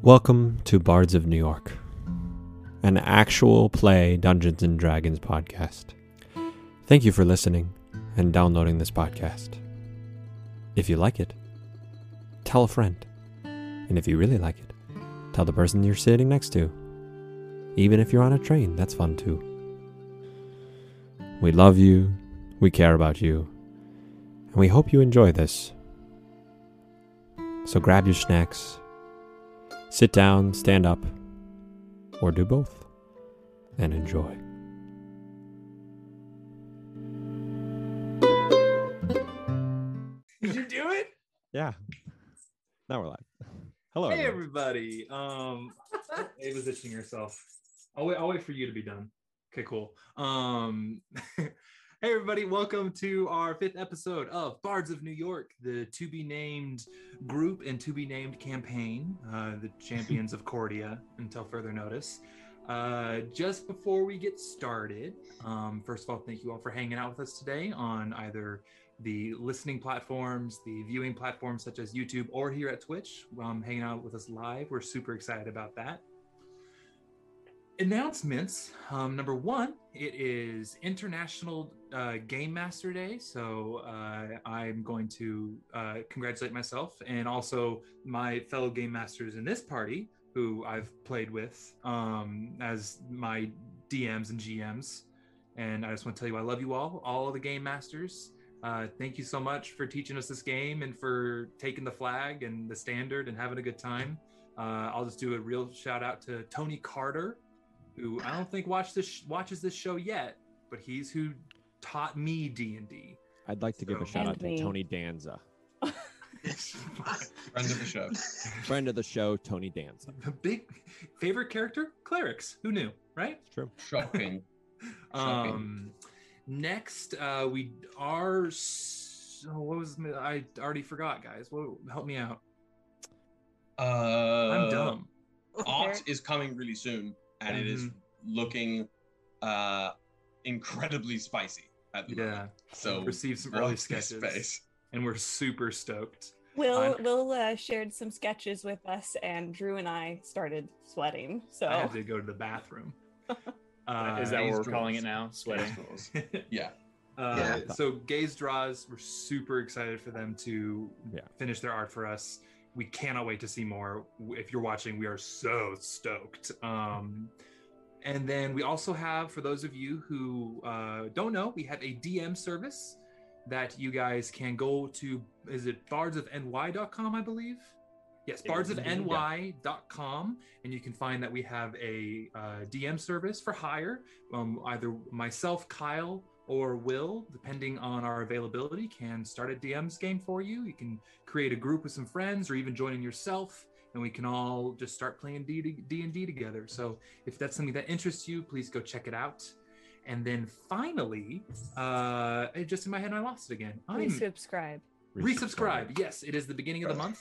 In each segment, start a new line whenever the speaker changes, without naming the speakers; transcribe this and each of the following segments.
Welcome to Bards of New York, an actual play Dungeons and Dragons podcast. Thank you for listening and downloading this podcast. If you like it, tell a friend. And if you really like it, tell the person you're sitting next to. Even if you're on a train, that's fun too. We love you, we care about you, and we hope you enjoy this. So grab your snacks sit down, stand up, or do both, and enjoy.
Did you do it?
Yeah. Now we're live.
Oh,
Hello.
Hey
everyone.
everybody. Um hey, position yourself. I'll wait, I'll wait for you to be done. Okay, cool. Um hey everybody, welcome to our fifth episode of Bards of New York, the to be named group and to be named campaign, uh, the champions of Cordia until further notice. Uh, just before we get started, um, first of all, thank you all for hanging out with us today on either the listening platforms, the viewing platforms such as YouTube or here at Twitch, um, hanging out with us live. We're super excited about that. Announcements. Um, number one, it is International uh, Game Master Day. So uh, I'm going to uh, congratulate myself and also my fellow game masters in this party who I've played with um, as my DMs and GMs. And I just want to tell you, I love you all, all the game masters. Uh, thank you so much for teaching us this game and for taking the flag and the standard and having a good time. Uh, I'll just do a real shout out to Tony Carter, who I don't think watched this watches this show yet, but he's who taught me D and D.
I'd like to give a
So-
shout out
And
to
me.
Tony Danza,
friend of the show.
friend of the show, Tony Danza.
The big favorite character, clerics. Who knew, right?
It's true.
Shocking. Shocking.
Um, next, uh, we are. s- oh, what was my- I already forgot, guys? What, help me out.
Uh,
I'm dumb.
Art is coming really soon, and it is
Mm-hmm.
looking uh, incredibly spicy at the
Yeah,
moment. So
received some
watch
early
this
sketches,
Space.
and we're super stoked.
Will
I'm-
Will uh, shared some sketches with us, and Drew and I started sweating. So
I had to go to the bathroom. Uh,
is that what
these
we're calling it
drawers.
now? Sweating.
Nostrils. yeah.
Uh,
Yeah.
So Gaze draws. We're super excited for them to
Yeah.
finish their art for us. We cannot wait to see more. If you're watching, we are so stoked. Um, and then we also have, for those of you who uh, don't know, we have a DM service that you guys can go to. Is it bardsofny.com? I believe. Yes,
Yeah.
bardsofny.com, and you can find that we have a uh, DM service for hire um, either myself, Kyle, or Will, depending on our availability, can start a DM's game for you. You can create a group with some friends, or even join in yourself, and we can all just start playing D and D together. So, if that's something that interests you, please go check it out. And then finally, uh, it just in my head, I lost it again.
please
I'm
subscribe.
resubscribe. Yes, it is the beginning of the month.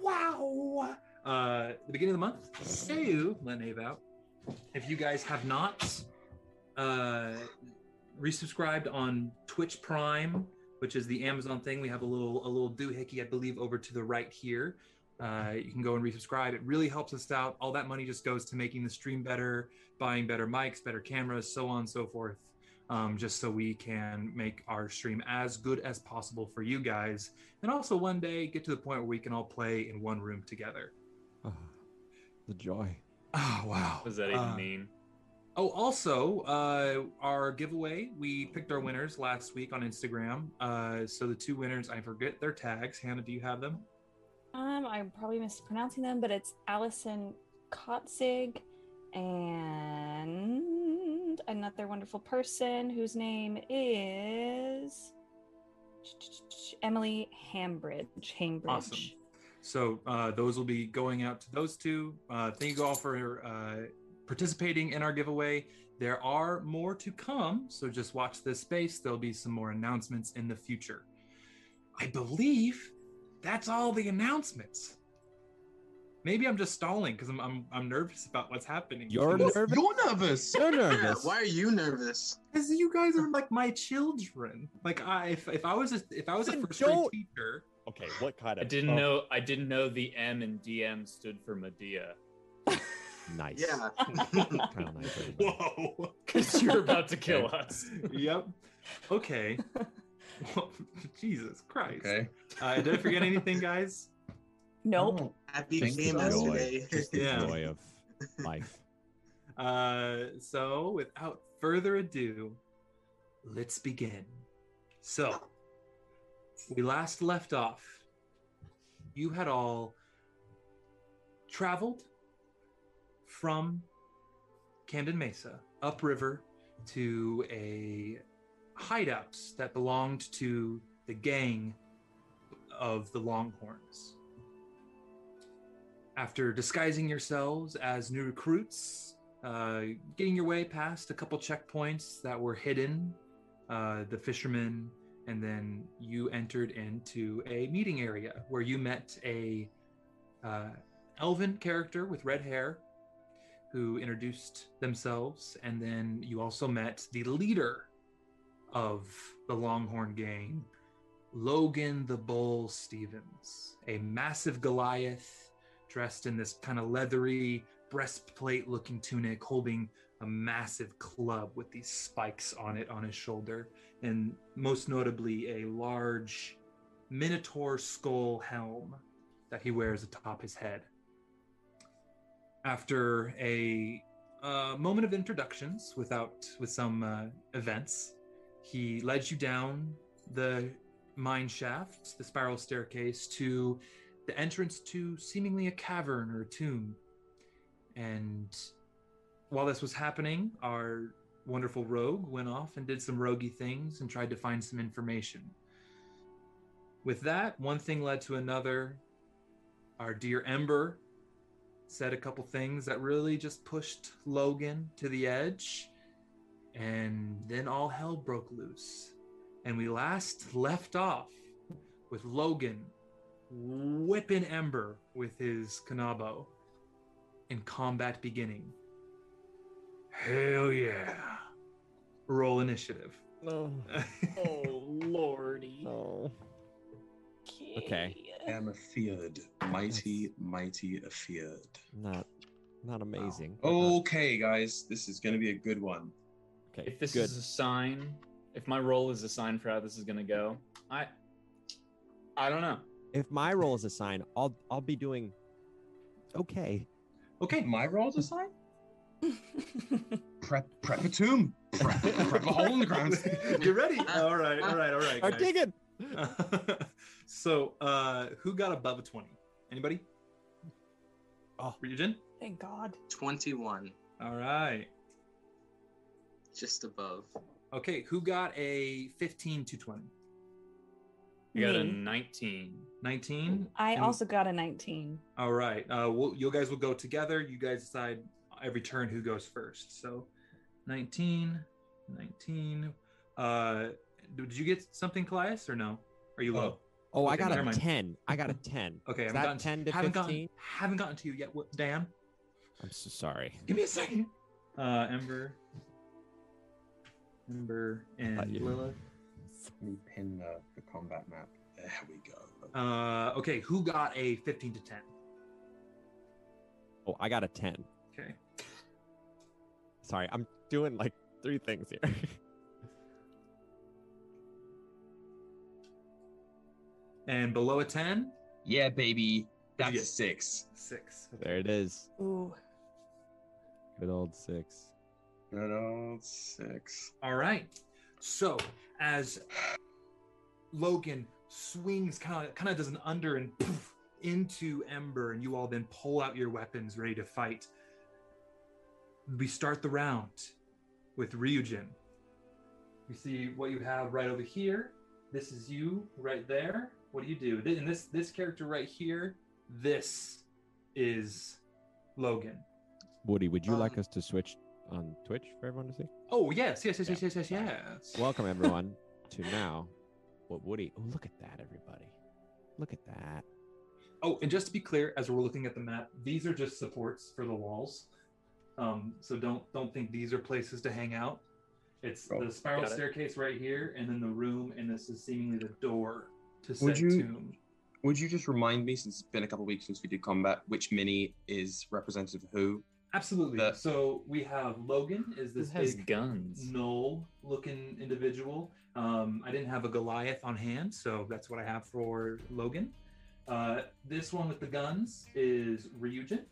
Wow. Uh, the beginning of the month. So, let Ave out. If you guys have not uh, resubscribed on Twitch Prime, which is the Amazon thing, we have a little a little doohickey, I believe, over to the right here. Uh, you can go and resubscribe. It really helps us out. All that money just goes to making the stream better, buying better mics, better cameras, so on and so forth um, just so we can make our stream as good as possible for you guys. And also one day get to the point where we can all play in one room together.
Ah, the joy.
Oh, wow.
What does that even
Ah.
Uh,
mean?
Oh, also, uh, our giveaway, we picked our winners last week on Instagram. Uh, so the two winners, I forget their tags. Hannah, do you have them?
Um, I'm probably mispronouncing them, but it's Allison Kotzig and another wonderful person whose name is Emily Hambridge. Hambridge.
So uh, those will be going out to those two. Uh, thank you all for uh, participating in our giveaway. There are more to come, so just watch this space. There'll be some more announcements in the future. I believe that's all the announcements. Maybe I'm just stalling because I'm, I'm I'm nervous about what's happening.
You're nervous.
You're nervous.
You're nervous.
Why are you nervous?
because you guys are like my children. Like I, if, if I was a, if I was a
Then
first grade
don't-
teacher,
Oh,
Okay, what kind
I
of?
didn't
oh,
know. I didn't know the M and DM stood for Medea.
Nice.
Yeah.
Kind of nice. everybody.
Whoa.
Because you're about to kill us.
yep. Okay. Well, Jesus Christ.
Okay.
Uh, did I forget anything, guys?
Nope.
Happy
Thank
game
you.
yesterday.
Just the
Yeah.
joy of life.
Uh, so, without further ado, let's begin. So, we last left off. You had all traveled from Camden Mesa upriver to a hideout that belonged to the gang of the Longhorns. After disguising yourselves as new recruits, uh, getting your way past a couple checkpoints that were hidden, uh, the fishermen, and then you entered into a meeting area where you met a uh, elven character with red hair who introduced themselves, and then you also met the leader of the Longhorn gang, Logan the Bull Stevens, a massive Goliath dressed in this kind of leathery breastplate looking tunic holding a massive club with these spikes on it on his shoulder and most notably a large minotaur skull helm that he wears atop his head after a uh, moment of introductions without with some uh, events he led you down the mine shaft the spiral staircase to the entrance to seemingly a cavern or a tomb and while this was happening, our wonderful rogue went off and did some roguey things and tried to find some information. With that, one thing led to another. Our dear Ember said a couple things that really just pushed Logan to the edge. And then all hell broke loose. And we last left off with Logan whipping Ember with his Kanabo and combat beginning. Hell yeah. Roll initiative.
No.
oh lordy.
No. Okay.
am afeared. Mighty, mighty afeared.
Not. Not amazing. but
Oh.
not-
Okay, guys, this is gonna be a good one.
Okay.
If this
good.
is a sign, if my role is a sign for how this is gonna go, I, I don't know.
if my role is a sign, I'll I'll be doing. Okay.
Okay.
My role to sign? Prep, prep a tomb. Prep, prep a hole in the ground.
You're ready. All right. All right. All right.
I
guys.
dig it.
so, uh, who got above a 20? Anybody?
Oh.
Region?
Thank God.
21,
All right.
just above.
Okay. Who got a 15 to 20?
I got a
Me.
19.
19?
I
Mm-hmm. And-
also got a 19.
All right. Uh, we'll, you guys will go together. You guys decide every turn who goes first. So 19, 19. Uh, did you get something, Callias, or no? Are you low?
Oh, I
Okay,
got
never
a
mind.
ten. I got a ten.
Okay,
Is
I've
that
gotten-
ten to
haven't
fifteen?
gotten haven't gotten to you yet. What, Dan,
I'm so sorry.
give me a second. Uh, Ember, Ember, and
Thought you-
Lilith.
Let me pin the, the combat map. There we go.
Uh, okay, who got a 15 to 10?
Oh, I got a ten.
Okay.
Sorry, I'm doing like three things here.
And below a 10,
Yeah, baby. That's
Yeah.
a six.
six.
there it is.
Ooh.
Good old six.
No, no, it's six.
All right. So as Logan swings, kind of, kind of does an under and poof into Ember, and you all then pull out your weapons, ready to fight. We start the round with Ryujin. You see what you have right over here. This is you right there. What do you do? Th- And this this character right here. This is Logan.
Woody, would you like
Um,
us to switch on Twitch for everyone to see?
Oh yes, yes, yes,
Yeah.
yes, yes, yes, yes.
Welcome everyone to now. What Woody? Oh, look at that, everybody! Look at that.
Oh, and just to be clear, as we're looking at the map, these are just supports for the walls. Um, so don't don't think these are places to hang out. It's
Oh,
the spiral
got it.
staircase right here, and then the room, and this is seemingly the door to
Would
said
you-
tomb.
Would you just remind me, since it's been a couple weeks since we did combat, which mini is representative of who?
Absolutely.
That-
So we have Logan is this
This has
big
guns.
knoll looking individual. Um, I didn't have a Goliath on hand, so that's what I have for Logan. Uh, this one with the guns is Ryujin.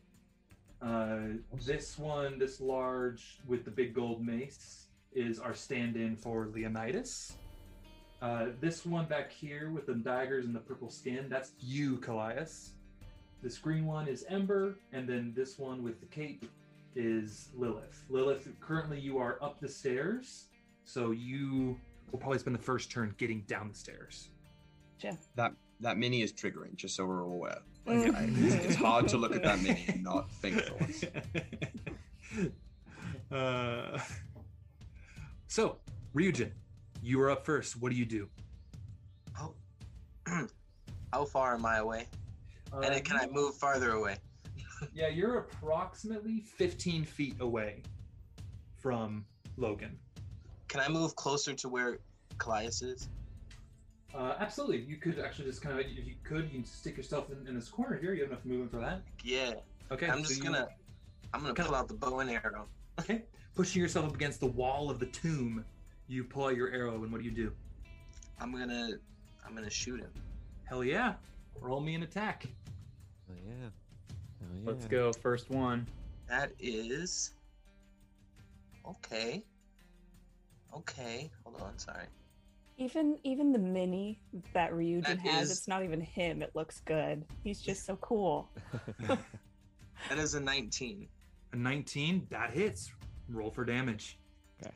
Uh, this one, this large with the big gold mace, is our stand in for Leonidas. Uh, this one back here with the daggers and the purple skin, that's you, Callias. This green one is Ember, and then this one with the cape is Lilith. Lilith, currently you are up the stairs, so you will probably spend the first turn getting down the stairs.
That that mini is triggering, just so we're all aware.
Mm.
Like, I- it's, it's hard to look at that mini and not think for once.
uh, so, Ryujin, you are up first. What do you do?
Oh. How far am I away? and then can I move farther away?
Uh, Yeah, you're approximately 15 feet away from Logan.
Can I move closer to where Callias is?
Uh, absolutely. You could actually just kind of, if you could, you can stick yourself in, in this corner here. You have enough movement for that.
Yeah.
Okay.
I'm
so
just
you-
gonna I'm gonna
Can I-
pull out the bow and arrow.
Okay. Pushing yourself up against the wall of the tomb, you pull out your arrow, and what do you do?
I'm gonna I'm gonna shoot him.
Hell yeah. Roll me an attack.
Oh, yeah. Oh, yeah.
Let's go. First one.
That is okay. Okay. Hold on, sorry.
Even even the mini that Ryujin
That
has,
is-
it's not even him. It looks good. He's just so cool.
That is a nineteen.
A 19, that hits. Roll for damage.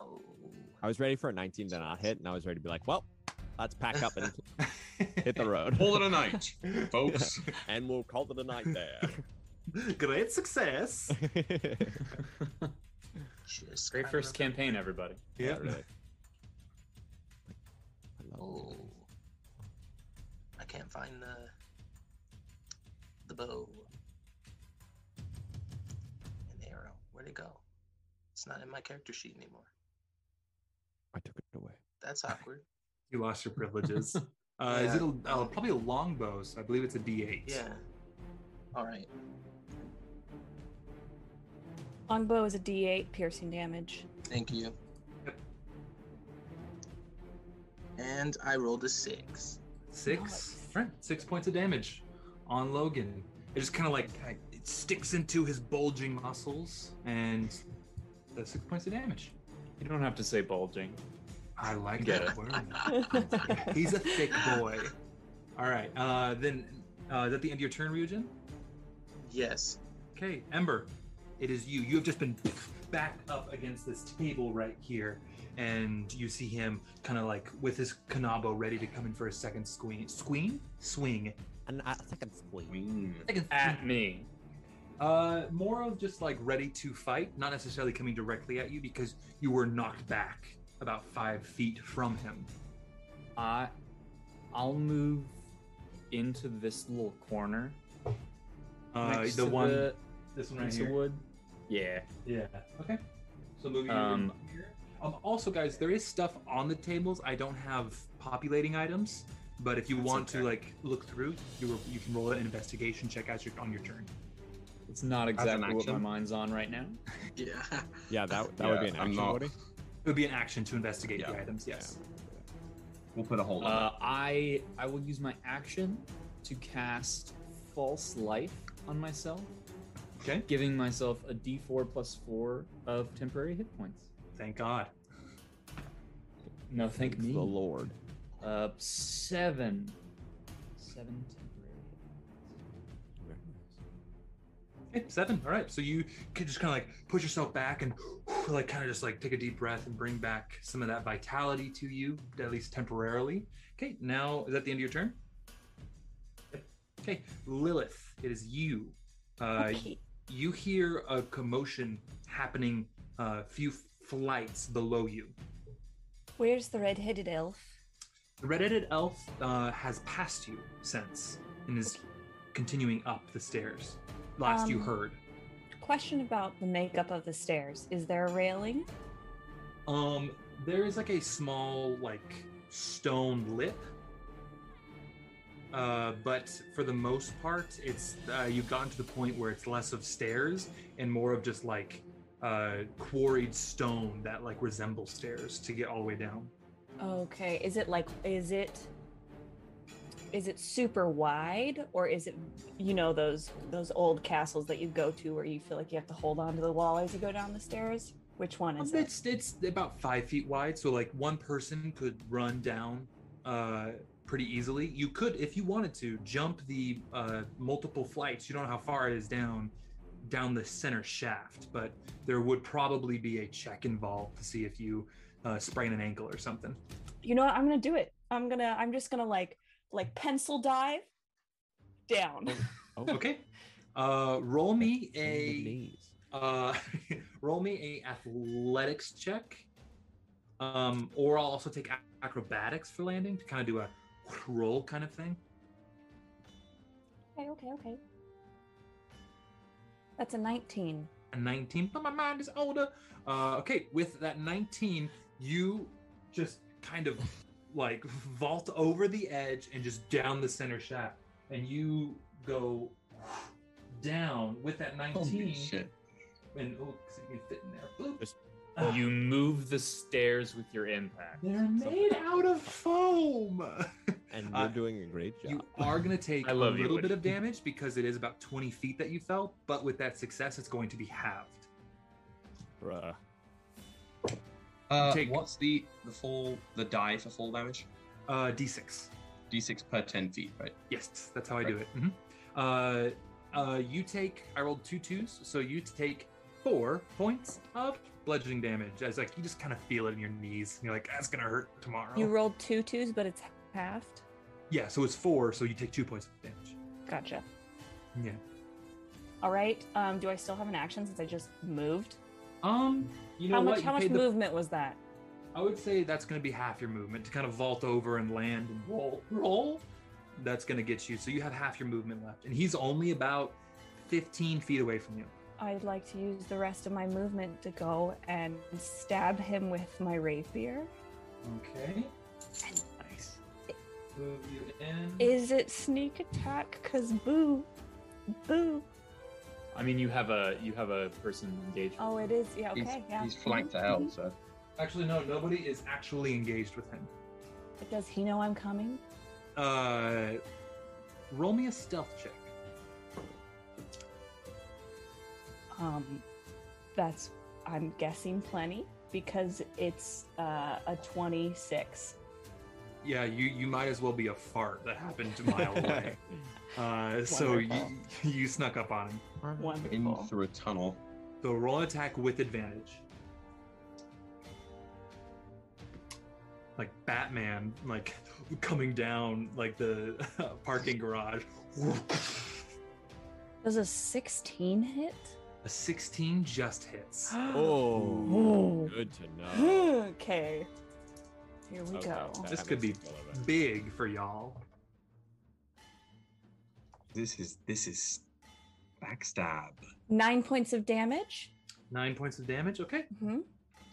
Oh
I was ready for a 19 to not hit, and I was ready to be like, well, let's pack up and hit the road.
Call it a night, folks.
and we'll call it a night
Great success.
there.
just
Great
kinda-
first campaign, everybody.
Yeah,
Yep.
really. Like, I love
Oh.
it.
I can't find the the bow. And the arrow. Where'd it go? It's not in my character sheet anymore.
I took it away.
That's awkward.
You lost your privileges. Uh, Is it a, uh, probably a longbow? So I believe it's a D8.
yeah. Alright.
Longbow is a D8 piercing damage.
Thank you.
Yep.
And I rolled a six.
Six.
Nice.
Right, Six points of damage on Logan. It just kind of like it sticks into his bulging muscles, and that's six points of damage.
You don't have to say bulging.
I like
Get
that
it.
word. He's a thick boy. All right. Uh, then uh, is that the end of your turn, Ryujin?
Yes.
Okay, Ember, it is you. You have just been backed up against this table right here, and you see him kind of like with his kanabo ready to come in for a second squeen, squeen, swing.
And I second squeeze.
Mm.
Second
At me.
Uh, more of just like ready to fight, not necessarily coming directly at you because you were knocked back about five feet from him.
I I'll move into this little corner.
Uh,
next
the
to
one,
the-
this one right
next to
here.
wood. Yeah.
Yeah. Okay. So moving
Um,
over here. Um, also, guys, there is stuff on the tables. I don't have populating items, but if you
That's
want to
okay.
like look through, you you can roll an investigation check as you're on your turn.
It's not exactly what my
action?
mind's on right now.
Yeah.
Yeah, that that would be
Yeah,
an
I'm
action.
not-
Woody.
It would be an action to investigate the
Yeah.
items. Yes.
We'll put a hold on.
Uh, I I will use my action to cast false life on myself,
Okay.
giving myself a D4 plus four of temporary hit points.
Thank God.
No, thank
Thank the
me.
Lord.
Uh, seven, seven temporary.
Okay, seven. All right. So you can just kind of like push yourself back and like kind of just like take a deep breath and bring back some of that vitality to you, at least temporarily. Okay. Now is that the end of your turn? Okay, Lilith, it is you. Uh,
Okay.
you hear a commotion happening a few flights below you.
Where's the red-headed elf?
The red-headed elf uh, has passed you since and is continuing up the stairs. Last you
Um,
heard.
Question about the makeup of the stairs. Is there a railing?
Um, there is like a small like stone lip uh, but for the most part, it's uh, you've gotten to the point where it's less of stairs and more of just like uh, quarried stone that like resembles stairs to get all the way down.
Okay. Is it like is it is it super wide or is it you know those those old castles that you go to where you feel like you have to hold onto the wall as you go down the stairs? Which one is
Um,
it?
it's it's about five feet wide, so like one person could run down uh, pretty easily. You could, if you wanted to, jump the uh, multiple flights. You don't know how far it is down down the center shaft, but there would probably be a check involved to see if you uh, sprain an ankle or something.
You know what? I'm gonna do it. I'm gonna I'm just gonna like like pencil dive down.
Oh,
Okay. Uh, roll me
in the
a
knees.
uh, roll me a athletics check, um, or I'll also take ac- acrobatics for landing to kind of do a roll kind of thing.
Okay, okay, okay. That's a 19.
a 19 but my mind is older uh, okay with that 19 you just kind of like vault over the edge and just down the center shaft and you go down with that 19 and oh so you can fit in there Boop.
Just-
Ah,
You move the stairs with your impact.
they're made out of foam
And
Uh,
you're doing a great job.
You are going to take
I love
a
you,
little
Woody.
bit of damage because it is about 20 feet that you fell, but with that success, it's going to be halved.
Bruh.
Uh,
Take-
What's the the fall the die for fall damage?
Uh, D6.
D6 per 10 feet, right?
Yes, that's how I do it.
Mm-hmm.
Mhm. Uh, uh, you take. I rolled two twos, so you take four points of bludgeoning damage. As like you just kind of feel it in your knees. And you're like, that's gonna hurt tomorrow.
You rolled two twos, but it's halved.
yeah, so it's four, so you take two points of damage.
Gotcha.
Yeah.
All right. Um, do I still have an action since I just moved?
Um, you know
how
what?
much?
You
How much
paid the-
movement was that?
I would say that's gonna be half your movement to kind of vault over and land and roll, roll. That's gonna get you. So you have half your movement left, and he's only about fifteen feet away from you.
I'd like to use the rest of my movement to go and stab him with my rapier.
Okay.
Nice.
Move you in.
Is it sneak attack? Cause boo, boo.
I mean, you have a you have a person engaged.
Oh, it is. Yeah. Okay.
He's-
yeah.
He's flanked to
Mhm,
hell,
mhm.
so.
Actually, no. Nobody is actually engaged with him.
Mm-hmm. But does he know I'm coming?
Uh, roll me a stealth check.
Um, that's. I'm guessing plenty because it's uh, a 26.
Yeah, you you might as well be a fart that happened a mile away. Uh, so
Wonderful.
you you snuck up on him.
In
Wonderful.
through a tunnel.
So roll an attack with advantage. Like Batman, like coming down like the uh, parking garage.
Does a 16 hit?
A 16 just hits.
Oh,
Ooh.
good to know.
okay. Here we
Okay,
go.
that
This could
makes
be-
it relevant.
Big for y'all.
This is this is backstab.
Nine points of damage.
Nine points of damage. Okay.
hmm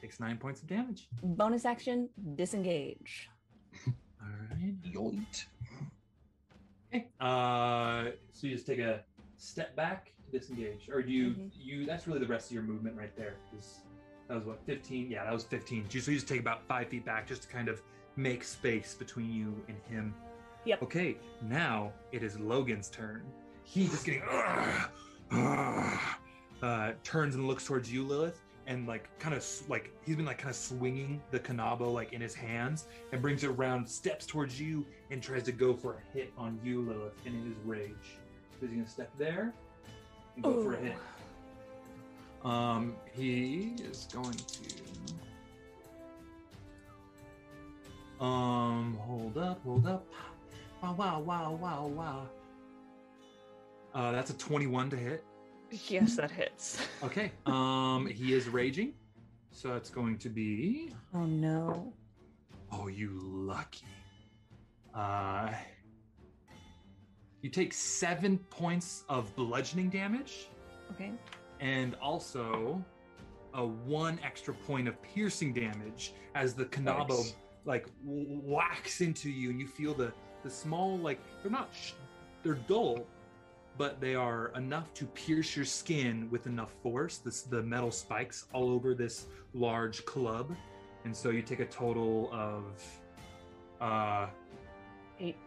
Takes nine points of damage.
Bonus action, disengage.
All right.
Yoint.
Okay. Uh, so you just take a step back to disengage, or do you?
Mhm.
You that's really the rest of your movement right there. 'cause that was what fifteen. Yeah, that was fifteen. So you just take about five feet back, just to kind of make space between you and him.
Yep.
Okay. Now it is Logan's turn. He's just getting. ah, uh, turns and looks towards you, Lilith, and like kind of like he's been like kind of swinging the kanabo like in his hands, and brings it around, steps towards you, and tries to go for a hit on you, Lilith, and in his rage. So he's gonna step there and go for a hit. Um, he is going to. Um, hold up, hold up. Wow, wow, wow, wow, wow. Uh, that's a 21 to hit.
Yes, that hits.
Okay. Um, he is raging, so it's going to be.
Oh no.
Oh, you lucky. Uh, you take seven points of bludgeoning damage,
Okay.
and also a one extra point of piercing damage as the kanabo
Nice.
like w- whacks into you, and you feel the the small like they're not sh- they're dull, but they are enough to pierce your skin with enough force. This the metal spikes all over this large club, and so you take a total of uh,
Eight.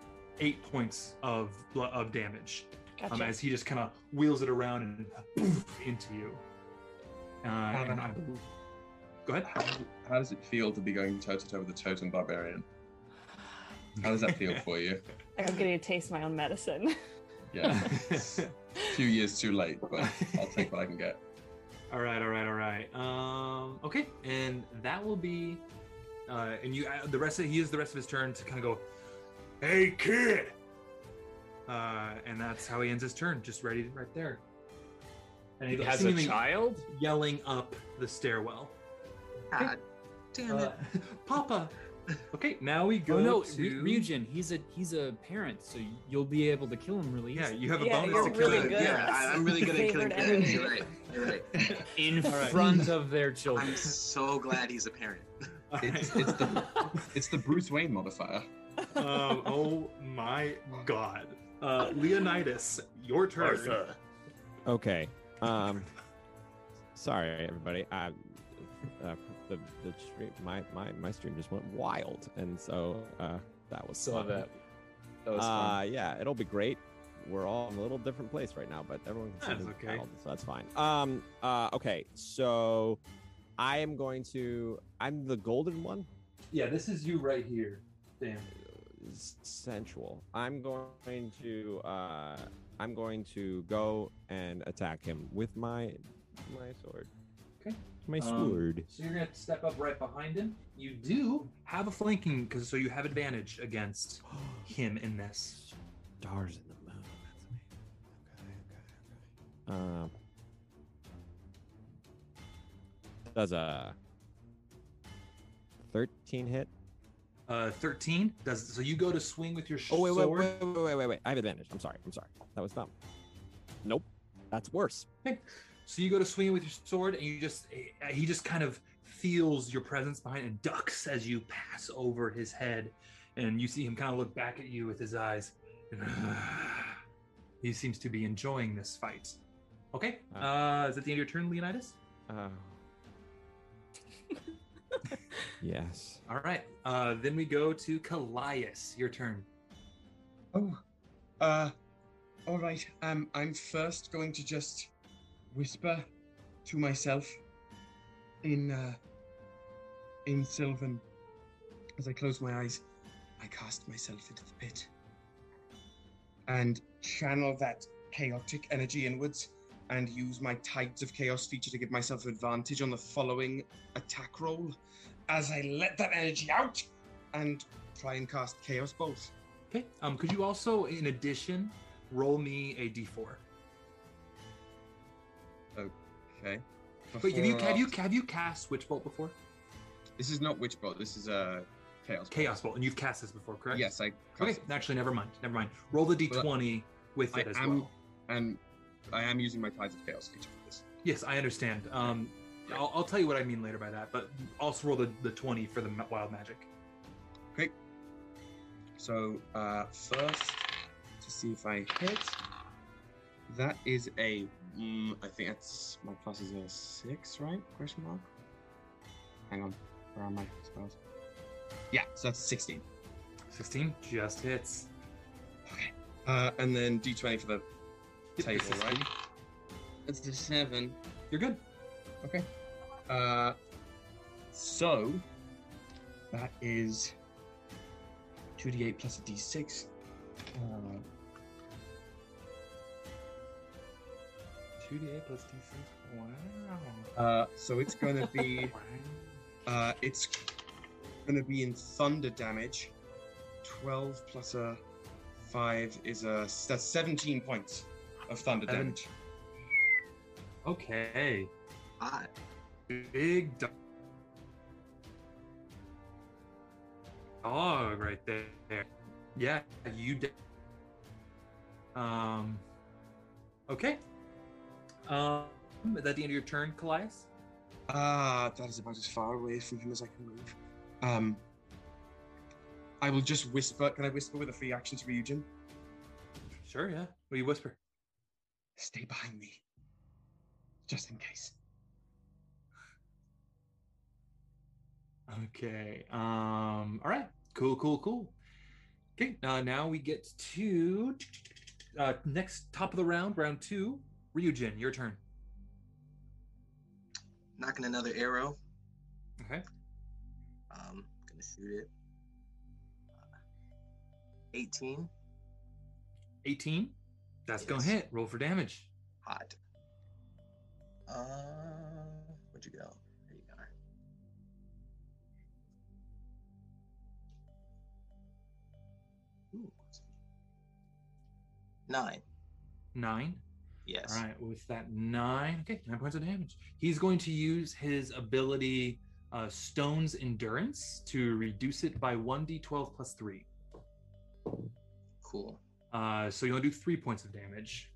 eight points of blo- of damage
Gotcha.
um, as he just kind of wheels it around and poof, into you. Uh, and I, go ahead.
How, how does it feel to be going toe to toe with a totem barbarian? How does that feel for you?
I'm getting a taste of my own medicine.
Yeah, a few years too late, but I'll take what I can get.
All right, all right, all right. Um, okay, and that will be, uh, and you uh, the rest of he uses the rest of his turn to kind of go, "Hey kid," uh, and that's how he ends his turn, just ready right there. And
He
he's
has a
seemingly
child?
yelling up the stairwell.
God damn
Uh,
it.
Papa. Okay, now we go
Oh no,
to
Re- Ryujin, he's a he's a parent, so you'll be able to kill him really
yeah.
easy.
You have a
Yeah,
bonus
you're
to
really
killing.
good.
Yeah.
Yeah, I, I'm really good at killing
Favorite
kids.
enemy.
You're right. You're right.
in
All right.
front of their children.
I'm so glad he's a parent.
All
It's,
right.
it's the it's the Bruce Wayne modifier.
um, oh my god. Uh, Leonidas, your turn.
Okay. Um. sorry, everybody. I, uh, the the stream, my my my stream just went wild, and so uh, that was
Saw
fun.
that. That was
Uh,
fun.
yeah, it'll be great. We're all in a little different place right now, but everyone can see
That's
the
okay.
battle, so that's fine. Um. Uh. Okay. So, I am going to. I'm the golden one.
Yeah, this is you right here. Damn.
s- sensual. I'm going to uh I'm going to go and attack him with my my sword.
Okay.
My
Um,
sword.
So you're gonna step up right behind him. You do have a flanking because so you have advantage against him in this.
Stars in the moon. That's amazing. Okay, okay, okay. Um Does a 13 hit?
Uh, 13 does so you go to swing with your sh-
Oh wait, wait,
sword.
wait, wait, wait, wait, wait, wait. I have advantage. I'm sorry. I'm sorry. That was dumb. Nope. That's worse.
So you go to swing with your sword, and you just eh, he just kind of feels your presence behind and ducks as you pass over his head, and you see him kind of look back at you with his eyes. he seems to be enjoying this fight. Okay, uh, is that the end of your turn, Leonidas?
Oh. yes.
All right, uh, then we go to Callias. Your turn.
Oh, uh, all right. Um, I'm first going to just whisper to myself in uh, in Sylvan as I close my eyes. I cast myself into the pit and channel that chaotic energy inwards, and use my tides of chaos feature to give myself advantage on the following attack roll as I let that energy out and try and cast chaos bolt.
Okay, um, could you also, in addition, roll me a d4?
Okay.
Wait, have you
Before- uh,
have you have you cast Witch Bolt before?
This is not Witch Bolt. This is uh, Chaos. Bolt.
Chaos Bolt, and you've cast this before, correct?
Yes, I.
Okay, actually, never mind. Never mind. Roll the
But
d20 with
I
it as
am-
well.
And I am using my Tides of Chaos feature for this.
Yes, I understand. Um, I'll, I'll tell you what I mean later by that, but also roll the, the 20 for the ma- wild magic.
So uh, first, to see if I hit. That is a. Mm, I think that's my plus is a six, right? Question mark. Hang on. Where are my spells? Yeah, so that's sixteen.
16 just hits.
Okay. Uh, and then D20 for the
Yep,
table,
it's 16.
right? It's a seven.
You're good.
Uh, so that is 2d8 plus a d6. Uh,
2d8 plus d6. Wow.
uh, so it's gonna be uh, it's gonna be in thunder damage. 12 plus a 5 is a that's 17 points of thunder
Seven.
damage.
Okay.
Hot.
Big do- dog right there. Yeah, you did. Um. Okay. Um. Is that the end of your turn, Callias?
Ah, that is about as far away from him as I can move. Um, I will just whisper. Can I whisper with a free action to Ryujin?
Sure, yeah. What do you whisper?
Stay behind me, just in case.
Okay. Um. All right. Cool. Cool. Cool. Okay. Uh, now we get to uh, next top of the round, round two. Ryujin, your turn.
Knocking another arrow.
Okay.
Um, gonna shoot it. Uh, 18.
18. That's gonna
Yes.
hit. Roll for damage.
Hot. Uh, where'd you go? There you are. Ooh. Nine.
Nine.
Yes.
All right, with that nine, okay, nine points of damage. He's going to use his ability, uh, Stone's Endurance, to reduce it by 1d12 plus three.
Cool.
Uh, so you'll do three points of damage.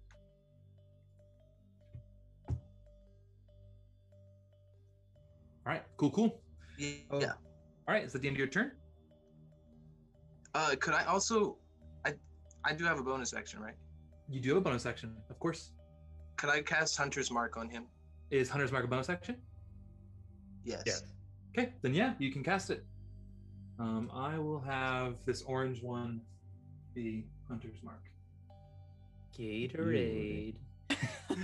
All right, cool, cool.
Yeah.
Oh.
All right, it's at the end of your turn.
Uh, could I also? I I do have a bonus action, right?
You do have a bonus action, of course.
Could I cast Hunter's Mark on him?
Is Hunter's Mark a bonus action?
Yes.
Okay, then yeah, you can cast it. Um, I will have this orange one be Hunter's Mark.
Gatorade.
I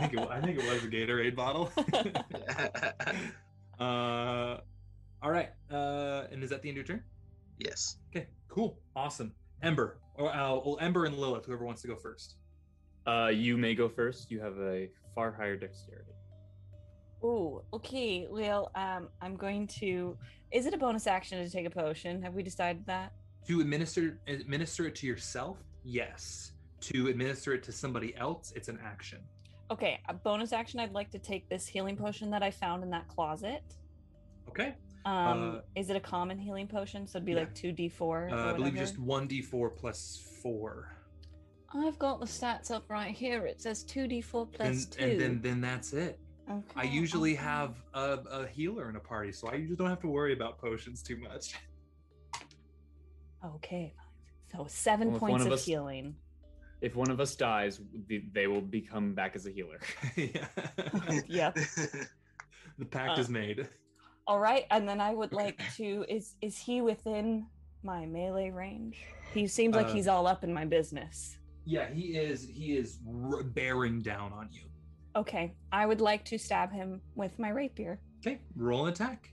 think it, I think it was a Gatorade bottle. uh, all right. Uh, and is that the end of your turn?
yes.
Okay. Cool. Awesome. Ember or uh, well, Ember and Lilith, whoever wants to go first.
Uh, you may go first. You have a far higher dexterity.
Ooh, okay. Well, um, I'm going to. Is it a bonus action to take a potion? Have we decided that?
To administer administer it to yourself, yes. To administer it to somebody else, it's an action.
Okay, a bonus action. I'd like to take this healing potion that I found in that closet.
Okay.
Um,
Uh,
is it a common healing potion? So it'd be
yeah.
like two d four.
Uh, I believe just one d4 plus four,
I've got the stats up right here. It says two d four plus
and,
two.
and then then that's it. I
Okay,
usually
okay.
have a, a healer in a party, so I usually don't have to worry about potions too much.
Okay, so seven
Well, if one
points
of
of
us-
healing.
If one of us dies, the- they will become back as a healer.
yeah.
yep.
the pact
Uh,
is made.
All right, and then I would like to is is he within my melee range? He seems like
Uh,
he's all up in my business.
Yeah, he is. He is r- bearing down on you.
Okay, I would like to stab him with my rapier.
Okay, roll an attack.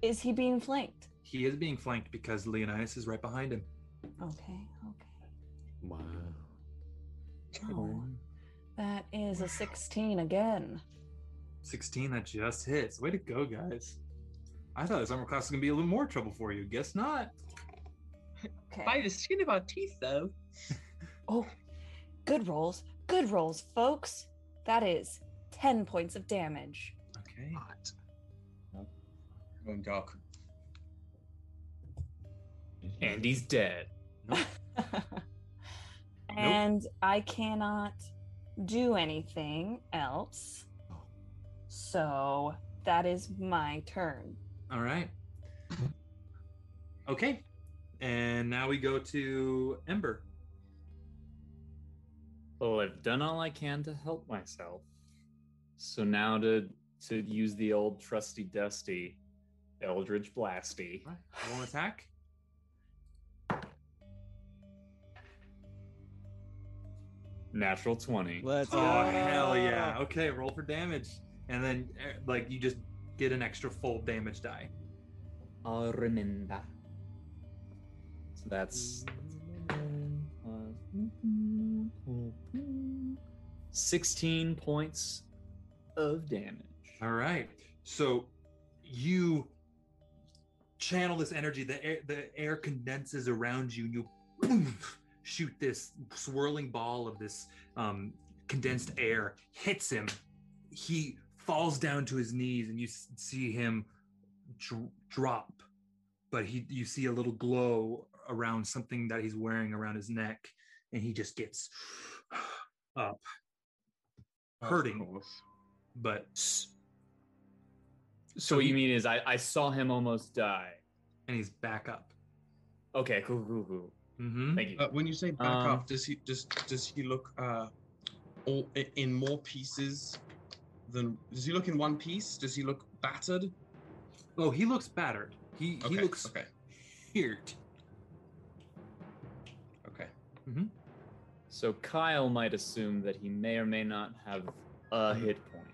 Is he being flanked?
He is being flanked because Leonidas is right behind him.
Okay, okay.
Wow.
Oh, that is a 16 again.
Sixteen, that just hits. Way to go, guys! I thought this armor class was gonna be a little more trouble for you. Guess not.
Okay.
the skin of our teeth, though.
Oh, good rolls. Good rolls, folks. That is 10 points of damage.
Okay.
Hot.
Going dark.
and he's dead.
and I cannot do anything else. So that is my turn.
All right. Okay, and now we go to Ember.
Well, I've done all I can to help myself. So now to to use the old trusty dusty Eldridge Blasty.
All right, roll an attack.
Natural 20.
Let's
Oh
go.
hell yeah! Okay, roll for damage, and then eh, like you just get an extra full damage die.
I'll remember. So that's uh, 16 points of damage.
All right. So you channel this energy. The air, the air condenses around you, and you boom, shoot this swirling ball of this um, condensed air. Hits him. He falls down to his knees, and you s- see him dr- drop. But he, you see a little glow around something that he's wearing around his neck, and he just gets up, hurting but
S- So what you mean is I, I saw him almost die.
and he's back up.
Okay, cool, cool, cool.
Mm-hmm.
Thank you.
Oh.
Uh, when you say back
Um,
off, does he does does he look uh, all i- in more pieces than does he look in one piece? Does he look battered?
Oh, he looks battered. He
Okay,
he looks
okay,
sheared.
okay.
So Kyle might assume that he may or may not have a
Mm-hmm.
hit point.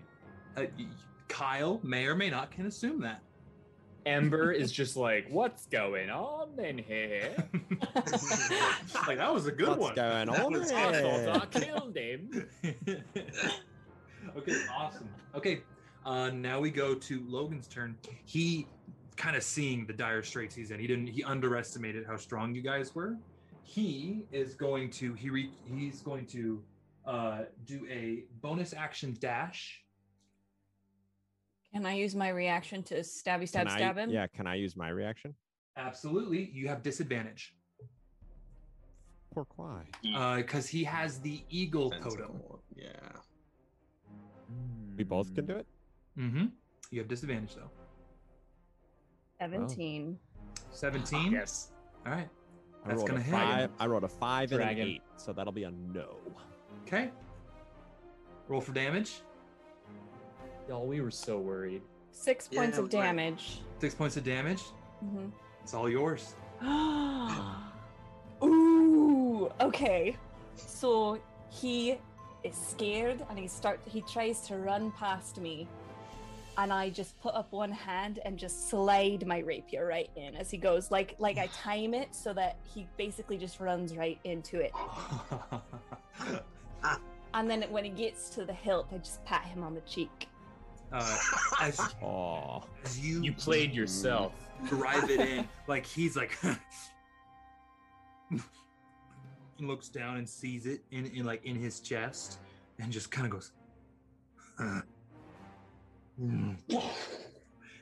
Uh, y- Kyle may or may not can assume that.
Ember is just like, what's going on in here?
like that was a good
What's
one.
going
That
on
was
here?
I thought I killed him.
okay, awesome. Okay, uh, now we go to Logan's turn. He kind of seeing the dire straits he's in. He didn't. He underestimated how strong you guys were. He is going to. He re, he's going to uh, do a bonus action dash.
Can I use my reaction to stabby
Can
stab
I-
stab him?
Yeah, can I use my reaction?
Absolutely, you have disadvantage
Pourquoi?
because Uh, he has the eagle totem.
Yeah.
We both can do it?
Mm-hmm. You have disadvantage though.
Oh.
Seventeen.
Seventeen.
Yes.
All right.
I
That's
rolled a
gonna hit.
five. I rolled a five and
Dragon.
an eight, so that'll be a no.
Okay. Roll for damage.
Y'all, we were so worried.
Six
Yeah,
points of
right.
damage.
Six points of damage.
Mhm.
It's all yours.
Ooh. Okay. So he is scared and he start he tries to run past me. And I just put up one hand and just slide my rapier right in as he goes. Like like I time it so that he basically just runs right into it.
Uh,
And then when he gets to the hilt, I just pat him on the cheek.
uh, as,
Oh,
as you,
You played yourself.
drive it in, like he's like looks down and sees it in, in like in his chest, and just kind of goes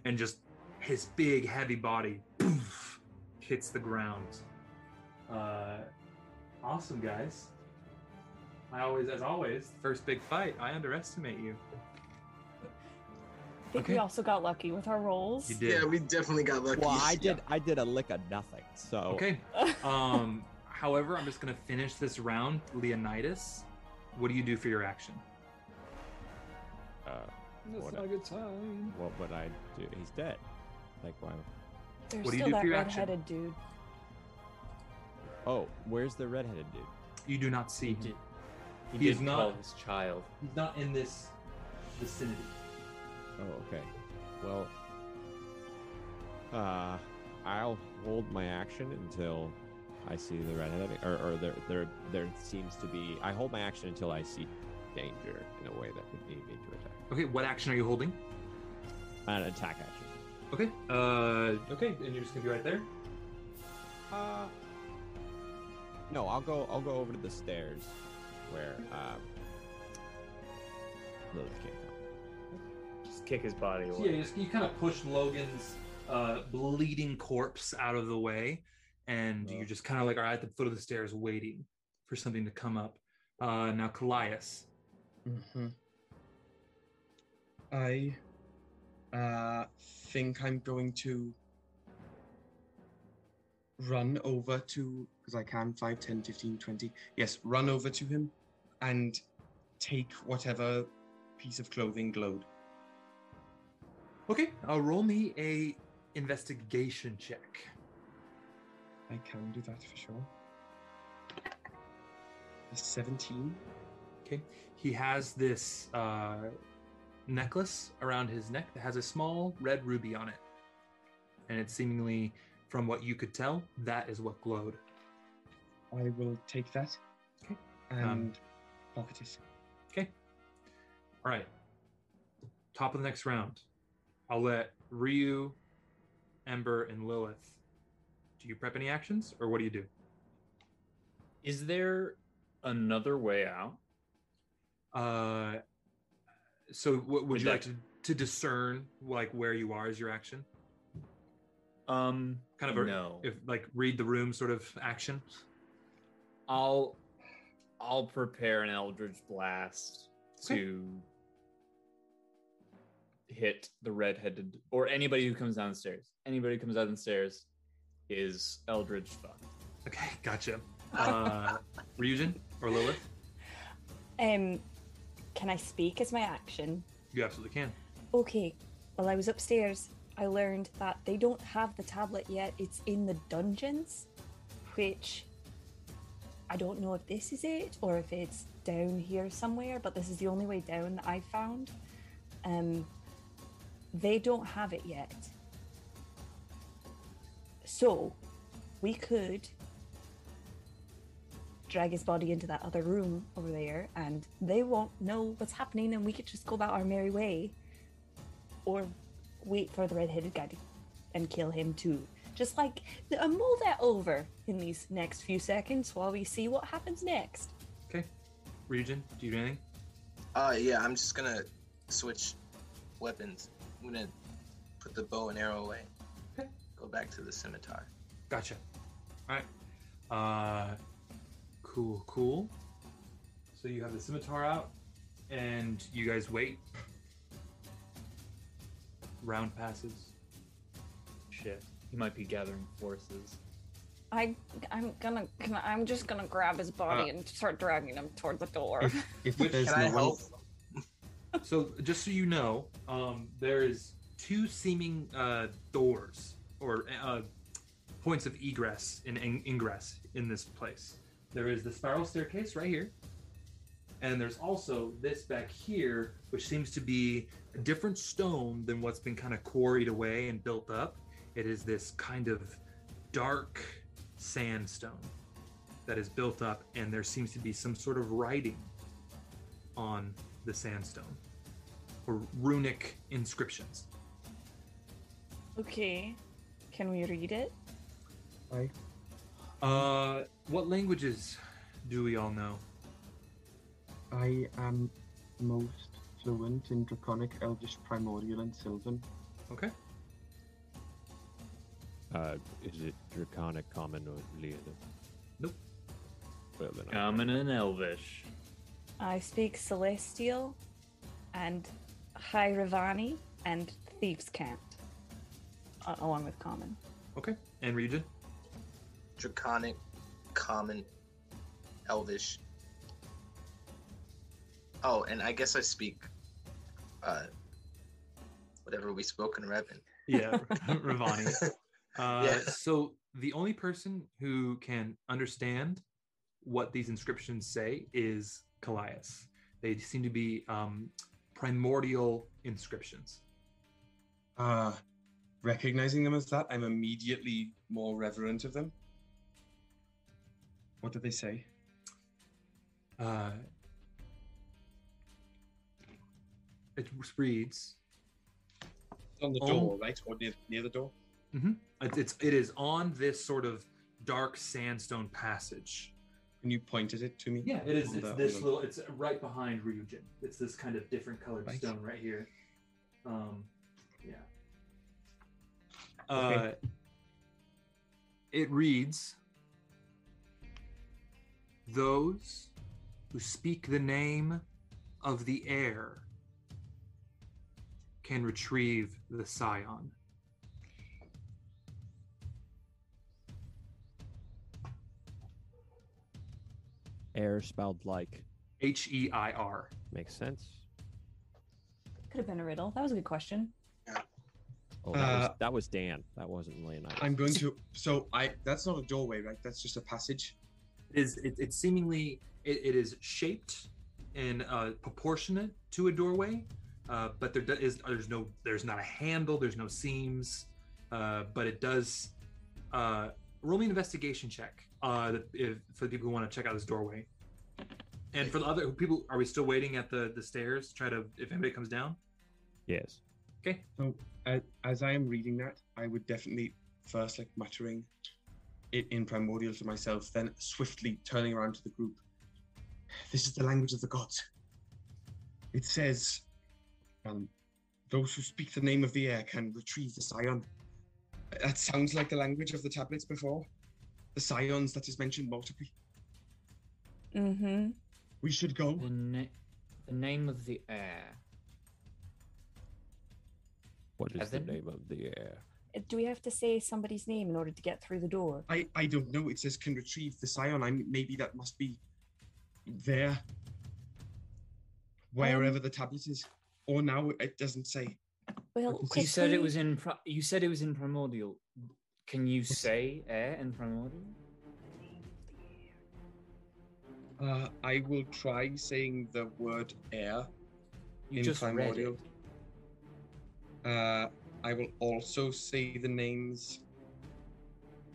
and just his big heavy body poof, hits the ground. Uh, awesome guys. I always, as always, first big fight. I underestimate you.
I think
Okay.
we also got lucky with our rolls.
You did.
yeah, we definitely got lucky.
well, I did. I did a lick of nothing. So
Okay. Um, however, I'm just gonna finish this round. Leonidas, what do you do for your action?
uh,
It's
What?
not a good time.
what would I do? He's dead. Like why?
There's
What do you
still
do
that
for your action?
redheaded dude.
Oh, where's the redheaded dude?
You do not see
He
him.
did. He,
He is
did
not-
call his child.
He's not in this vicinity.
Oh, okay. Well, uh, I'll hold my action until I see the redheaded, or, or there, there, there seems to be. I hold my action until I see danger in a way that would need me to attack.
Okay. What action are you holding?
An attack action.
Okay. Uh. Okay. And you're just gonna be right there.
Uh, no, I'll go. I'll go over to the stairs where um, Lilith came from.
Just kick his body
So yeah,
away.
you, just, you kind of push Logan's uh, bleeding corpse out of the way, and
Yeah.
you're just kind of like are at the foot of the stairs waiting for something to come up. Uh, now, Callias.
Mm-hmm. I uh, think I'm going to run over to, because I can, 5, 10, 15, 20. Yes, run over to him and take whatever piece of clothing glowed.
Okay, uh, roll me a investigation check.
I can do that for sure. A 17.
He has this uh, necklace around his neck that has a small red ruby on it, and it's seemingly, from what you could tell, that is what glowed.
I will take that
Okay.
and
Um,
pocket it.
Okay. All right. Top of the next round. I'll let Ryu, Ember, and Lilith. Do you prep any actions or what do you do?
Is there another way out?
Uh, so, what would
Would
you like
that-
to, to discern like where you are as your action?
Um,
Kind of a
no.
if like read the room sort of action.
I'll I'll prepare an Eldritch Blast
Okay.
to hit the redheaded or anybody who comes down the stairs. Anybody who comes down the stairs. is Eldridge Thought.
Okay, gotcha. Uh, Ryujin or Lilith,
Um, can I speak as my action?
you absolutely can.
Okay. While I was upstairs, I learned that they don't have the tablet yet. It's in the dungeons, which I don't know if this is it or if it's down here somewhere, but this is the only way down that I found. Um, they don't have it yet. So we could drag his body into that other room over there and they won't know what's happening and we could just go about our merry way or wait for the red-headed guy to, and kill him too. Just like uh, mull that over in these next few seconds while we see what happens next.
Ryujin, do you do anything?
Uh, yeah, I'm just gonna switch weapons. I'm gonna put the bow and arrow away.
Okay.
Go back to the scimitar.
Gotcha. All right. Uh, cool, cool. So you have the scimitar out, and you guys wait. Round passes.
Shit, he might be gathering forces.
I I'm gonna can I, I'm just gonna grab his body and start dragging him toward the door.
If, if
Which-
there's
Can I
no one,
help?
So just so you know, um, there is two seeming uh, doors or uh, points of egress and in- ingress in this place. There is the spiral staircase right here, and there's also this back here, which seems to be a different stone than what's been kind of quarried away and built up. It is this kind of dark sandstone that is built up, and there seems to be some sort of writing on the sandstone or runic inscriptions.
okay. Can we read it?
Uh, what languages do we all know?
I am most fluent in Draconic, Elvish, Primordial, and Sylvan.
Okay.
Uh, is it draconic, common, or leader?
Nope.
Well, then I-
Common and Elvish.
I speak Celestial and High Ravani and Thieves Cant. a- Along with common.
Okay. And region?
Draconic, common, elvish. Oh, and I guess I speak, uh, whatever we spoke in Revan.
Yeah, Ravani. Uh,
Yeah.
So the only person who can understand what these inscriptions say is Callias. They seem to be um, primordial inscriptions.
Uh, recognizing them as that, I'm immediately more reverent of them. What did they say?
Uh, it reads
It's on the
Um,
Oh.
door, right? Or near, near the door?
It- It's it is on this sort of dark sandstone passage.
Can you point at it to me?
Yeah, it is.
Hold
It's
on,
this
hold on.
little. It's right behind Ryujin. It's this kind of different colored
Right.
stone right here. Um, yeah.
Okay.
Uh, it reads: Those who speak the name of the air can retrieve the scion.
Air spelled like
H E I R.
makes sense.
Could have been a riddle. That was a good question.
Oh, that,
Uh,
was, that was Dan. That wasn't Leonidas.
I'm going to. So I. That's not a doorway, right? That's just a passage.
It is it, it's seemingly it, it is shaped and uh, proportionate to a doorway uh, but there do- is there's no there's not a handle there's no seams uh, but it does uh, roll me an investigation check uh, if, for the people who want to check out this doorway and for the other people are we still waiting at the the stairs to try to if anybody comes down
Yes.
So as, as I am reading that, I would definitely first like muttering it in primordial to myself, then swiftly turning around to the group. This is the language of the gods. It says, um, "Those who speak the name of the air can retrieve the scion." That sounds like the language of the tablets before, the scions that is mentioned multiply.
Mm-hmm.
We should go.
The, na- the name of the air.
What is the
Evan?
name of the air?
Do we have to say somebody's name in order to get through the door?
I, I don't know. It says can retrieve the scion. I maybe that must be there, wherever the tablet is, or now it doesn't say.
Well,
You
if
said
we-
it was in. Pro- you said it was in primordial. Can you say air in primordial?
Uh, I will try saying the word air
You
in
just
primordial.
read it.
Uh, I will also say the names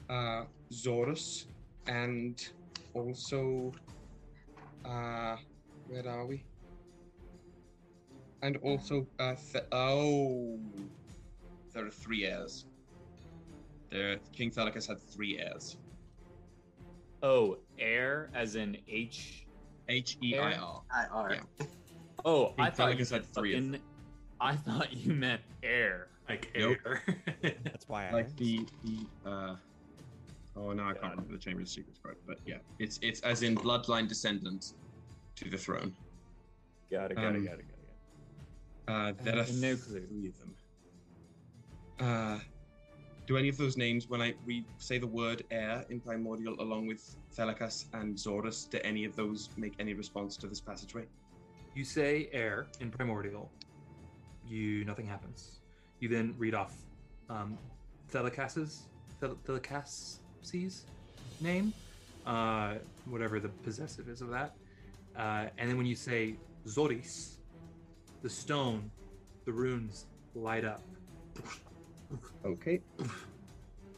uh, Zorus and also uh, where are we? And also uh, th- oh, there are three heirs. There, King Thalicus had three heirs.
Oh, air as in H.
H E I R.
I R.
Oh, I
Hey,
thought you
Pelicans had
said
three of
fucking. I thought you meant air.
Like
Nope.
air.
That's why I
Like
asked.
the the uh, oh no, I can't remember the Chamber of Secrets quote, but yeah, it's it's as in bloodline descendant to the throne.
Got it.
got it, Um, got
it. Got it.
Uh, there
Uh,
are
no clue.
three of them. Uh, do any of those names, when I we say the word air in primordial along with Thalicus and Zorus, do any of those make any response to this passageway?
You say air in primordial. You nothing happens. You then read off um, Thelicas's Thel- Thelicas's name, uh, whatever the possessive is of that. Uh, and then when you say Zoris, the stone, the runes light up,
Okay.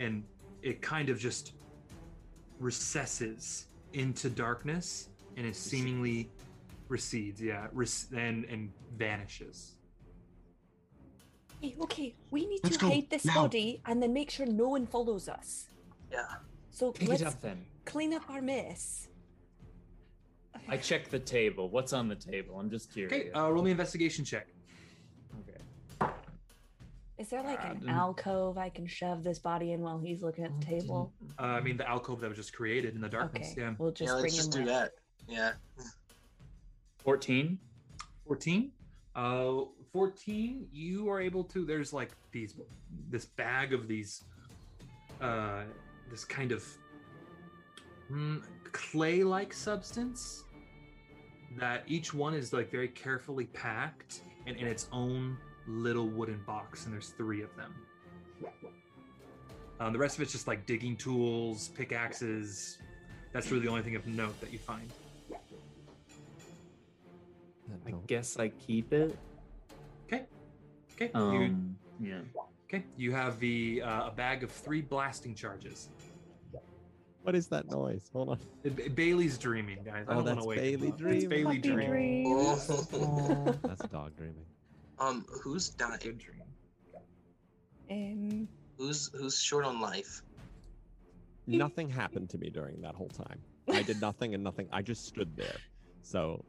and it kind of just recesses into darkness and it seemingly recedes. Yeah, rec- and and vanishes.
Hey, eh, okay, we need
Let's
to
go,
hide this
now.
body and then make sure no one follows us.
Yeah.
So
Pick
let's
it up then.
clean up our mess.
I check the table. What's on the table? I'm just curious.
Okay, uh, roll me investigation check.
okay.
Is there like an
Adam.
alcove I can shove this body in while he's looking at the table?
Uh, I mean, the alcove that was just created in the darkness.
Okay,
Yeah,
we'll just
yeah,
bring
let's just do
him. with.
that. Yeah.
14.
fourteen. Uh, fourteen. You are able to. There's like these, this bag of these, uh, this kind of mm, clay-like substance that each one is like very carefully packed and in its own little wooden box. And there's three of them. Um, the rest of it's just like digging tools, pickaxes. That's really the only thing of note that you find.
I guess I keep it.
Okay. you
Um, yeah.
Okay, you have the uh, a bag of three blasting charges.
What is that noise? Hold on.
Uh, B- Bailey's dreaming, guys. I
Oh,
don't want
that's
to wake
Bailey
him up. It's
dreaming.
Bailey
Puppy
Dream.
dreaming.
dreams.
Oh.
That's dog dreaming.
um, who's dying?
Good dream.
um,
Who's who's short on life?
Nothing happened to me during that whole time. I did nothing and nothing. I just stood there. So,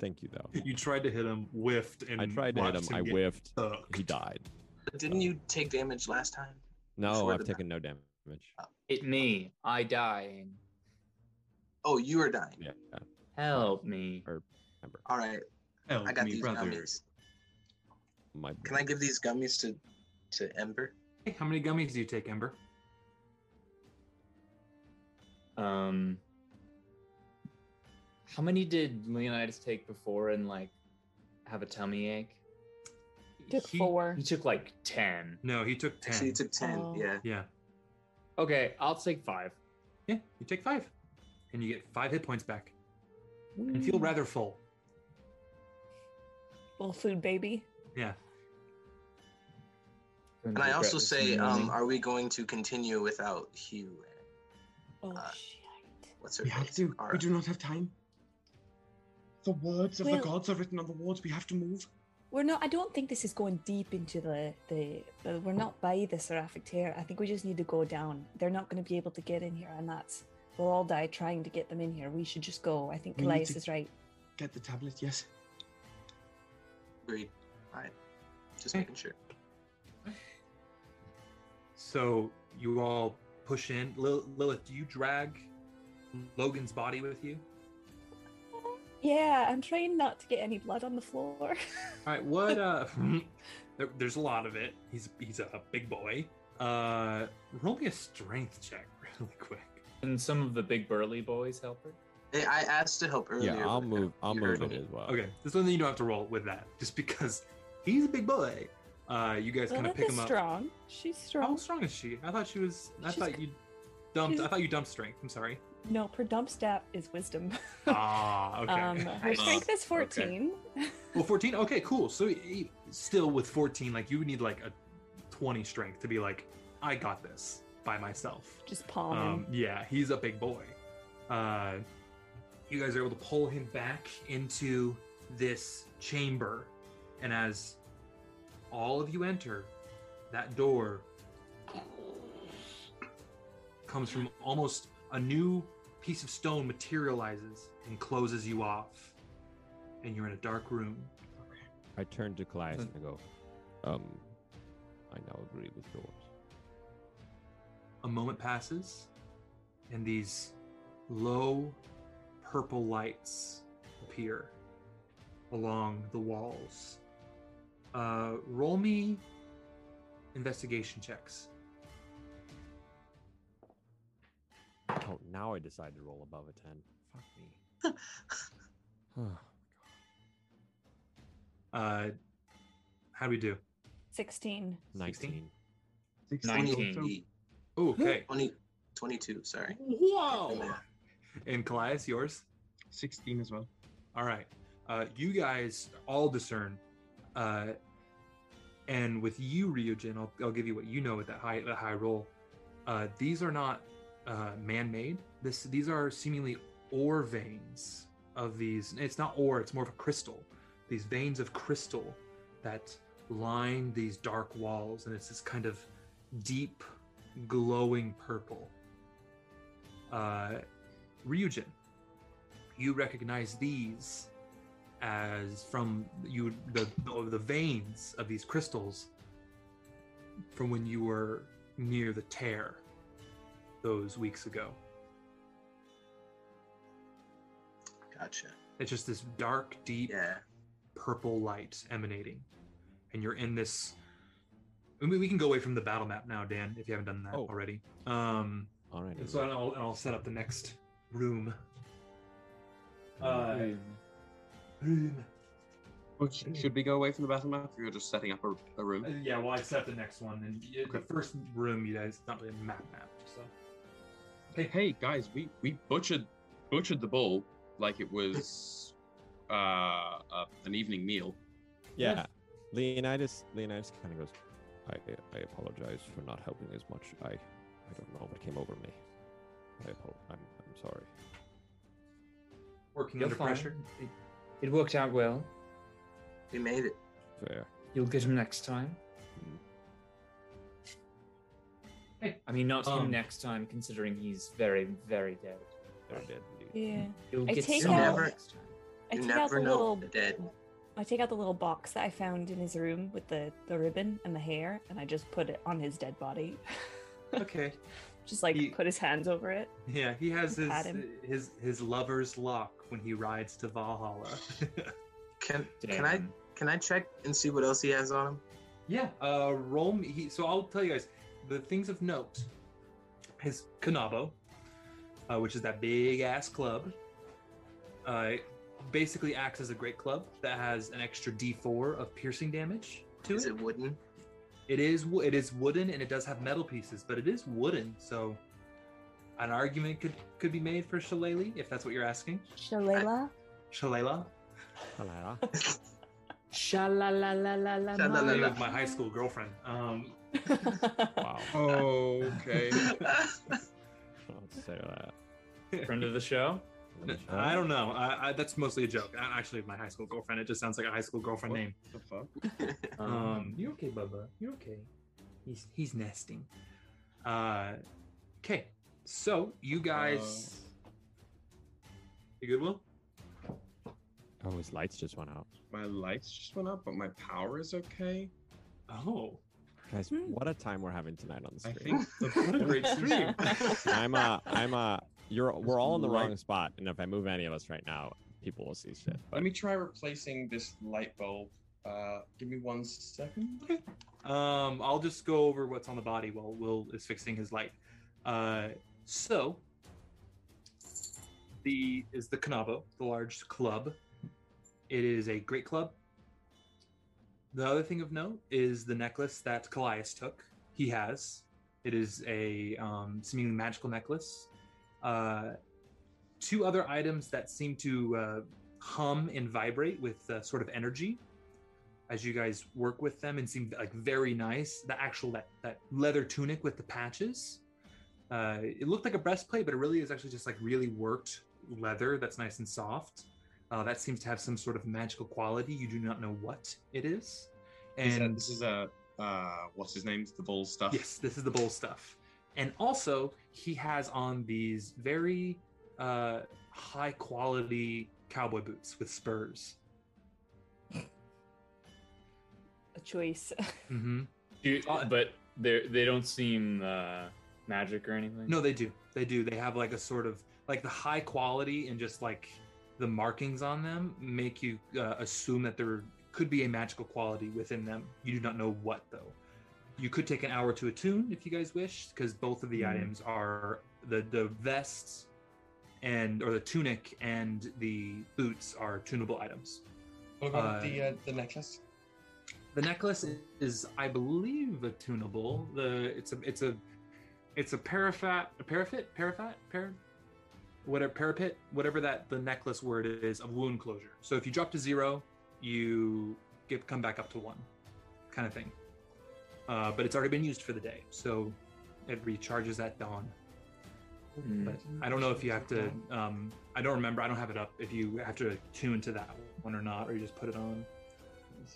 thank you though.
You tried to hit him, whiffed, and
I tried to hit him.
watched
I
get
whiffed.
sucked.
He died.
Didn't you take damage last time?
No,
Before
I've
the-
taken no damage.
Uh,
It me. I dying.
Oh, you were dying.
Yeah, yeah,
Help me.
remember.
All right.
Help
I got
me,
these
brother.
gummies.
My
Can I give these gummies to to Ember?
Hey, how many gummies do you take, Ember?
Um, how many did Leonidas take before and like have a tummy ache?
took
He-
four.
He took like 10.
No, he took ten.
Actually, you took ten.
Oh.
Yeah.
yeah,
Okay, I'll take five.
yeah. You take five, and you get five hit points back, and
Mm.
feel rather full.
Little food baby.
Yeah.
And I also say, um, are we going to continue without Hugh? and
Oh
Uh,
shit.
What's her
We have
face?
to.
Ara?
We do not have time. The words of the
Well-
gods are written on the walls. We have to move.
We're not. I don't think this is going deep into the the. the we're not by the seraphic tear. I think we just need to go down. They're not going to be able to get in here, and that's we'll all die trying to get them in here. We should just go. I think
We need
Callias
to-
is right.
Get the tablet. Yes.
Agreed. All right. Just
Okay.
making sure.
So you all push in. Lil- Lilith, do you drag Logan's body with you?
Yeah, I'm trying not to get any blood on the floor.
All right, what? uh there, There's a lot of it. He's he's a big boy. Uh, roll me a strength check really quick.
Can some of the big burly boys help her?
Hey, I asked to help earlier.
yeah, I'll
but
move. I'll
you
move
heard
it
me.
as well.
Okay, this one you don't have to roll with that, just because he's a big boy. Uh, you guys kind of
Lilith
pick
is
him up.
strong. She's
How
strong.
strong is she? I thought she was. I
She's-
thought you dumped. I
she's-
thought you dumped strength. I'm sorry.
No, per dump stat is wisdom.
Ah, okay.
um, her strength is 14.
Well, 14. Okay, cool. So y- still with 14, like you would need like a 20 strength to be like, I got this by myself.
Just palm
Um,
him.
yeah, he's a big boy. Uh, you guys are able to pull him back into this chamber, and as all of you enter, that door comes from almost a new piece of stone materializes and closes you off, and you're in a dark room.
I turn to Clyde
Listen.
and I go, um, I now agree with yours.
A moment passes, and these low purple lights appear along the walls. Uh, roll me investigation checks.
Oh, now I decide to roll above a 10. Fuck me. Huh.
Uh, how do we do?
16.
16?
19.
16
19.
also.
20,
Ooh, okay.
20, 22, sorry.
Whoa! And Callias, yours?
16 as well.
All right. Uh, you guys all discern. Uh, and with you, Ryujin, I'll, I'll give you what you know with that high, that high roll. Uh, these are not uh, man made. This These are seemingly ore veins of these. It's not ore, it's more of a crystal. These veins of crystal that line these dark walls. And it's this kind of deep, glowing purple. Uh, Ryujin you recognize these as from you the the veins of these crystals from when you were near the tear those weeks ago.
Gotcha.
It's just this dark, deep
Yeah.
purple light emanating, and you're in this. I mean, we can go away from the battle map now, Dan, if you haven't done that
Oh.
already. Um,
All right.
and so
everyone.
I'll, I'll set up the next room. Uh, room.
Well, sh- should we go away from the battle map? We were just setting up a, a room.
Uh, Yeah, well, I set the next one, and y- the
Okay.
first room, you guys, not really a map map. So
Hey, hey guys, we, we butchered butchered the bull like it was uh, a, an evening meal.
yeah. Leonidas Leonidas kind of goes, I, I apologize for not helping as much. I, I don't know what came over me. I apo- I'm, I'm sorry.
working
You're
under
fine.
pressure.
It, it worked out well.
We made it.
Fair.
You'll get him next time.
Hey.
I mean, not
Um,
him next time, considering he's very, very dead.
They're dead. indeed.
Yeah.
You'll
I
get
take
someone
out-
next time.
I
You
take out the
never know
little
the dead.
I take out the little box that I found in his room with the, the ribbon and the hair and I just put it on his dead body.
Okay.
just like
He-
put his hands over it.
Yeah, he has his
Pat him.
his his lover's lock when he rides to Valhalla.
Can can I
Damn.
can I check and see what else he has on him?
yeah. Uh, roll me. He, so I'll tell you guys the things of note. His Kanabo, uh, which is that big ass club, uh, basically acts as a great club that has an extra D4 of piercing damage to
Is it wooden?
It is wo- it is wooden and it does have metal pieces, but it is wooden, so an argument could could be made for Shillelagh if that's what you're asking.
Shalela?
Shillelagh,
Hello.
the name
Shalalala.
of my high school girlfriend. Um,
Wow.
Okay.
Don't say that.
Friend of the show?
I don't know. I, I, that's mostly a joke. I, actually, my high school girlfriend. It just sounds like a high school girlfriend
What?
name.
the fuck?
Um, you okay, Bubba? You okay? He's he's nesting. Uh, okay. So you guys, Uh, you good, Will?
Oh, his lights just went out.
My lights just went up, but my power is okay.
Oh,
Guys,
Hmm.
what a time we're having tonight on the
I
stream.
think the
what a great stream.
I'm uh I'm uh you're we're all in the
Right.
wrong spot, and if I move any of us right now, people will see shit. But
Let me try replacing this light bulb
Uh, give me one second.
Um, I'll just go over what's on the body while Will is fixing his light. Uh, so, the is the Kanabo, the large club. It is a great club. The other thing of note is the necklace that Callias took. He has. It is a um, seemingly magical necklace. Uh, two other items that seem to uh, hum and vibrate with uh, sort of energy as you guys work with them and seem like very nice. The actual that that leather tunic with the patches, uh, it looked like a breastplate, but it really is actually just like really worked leather that's nice and soft. Uh, that seems to have some sort of magical quality. You do not know what it is.
Is that-
And
this is a uh, what's his name's the bull stuff.
Yes, this is the bull stuff. And also, he has on these very uh, high quality cowboy boots with spurs.
A choice.
hmm
Do-
Uh,
but they they don't seem uh, magic or anything.
No, they do. They do. They have like a sort of like the high quality and just like the markings on them make you uh, assume that there could be a magical quality within them. You do not know what though. You could take an hour to attune if you guys wish, because both of the
Mhm.
items are the the vests and or the tunic and the boots are tunable items.
What about
Uh,
the uh, the necklace?
The necklace is, I believe, a tunable. The it's a it's a it's a paraffat a paraffit paraffat par whatever parapet whatever that the necklace word is of wound closure. So if you drop to zero, you get come back up to one, kind of thing. Uh, but it's already been used for the day, so it recharges at dawn.
Hmm.
But I don't know if you have to. Um, I don't remember. I don't have it up. If you have to attune to that one or not, or you just put it on.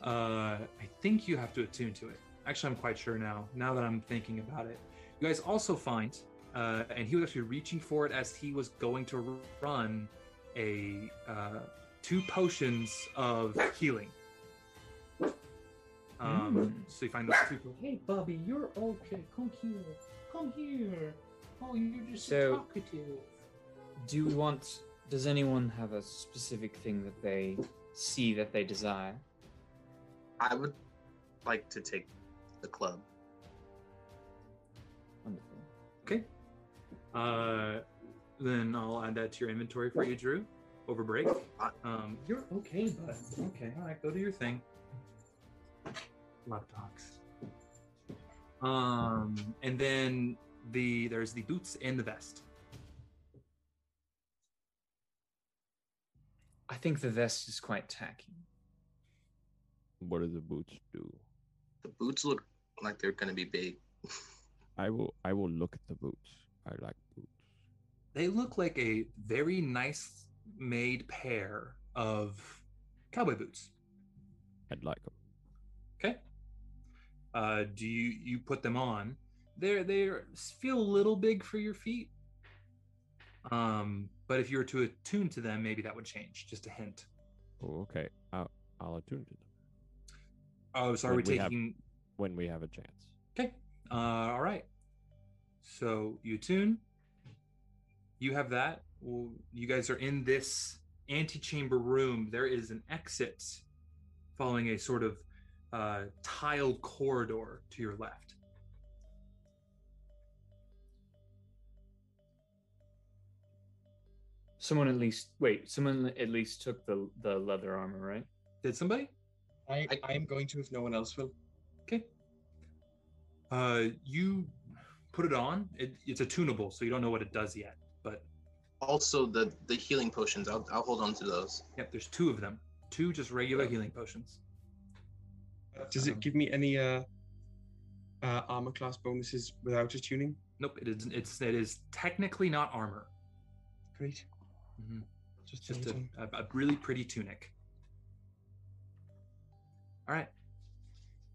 Uh, I think you have to attune to it. Actually, I'm quite sure now. Now that I'm thinking about it, you guys also find, uh, and he was actually reaching for it as he was going to run a uh, two potions of healing. Um, So you find those two. po- Hey, Bobby, you're okay. Come here. Come here. Oh, you're just
So-
talkative.
Do we want? Does anyone have a specific thing that they see that they desire?
I would like to take the club.
Wonderful.
Uh, then I'll add that to your inventory for you, Drew, over break. Um, you're okay, bud. Okay, all right, go do your thing. Love dogs. Um, and then the there's the boots and the vest.
I think the vest is quite tacky.
What do the boots do?
The boots look like they're gonna be big.
I will. I will look at the boots. I like boots.
They look like a very nice made pair of cowboy boots.
I'd like them.
Okay. Uh, do you you put them on? They're they feel a little big for your feet. Um, but if you were to attune to them, maybe that would change. Just a hint.
Oh, okay. I'll, I'll attune to them
Oh, so are we
Like we have-
taking?
when we have a chance.
Okay. Uh, all right. So you tune. You have that. Well, you guys are in this antechamber room. There is an exit following a sort of uh, tiled corridor to your left.
Someone at least wait. Someone at least took the the leather armor, right?
Did somebody?
I,
I-
I am going to if no one else will.
Okay. Uh, you put it on. It, it's attunable, so you don't know what it does yet. But
Also, the the healing potions. I'll I'll hold on to those.
yep, there's two of them. Two just regular healing potions.
Does
Um,
it give me any uh, uh armor class bonuses without attuning?
Nope, it is. It's it is technically not armor.
Great.
Mm-hmm.
Mhm.
Just,
Just
just
a, a, a really pretty tunic. All right,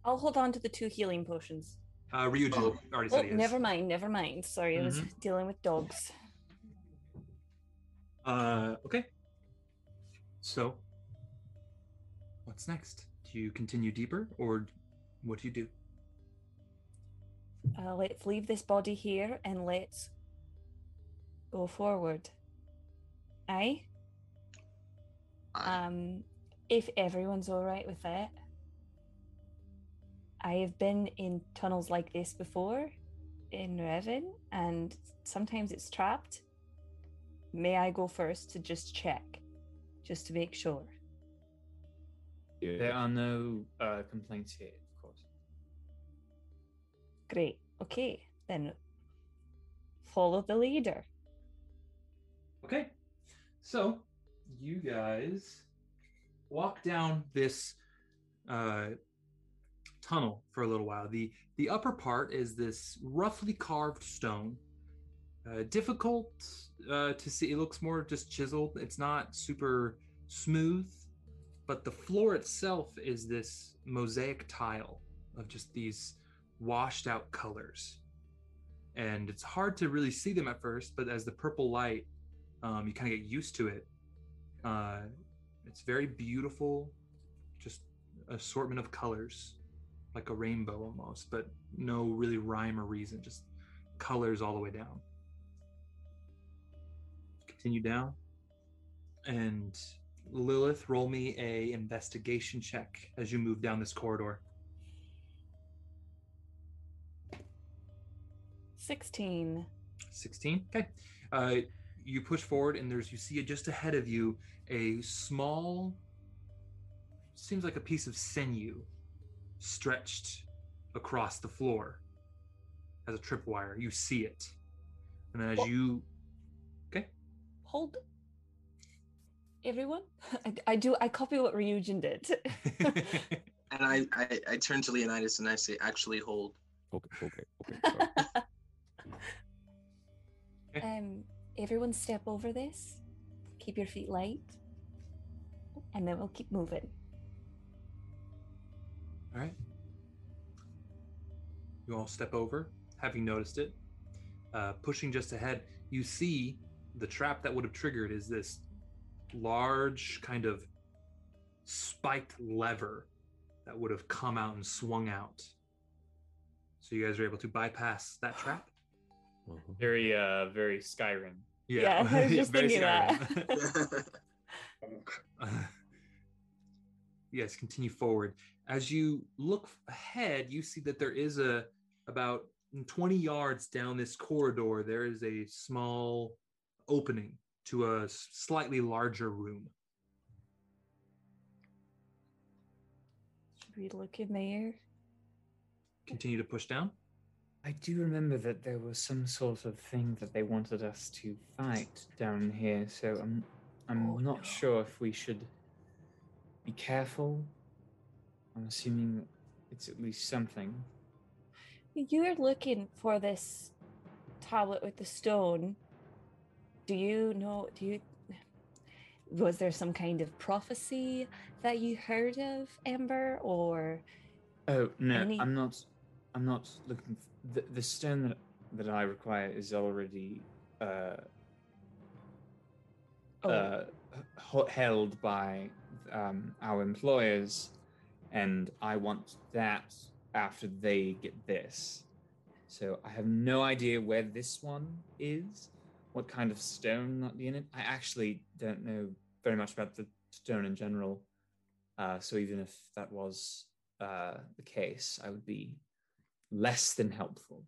I'll hold on to the two healing potions.
uh, Ryuji
Oh.
already
Oh,
said he is. Mm-hmm.
never mind, never mind. Sorry, I was dealing with dogs.
Uh, okay. So, what's next? Do you continue deeper, or what do you do?
Uh, let's leave this body here and let's go forward. Aye?
I, Uh,
Uh. Um, if everyone's all right with that, I have been in tunnels like this before in Revan, and sometimes it's trapped. May I go first to just check, just to make sure?
There are no uh, complaints here, of course.
Great. Okay, then follow the leader.
Okay. So you guys walk down this uh, tunnel for a little while. The the upper part is this roughly carved stone. Uh, difficult uh, to see. It looks more just chiseled. It's not super smooth, but the floor itself is this mosaic tile of just these washed out colors and it's hard to really see them at first. But as the purple light, um, you kind of get used to it. Uh, it's very beautiful, just assortment of colors, like a rainbow almost, but no really rhyme or reason. Just colors all the way down. Continue down, and Lilith, roll me a investigation check as you move down this corridor.
16.
16 okay uh, you push forward and there's you see just ahead of you a small seems like a piece of sinew stretched across the floor as a tripwire you see it and then as
Wha-
you
Hold. Everyone, I, I do. I copy what Ryujin did.
And I, I, I turn to Leonidas and I say, actually hold.
Okay, okay, okay. sorry.
um, everyone, step over this. Keep your feet light, and then we'll keep moving.
All right. You all step over, having noticed it. Uh, pushing just ahead, you see the trap that would have triggered is this large kind of spiked lever that would have come out and swung out. So you guys are able to bypass that trap.
Uh-huh.
Very, uh, very Skyrim.
I was just
very
thinking
scary.
that.
yes, continue forward. As you look ahead, you see that there is a about 20 yards down this corridor, there is a small opening to a s- slightly larger room.
Should we look in there?
Continue to push down.
I do remember that there was some sort of thing that they wanted us to fight down here, so I'm I'm
Oh,
not
no.
sure if we should be careful. I'm assuming it's at least something.
You're looking for this tablet with the stone. Do you know? Do you? Was there some kind of prophecy that you heard of, Amber? Or
Oh no,
Any-
I'm not. I'm not looking. f the, the stone that, that I require is already uh,
oh,
uh, h- held by um, our employers, and I want that after they get this. So I have no idea where this one is, what kind of stone might be in it. I actually don't know very much about the stone in general. Uh, so even if that was uh, the case, I would be less than helpful.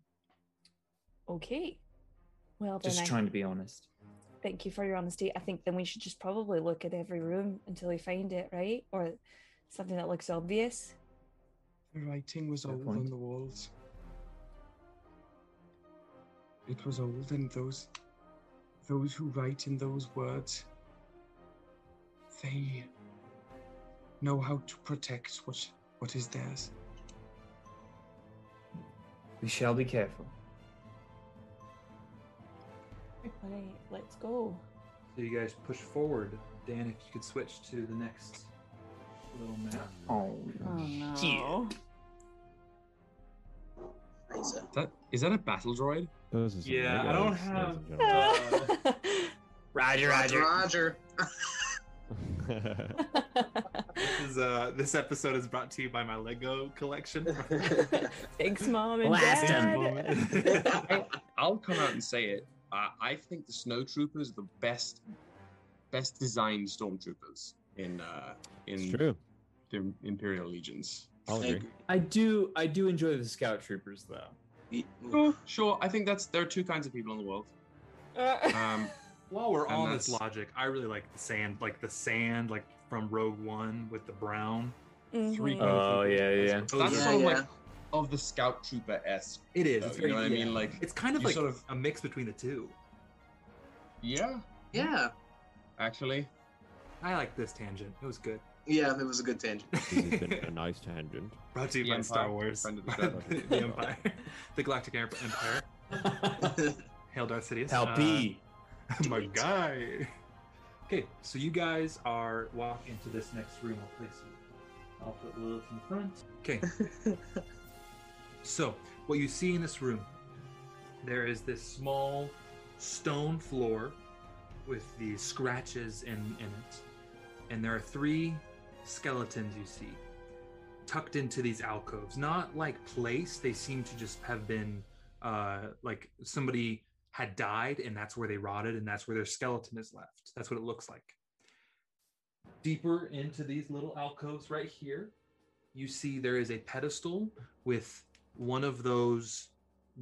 okay. Well, then
Just
I
trying to be honest.
thank you for your honesty. I think then we should just probably look at every room until we find it, right? Or something that looks obvious.
The writing was
Fair
old
point.
on the walls. It was old, and those those who write in those words, they know how to protect what what is theirs.
We shall be careful.
All right, let's go.
So you guys push forward. Dan, if you could switch to the next little map.
Oh,
Oh no!
Raisa.
Is that is that a battle droid?
Those are some
Yeah, I
Legos,
don't
ladies
have-
and gentlemen.
Roger,
Roger.
This is uh this episode is brought to you by my Lego collection.
Thanks, mom and
Blast 'em.
dad.
I'll come out and say it. Uh, I think the snowtroopers are the best, best designed stormtroopers in uh,
it's
in
true.
the Imperial Legions.
I'll agree.
I do I do enjoy the scout troopers though.
Y-
Oh, sure. I think that's there are two kinds of people in the world. Um,
While we're
And
on this
that's-
logic, I really like the sand, like the sand, like from Rogue One with the brown. Three.
Mhm.
Uh, Oh, yeah,
Those
yeah.
are-
that's
Yeah,
sort of
yeah.
like of the scout trooper esque.
It is. It's
Oh, You know what I
very-
mean?
yeah.
Like,
it's kind of
you
like
sort of-
a mix between the two.
yeah,
yeah,
actually.
I like this tangent. It was good.
yeah. That was a good tangent.
This has been a nice tangent.
Brought to you
The
by
Empire,
Star Wars.
friend of the
the,
Jedi.
the Empire, the Galactic Emp- Empire. Hail Darth Sidious.
Pal P.
Uh, my guy. Okay, so you guys are walk into this next room. I'll place you. I'll put Lilith in front. Okay. so what you see in this room, there is this small stone floor with the scratches in, in it, and there are three skeletons you see tucked into these alcoves. Not like placed; they seem to just have been uh, like somebody had died and that's where they rotted and that's where their skeleton is left. That's what it looks like. Deeper into these little alcoves right here, you see there is a pedestal with one of those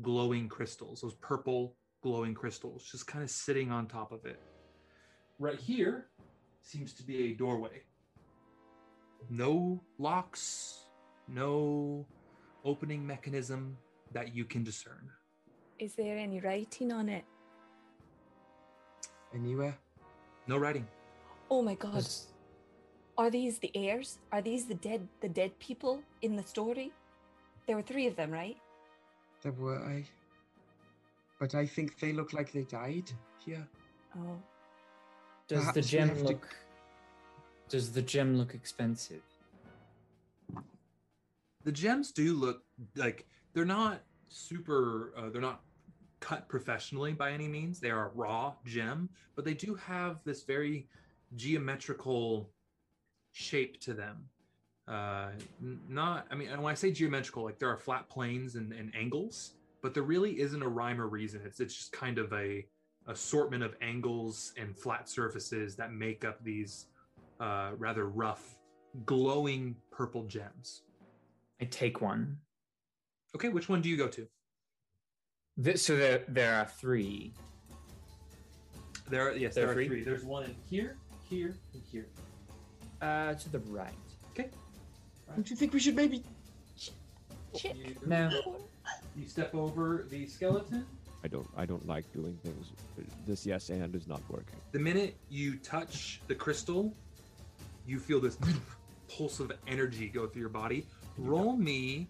glowing crystals, those purple glowing crystals, just kind of sitting on top of it. Right here seems to be a doorway. No locks, no opening mechanism that you can discern.
Is there any writing on it?
Anywhere?
No writing.
Oh my god. Are these the heirs? Are these the dead the dead people in the story? There were three of them, right?
There were I. But I think they look like they died here.
Oh.
Does the
Perhaps we have
gem
to-
look Does the gem look expensive?
the gems do look like they're not super uh, they're not cut professionally by any means they are raw gem but they do have this very geometrical shape to them uh n- not i mean and when i say geometrical like there are flat planes and, and angles but there really isn't a rhyme or reason it's it's just kind of a assortment of angles and flat surfaces that make up these uh rather rough glowing purple gems
I take one.
Okay, which one do you go to?
Th- so there there are three.
There, yes,
There
there,
are
are
three?
three. There's one in here, here, and here.
Uh to the right.
Don't you think we should maybe
Shit. Oh,
You,
No.
you step over the skeleton.
I don't. I don't like doing things. This yes and is not working.
The minute you touch the crystal, you feel this pulse of energy go through your body. Roll me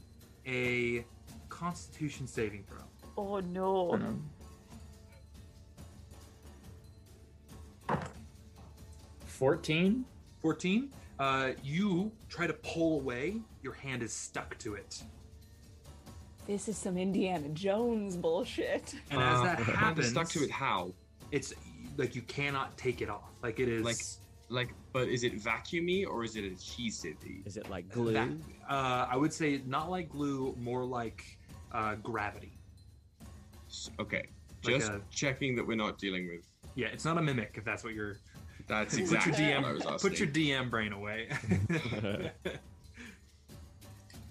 a Constitution saving throw.
Oh no.
Um, Fourteen.
14. Uh, you try to pull away. Your hand is stuck to it.
This is some Indiana Jones bullshit.
And as
Uh,
that
I'm
happens,
stuck to it. How?
it's like you cannot take it off. Like it is
Like- Like, but is it vacuumy or is it adhesive?
Is it like glue?
glue? Uh, I would say not like glue, more like uh, gravity.
Okay,
Like
just
a-
checking that we're not dealing with.
Yeah, it's not a mimic if that's what you're.
That's
Put your
exactly
DM
what I was asking.
Put your DM brain away.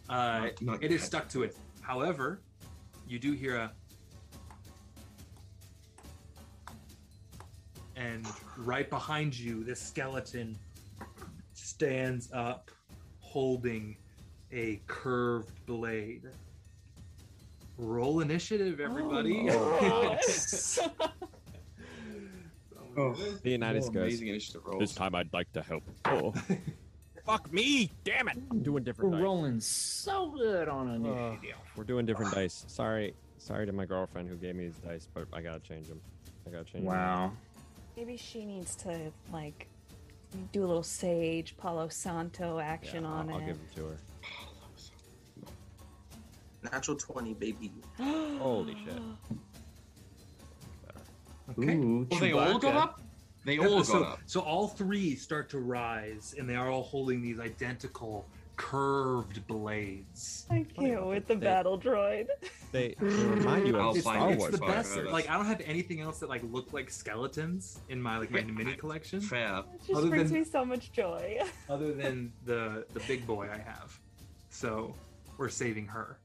uh,
Not- not
it is
yet.
stuck to it. However, you do hear a. And right behind you, this skeleton stands up holding a curved blade. Roll initiative, everybody.
Oh.
Oh.
The United
Oh,
States.
amazing initiative
This
rolls.
time I'd like to help. Oh. Fuck me! Damn it! I'm doing different
We're
dice.
rolling so good on an
Uh,
initiative.
We're doing different dice. Sorry, sorry to my girlfriend who gave me these dice, but I gotta change them. I gotta change. 'em.
Wow.
Maybe she needs to like do a little sage Palo Santo
Yeah,
action
I'll,
on
I'll
it.
give them to her.
Natural twenty, baby.
Holy shit.
Okay.
Ooh,
Well, they all got
Chewbacca.
up. They all
Oh. so,
got up.
so all three start to rise, and they are all holding these identical curved blades.
I can't with the battle droid.
They, they remind you
I'll
of
it's,
Star
find it.
it's
Wars.
the
Fire
best.
Fest.
Like I don't have anything else that like look like skeletons in my like my mini collection,
Fair.
It just
Other
brings
than-
me so much joy.
other than the the big boy I have. So we're saving her.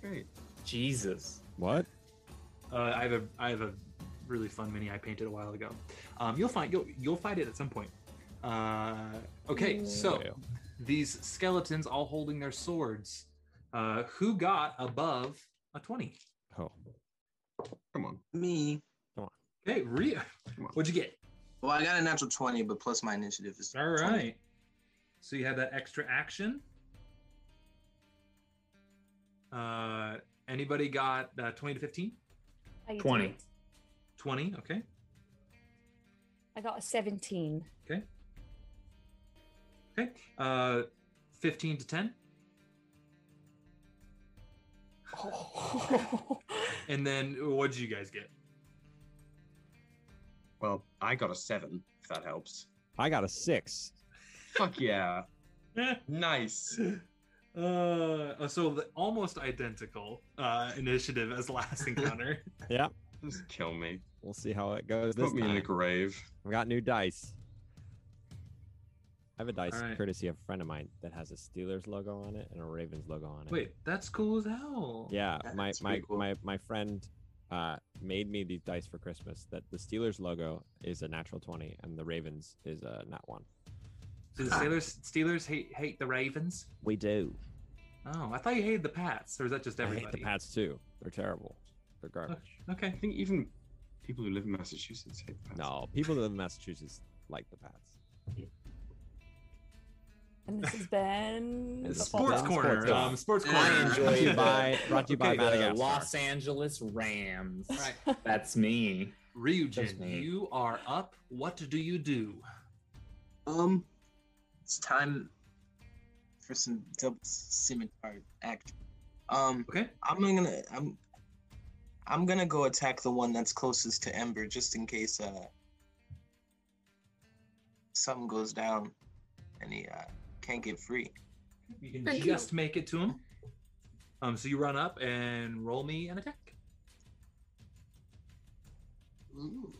Great.
Jesus.
What?
Uh, I have a I have a really fun mini I painted a while ago. Um, you'll find you'll you'll find it at some point. Uh, okay, so
Well.
these skeletons all holding their swords. Uh, who got above a twenty?
Oh,
Come on.
Me.
Okay, Rhea, what'd you get?
Well, I got a natural 20, but plus my initiative is.
All right. So you had that extra action. Uh, anybody got uh, 20 to 15?
I get to
20.
make-
20, okay.
I got a 17.
Okay. Uh, 15 to 10. And then what did you guys get?
Well, I got a seven, if that helps.
I got a six.
Fuck yeah. Nice.
uh, so the, almost identical uh, initiative as last encounter.
Just kill me.
We'll see how it goes this
Put me in
time.
the grave.
I got new dice. I have a dice
Alright.
courtesy of a friend of mine that has a Steelers logo on it and a Ravens logo on it.
Wait, that's cool as hell.
Yeah,
That-
my
that's
my,
pretty cool.
my my friend uh, made me these dice for Christmas. That the Steelers logo is a natural twenty, and the Ravens is a nat one.
So the Steelers, Steelers hate, hate the Ravens?
We do.
Oh, I thought you hated the Pats, or is that just everybody?
I hate the Pats too. They're terrible. They're garbage.
Okay.
I think even people who live in Massachusetts hate that.
No, people that live in Massachusetts like the Pats.
And this has been
It's
the
Sports
Sports
Fall
corner.
Corner.
Um, sports
Yeah.
corner.
I
Brought to you
enjoy
by brought to you by
Okay, the
Madagascar.
Los Angeles Rams.
All right,
That's me. That's
Ryujin,
me.
you are up. What do you do?
Um, it's time for some double scimitar action. Um,
Okay.
I'm gonna I'm I'm gonna go attack the one that's closest to Ember just in case uh something goes down and he uh can't get free.
You can
Thank you.
just make it to him. Um, so you run up and roll me an attack.
Ooh.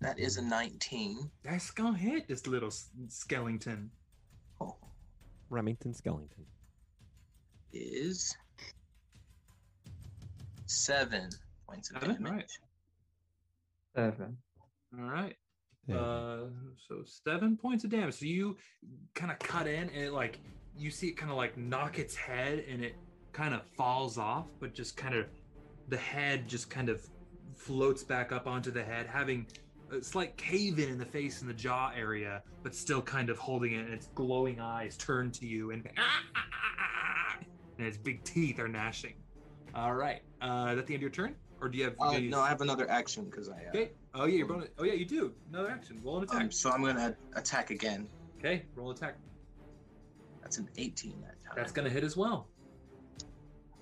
That is a 19.
That's gonna hit this little s- skeleton.
Oh,
Remington Skellington.
is seven points of
Seven?
damage.
Right.
Seven.
All right. Uh, so seven points of damage. So you kind of cut in and it, like you see it kind of like knock its head and it kind of falls off, but just kind of the head just kind of floats back up onto the head, having a slight cave in in the face and the jaw area, but still kind of holding it. And its glowing eyes turn to you and and its big teeth are gnashing. All right. Uh, is that the end of your turn, or do you have?
Uh,
do you-
no, I have another action because I. Uh,
Okay. Oh yeah, you're rolling. Oh yeah, you do. Another action. Roll an attack.
um, so I'm gonna attack again.
Okay, roll attack.
That's an 18 that time.
That's gonna hit as well.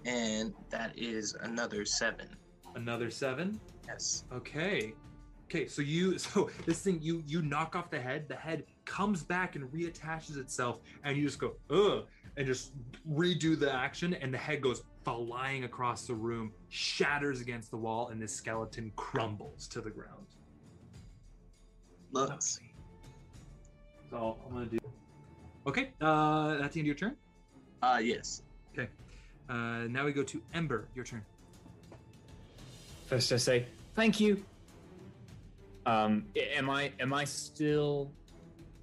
and that is another seven.
Another seven.
Yes.
Okay. Okay, so you so this thing you you knock off the head, the head comes back and reattaches itself, and you just go, ugh, and just redo the action, and the head goes flying across the room, shatters against the wall, and this skeleton crumbles to the ground.
Look,
Lovely. That's all I'm gonna do. Okay, uh that's the end of your turn.
uh, yes.
Okay. Uh now we go to Ember, your turn.
First, I say thank you. Um, i- am I am I still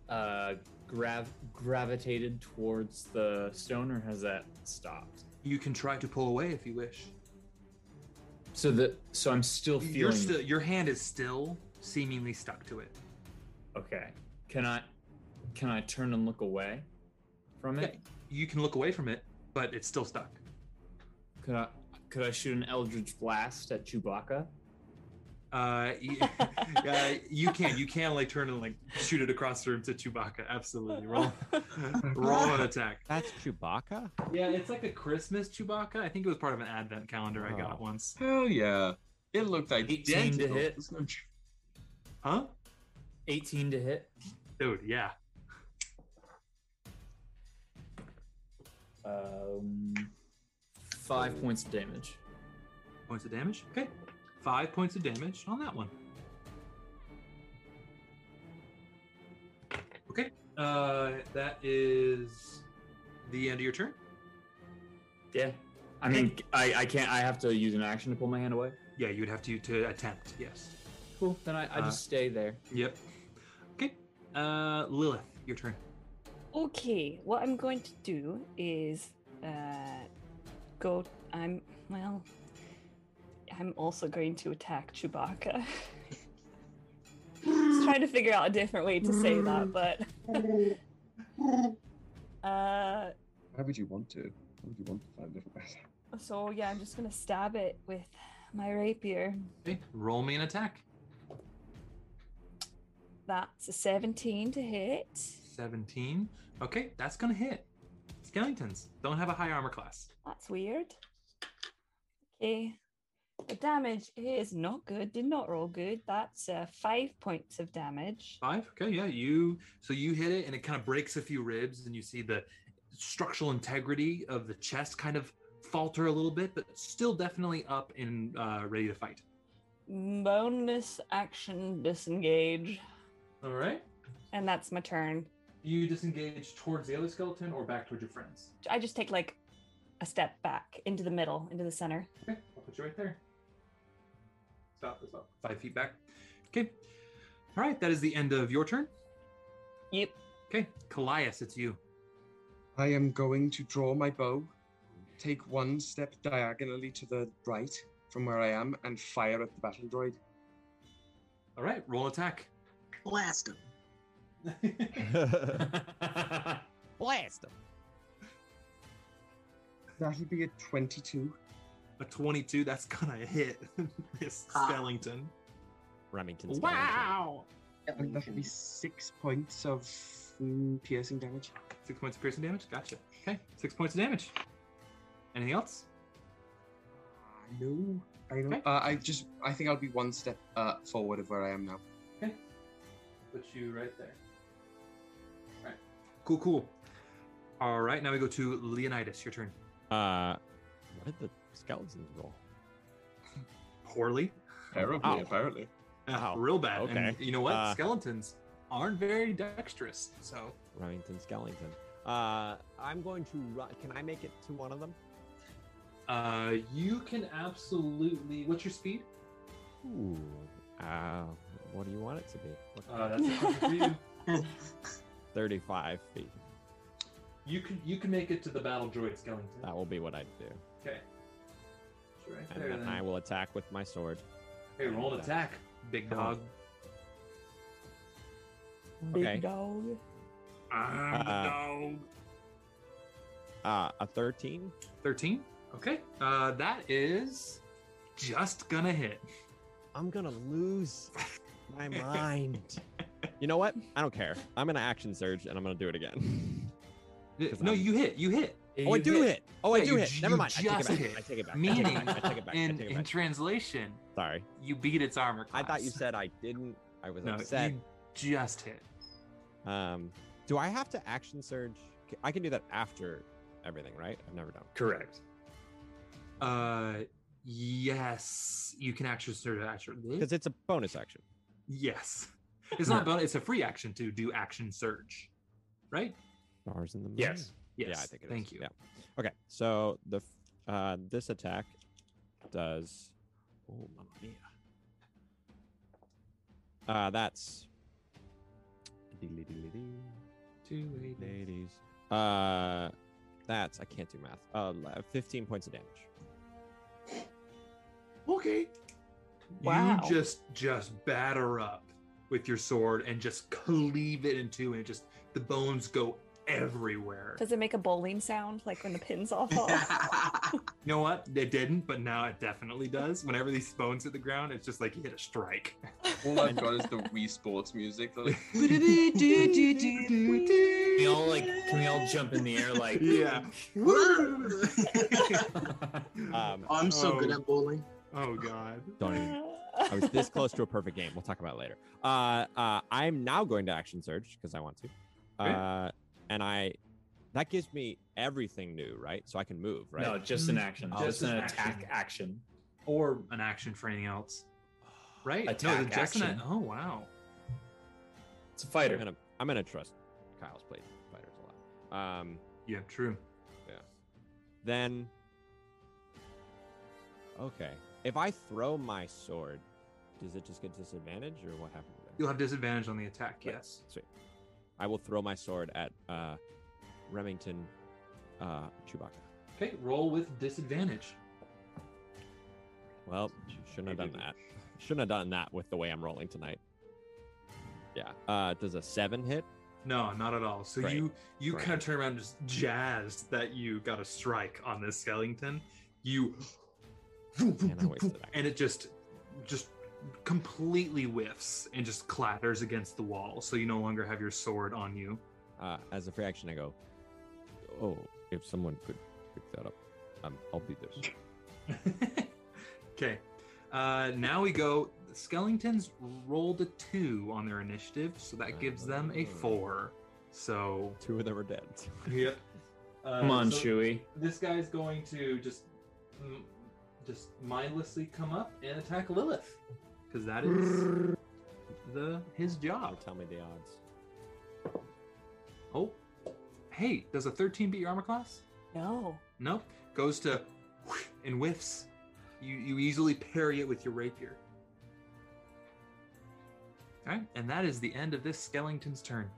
uh, grav- gravitated towards the stone, or has that stopped?
You can try to pull away if you wish.
So that so I'm still feeling.
You're still, your hand is still seemingly stuck to it.
okay. Can I can I turn and look away from it?
Okay. You can look away from it, but it's still stuck.
Could I could I shoot an eldritch blast at Chewbacca?
Uh, you, uh, you can you can like turn and like shoot it across the room to Chewbacca. Absolutely, roll roll an attack.
That's Chewbacca.
Yeah, it's like a Christmas Chewbacca. I think it was part of an advent calendar I got
Oh.
once.
Hell yeah. It looked identical.
18 to hit.
There's no tr-
Huh?
18 to hit.
Dude, yeah.
Um, five points of damage.
Points of damage. Okay, five points of damage on that one. Okay, Uh, that is the end of your turn.
Yeah. I mean, I, I can't. I have to use an action to pull my hand away.
Yeah, you would have to to attempt. Yes.
Cool. Then I, I
Uh,
just stay there.
Yep. Okay. Uh, Lilith, your turn.
Okay, what I'm going to do is uh, go. I'm well. I'm also going to attack Chewbacca. Just trying to figure out a different way to say that, but uh,
Why would you want to? Why would you want to find different ways?
so yeah, I'm just gonna stab it with my rapier.
Okay. Roll me an attack.
That's a 17 to hit.
17. Okay, that's gonna hit. Skeletons don't have a high armor class.
That's weird. Okay, the damage is not good. Did not roll good. That's uh, five points of damage.
Five. Okay, yeah. You so you hit it and it kind of breaks a few ribs, and you see the structural integrity of the chest kind of falter a little bit, but still definitely up and uh, ready to fight.
bonus action disengage
All right.
and that's my turn
You disengage towards the other skeleton or back towards your friends.
i just take like a step back into the middle into the center
Okay, I'll put you right there. Stop this up. Five feet back. Okay. All right, that is the end of your turn.
yep
Okay, Callias, it's you.
I am going to draw my bow, take one step diagonally to the right from where I am, and fire at the battle droid.
All right, roll attack.
Blast him.
Blast him.
That'll be a 22.
A 22, that's gonna hit this
Ah.
skeleton.
Remington's
And that'll be six points of mm, piercing damage.
Six points of piercing damage? Gotcha. Okay, six points of damage. Anything else?
No, I don't.
Okay.
Uh, I just, I think I'll be one step uh, forward of where I am now.
Put you right there. All right. Cool, cool. All right, now we go to Leonidas. Your turn.
Uh, what did the skeletons roll?
Poorly.
Terribly,
Ow.
apparently.
Uh,
Wow.
real bad. And
Okay.
you know what?
Uh,
Skeletons aren't very dexterous. So
Remington Skellington. Uh, I'm going to run. Can I make it to one of them?
uh, you can absolutely. What's your speed?
Ooh. Uh, what do you want it to be? What-
Uh, that's a question for you.
35 feet.
You can you can make it to the battle droid skeleton.
That will be what I do.
Okay. It's right
Oh, And
there.
then
Then.
I will attack with my sword.
Hey, roll an attack, big dog.
Okay.
big dog
I'm
Uh,
dog.
Uh, a 13.
Thirteen. Okay. Uh, that is just gonna hit.
I'm going to lose my mind. you know what? I don't care. I'm going to action surge and I'm going to do it again. 'Cause
No,
I'm-
you hit. You hit.
Oh, I
You
do hit. Oh,
Yeah,
I do
you
hit.
ju-
Never
you
mind. I take, it
just
back.
hit.
I take it back.
Meaning,
I take it back. I
in
take it
in
back.
translation,
Sorry.
you beat its armor
I
class.
thought you said I didn't. I was
no.
upset.
You just hit.
Um, do I have to action surge? C- I can do that after everything, right? I've never done.
Correct.
Uh, yes, you can action surge. Action.
Because it's a bonus action.
Yes, it's not about. It's a free action to do action surge, right?
Stars in the moon.
Yes.
Yes.
Mm-hmm. Yeah, I think it is.
Thank you.
Yeah. Okay, so the f- uh, this attack does. Oh mamma mia. Uh, that's.
Two eight-
Ladies. Uh, that's I can't do math. Uh, le- fifteen points of damage.
Okay.
Wow.
You just just batter up with your sword and just cleave it in two, and it just the bones go everywhere.
does it make a bowling sound like when the pins all fall
You know what? They didn't, but now it definitely does. Whenever these bones hit the ground, it's just like you hit a strike.
All I've got is the Wii Sports music. Like,
Can we all like? Can we all jump in the air like?
Yeah.
Um,
I'm so good
Oh.
at bowling.
oh god.
don't even. I was this close to a perfect game. We'll talk about it later. Uh, uh, I'm now going to action surge because I want to,
Okay.
uh, and I that gives me everything new, right? So I can move, right?
No, just an action.
Oh,
just
just
an
an
attack
action.
action.
Or an action for anything else. Right?
Attack
the Jackson-
action.
Oh wow.
It's a fighter.
I'm gonna I'm gonna trust Kyle's played fighters a lot. Um,
Yeah, true.
then okay if i throw my sword does it just get disadvantage or what happens there?
You'll have disadvantage on the attack.
Right.
Yes.
i will throw my sword at uh remington uh chewbacca
Okay. Roll with disadvantage.
well shouldn't have done that shouldn't have done that with the way i'm rolling tonight yeah uh does a seven hit
No, not at all. So
Great.
you you
Great.
kind of turn around and just jazzed that you got a strike on this skeleton. You
Man, I wasted that.
and it just just completely whiffs and just clatters against the wall. So you no longer have your sword on you.
uh as a free action i go oh if someone could pick that up um, i'll be there soon."
okay. Uh, now we go. Skellingtons rolled a two on their initiative, so that gives them a
Oh.
four. So
two of them are dead
yep. Uh,
Come on,
so-
Chewie.
this guy's going to just mm, just mindlessly come up and attack Lilith because that is the his
Now
job.
tell me the odds
Oh, hey, does a 13 beat your armor class?
No.
Nope. Goes to whoosh and whiffs. You you easily parry it with your rapier. All right, and that is the end of this Skellington's turn.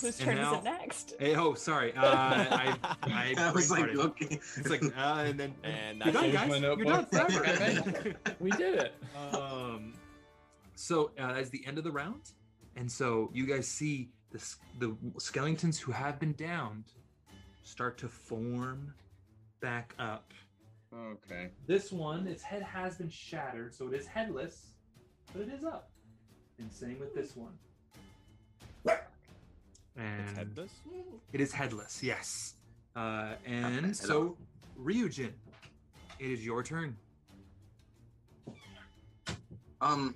Whose
And
turn
now-
is it next?
Hey, oh, sorry. Uh, I, I,
I was like,
brain-farted.
okay.
it's like, uh, and then
and
you're
that's
done,
it.
guys.
my
You're done forever.
We did it.
um, so uh, that's the end of the round, and so you guys see the s- the skeletons who have been downed start to form back up.
Okay.
This one, its head has been shattered, so it is headless, but it is up. And same with this one.
It's
And
headless?
it is headless, yes. Uh, and
Hello.
so, Ryujin, it is your turn.
Um,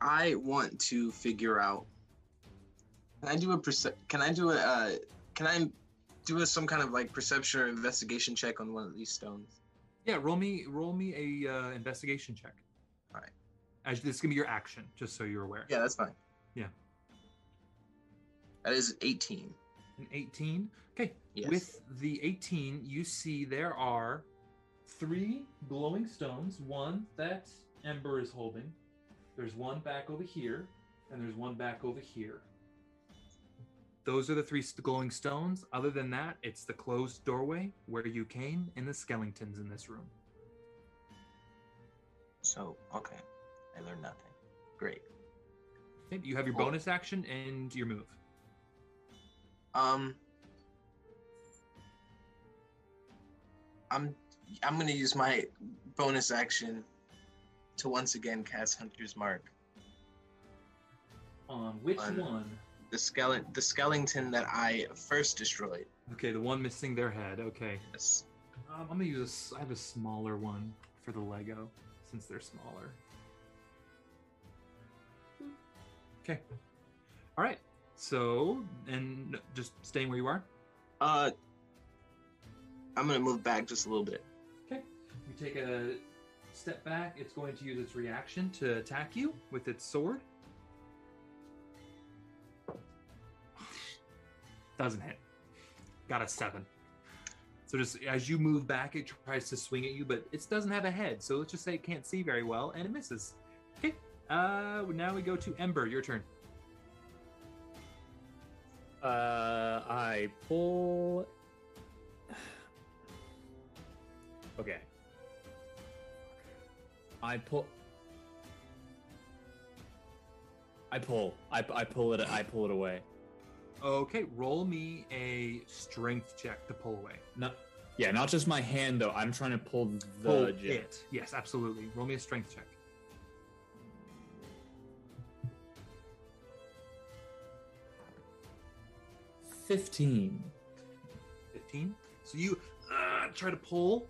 I want to figure out. Can I do a perce- Can I do a? Uh, can I do a, some kind of like perception or investigation check on one of these stones?
Yeah, roll me roll me a uh, investigation check.
All right.
As this is gonna be your action, just so you're aware.
Yeah, that's fine.
Yeah.
That is eighteen.
An 18. Okay.
Yes.
With the 18, you see there are three glowing stones. One that Ember is holding. There's one back over here, and there's one back over here. Those are the three st- glowing stones. Other than that, it's the closed doorway where you came and the skeletons in this room.
So okay, I learned nothing. Great.
Okay, You have your
Cool.
bonus action and your move.
Um, I'm I'm gonna use my bonus action to once again cast Hunter's Mark.
On Um, which
On-
one?
The skeleton, the skeleton that I first destroyed.
Okay, the one missing their head. Okay.
Yes.
Um, I'm gonna use a. s- I have a smaller one for the Lego since they're smaller. Okay. All right. So and just staying where you are.
Uh, I'm gonna move back just a little bit.
You take a step back. It's going to use its reaction to attack you with its sword. Doesn't hit. Got a seven. So just as you move back, it tries to swing at you, but it doesn't have a head. So let's just say it can't see very well, and it misses. Okay. Uh, now we go to Ember. Your turn.
Uh, I pull. Okay. I pull. I pull. I, I pull it. I pull it away.
Okay. Roll me a strength check to pull away.
Not. Yeah, not just my hand though. I'm trying to pull the
Pull
jet.
it. Yes, absolutely. Roll me a strength check.
Fifteen.
15. So you uh, try to pull,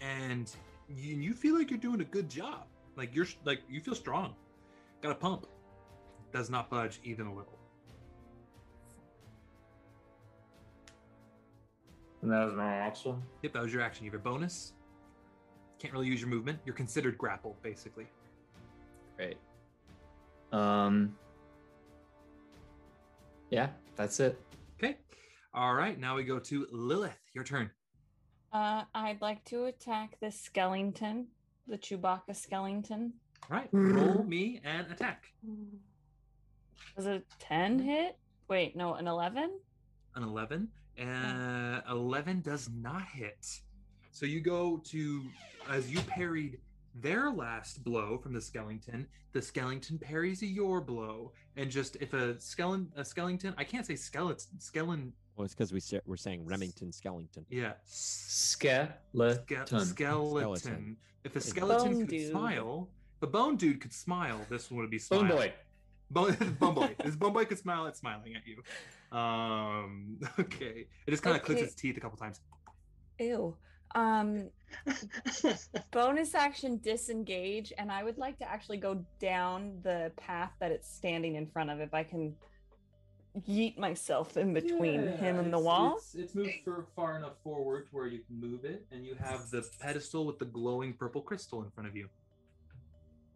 and you, you feel like you're doing a good job. Like you're like you feel strong. Got a pump. Does not budge even a little.
And that was my action.
Yep, that was your action. You have a bonus. Can't really use your movement. You're considered grappled, basically.
Great. Um, yeah, that's it.
Okay. All right. Now we go to Lilith. Your turn.
Uh, I'd like to attack this skeleton, the Chewbacca skeleton.
All right. Roll me and attack.
Was it a 10
Mm-hmm.
hit? Wait, no, an 11?
An 11. Uh, 11 does not hit. So you go to, as you parried their last blow from the skeleton, the skeleton parries your blow. And just if a skeleton, a skeleton, I can't say skeleton, skeleton,
Well, it's because we sa- we're saying Remington Skellington.
yeah. Ske-
Skeleton.
skeleton.
Skeleton.
If a skeleton
Bone
could
dude.
smile, the bone dude could smile. This one would be smile.
Bone Oh, boy.
Bone, bone boy. This bone boy could smile at smiling at you. Um, okay. It just kind of clicks
Okay.
its teeth a couple times.
Ew. Um, bonus action disengage, and I would like to actually go down the path that it's standing in front of if I can yeet myself in between him and the wall.
It's, it's moved for far enough forward to where you can move it, and you have the pedestal with the glowing purple crystal in front of you.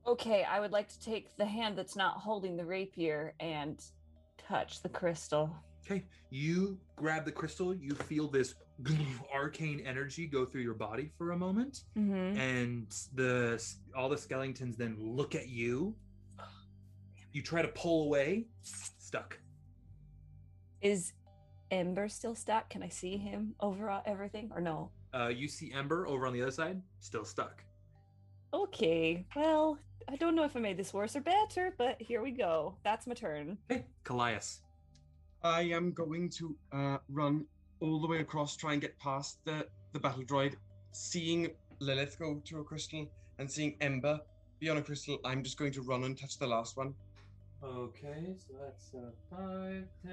Okay, I would like to take the hand that's not holding the rapier and touch the crystal.
Okay, you grab the crystal. You feel this arcane energy go through your body for a moment,
Mm-hmm.
and the all the skeletons then look at you. You try to pull away, stuck.
Is Ember still stuck? Can I see him over everything or no?
Uh, you see Ember over on the other side, still stuck.
Okay, well, I don't know if I made this worse or better, but here we go. That's my turn.
Hey, Callias.
I am going to uh, run all the way across, try and get past the, the battle droid. Seeing Lilith go to a crystal and seeing Ember be on a crystal, I'm just going to run and touch the last one.
Okay, so that's uh, 5, 10,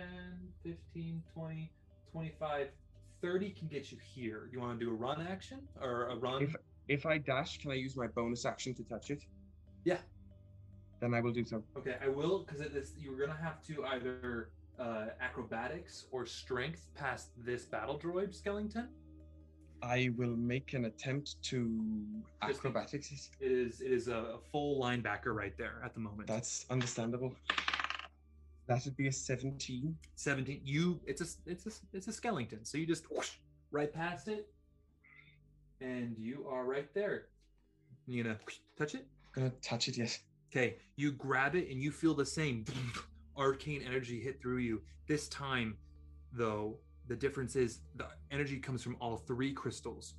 15, 20, 25, 30 can get you here. You want to do a run action or a run?
If I dash, can I use my bonus action to touch it?
Yeah.
Then I will do so.
Okay, I will because this you're gonna have to either uh, acrobatics or strength past this battle droid skeleton.
I will make an attempt to
Just-
acrobatics.
It is it is a, a full linebacker right there at the moment.
That's understandable. That would be a 17.
17 you it's a it's a it's a skeleton so you just whoosh right past it and you are right there you gonna touch it
Gonna touch it, yes.
okay you grab it and you feel the same arcane energy hit through you this time though the difference is the energy comes from all three crystals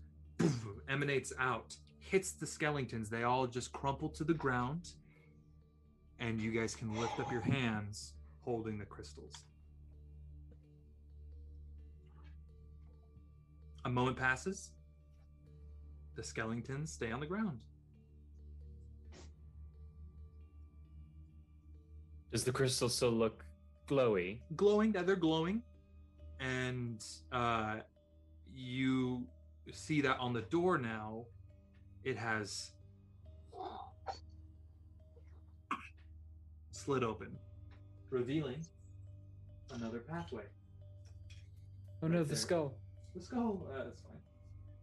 emanates out hits the skeletons they all just crumple to the ground and you guys can lift up your hands holding the crystals a moment passes the skeletons stay on the ground
Does the crystal still look glowy?
glowing that they're glowing and uh you see that on the door now it has slid open revealing another pathway
Oh
Right
no, the
there.
skull.
let's go uh, that's fine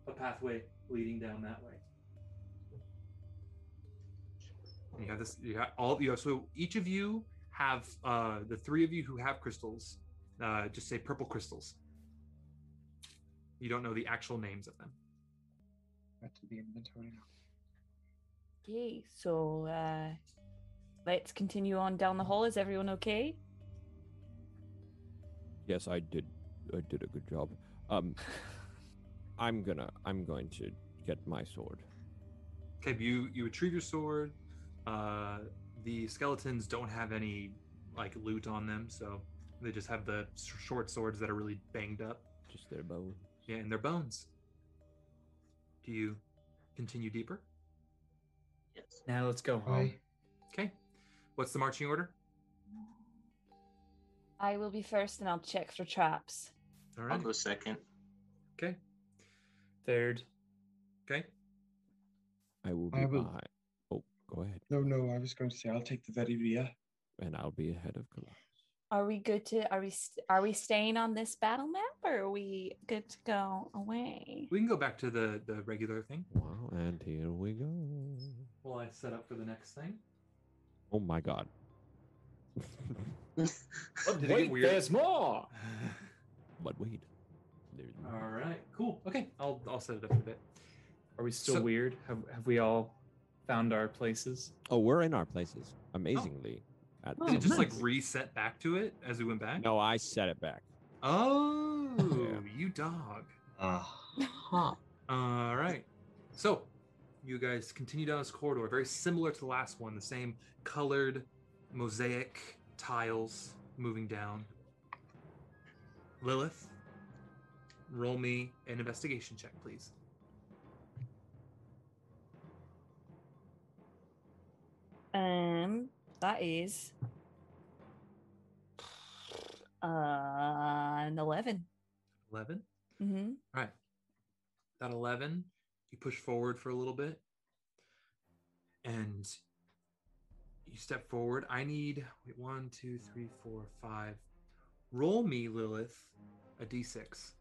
a pathway leading down that way And you have this you have all you have so each of you have uh the three of you who have crystals uh just say purple crystals you don't know the actual names of them
Back to the inventory now.
Okay, so uh, let's continue on down the hall. Is everyone okay?
Yes, I did. I did a good job. Um, I'm gonna. I'm going to get my sword.
okay you you retrieve your sword uh the skeletons don't have any like loot on them so they just have the s- short swords that are really banged up
Just their bow.
Yeah, and their bones. Do you continue deeper?
Yes.
Now let's go home.
I-
Okay. What's the marching order?
I will be first and I'll check for traps.
All
I'll
right.
go second.
Okay.
Third.
Okay.
I will be
I will-
behind. Oh, go ahead,
No, no, I was going to say I'll take the very rear.
and I'll be ahead of Kalai.
Are we good to are we st- are we staying on this battle map or are we good to go away?
We can go back to the the regular thing.
Wow, and here we go.
Well, I set up for the next thing.
Oh my God.
Oh, did it
Wait,
get weird?
there's more.
But wait. There's
All right, cool. Okay, I'll I'll set it up in a bit.
Are we still
So-
weird? Have, have we all found our places?
Oh, we're in our places. Amazingly. At
Did it
some
just like
point.
reset back to it as we went back?
No, I set it back.
Oh, you dog. All right. So you guys continue down this corridor, very similar to the last one, the same colored mosaic tiles moving down. Lilith, roll me an investigation check, please.
Um, that is uh an 11
11.
Mm-hmm.
that 11 you push forward for a little bit and you step forward i need wait one two three four five roll me lilith a d6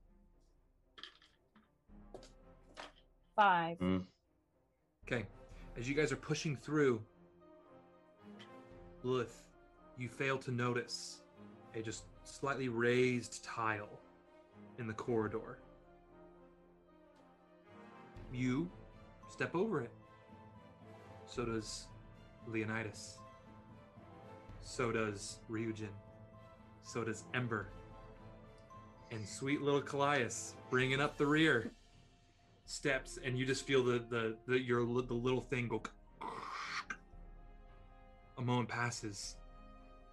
Five.
okay as you guys are pushing through lilith you fail to notice a just slightly raised tile in the corridor you step over it. So does Leonidas. So does Ryujin. So does Ember. And sweet little Callias bringing up the rear steps, and you just feel the the, the your li- the little thing go. A moment passes,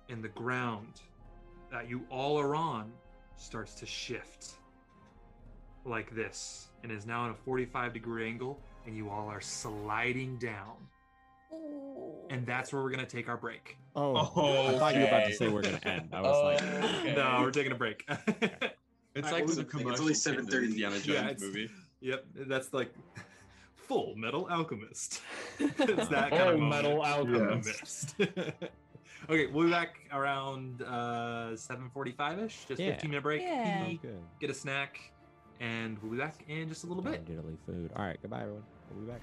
and the ground that you all are on starts to shift like this and is now in a 45 degree angle and you all are sliding down and that's where we're going to take our break
Oh,
Oh,
I thought you were about to
okay. Oh,
say we're gonna end. I was like,
Okay.
no we're taking a break
It's
Alright,
like
what was
the
it? It's
commercial.
only
kid in
7:30.
the Indiana
Yeah,
Jones
it's-
movie.
yep that's like full metal alchemist it's that kind of
Full
moment.
Metal Alchemist.
okay we'll be back around uh 7.45ish just
Yeah.
15 minute break
Yeah.
oh,
pee,
good.
get a snack and we'll be back in just a little bit
Digitally food. All right, goodbye, everyone. We'll be back.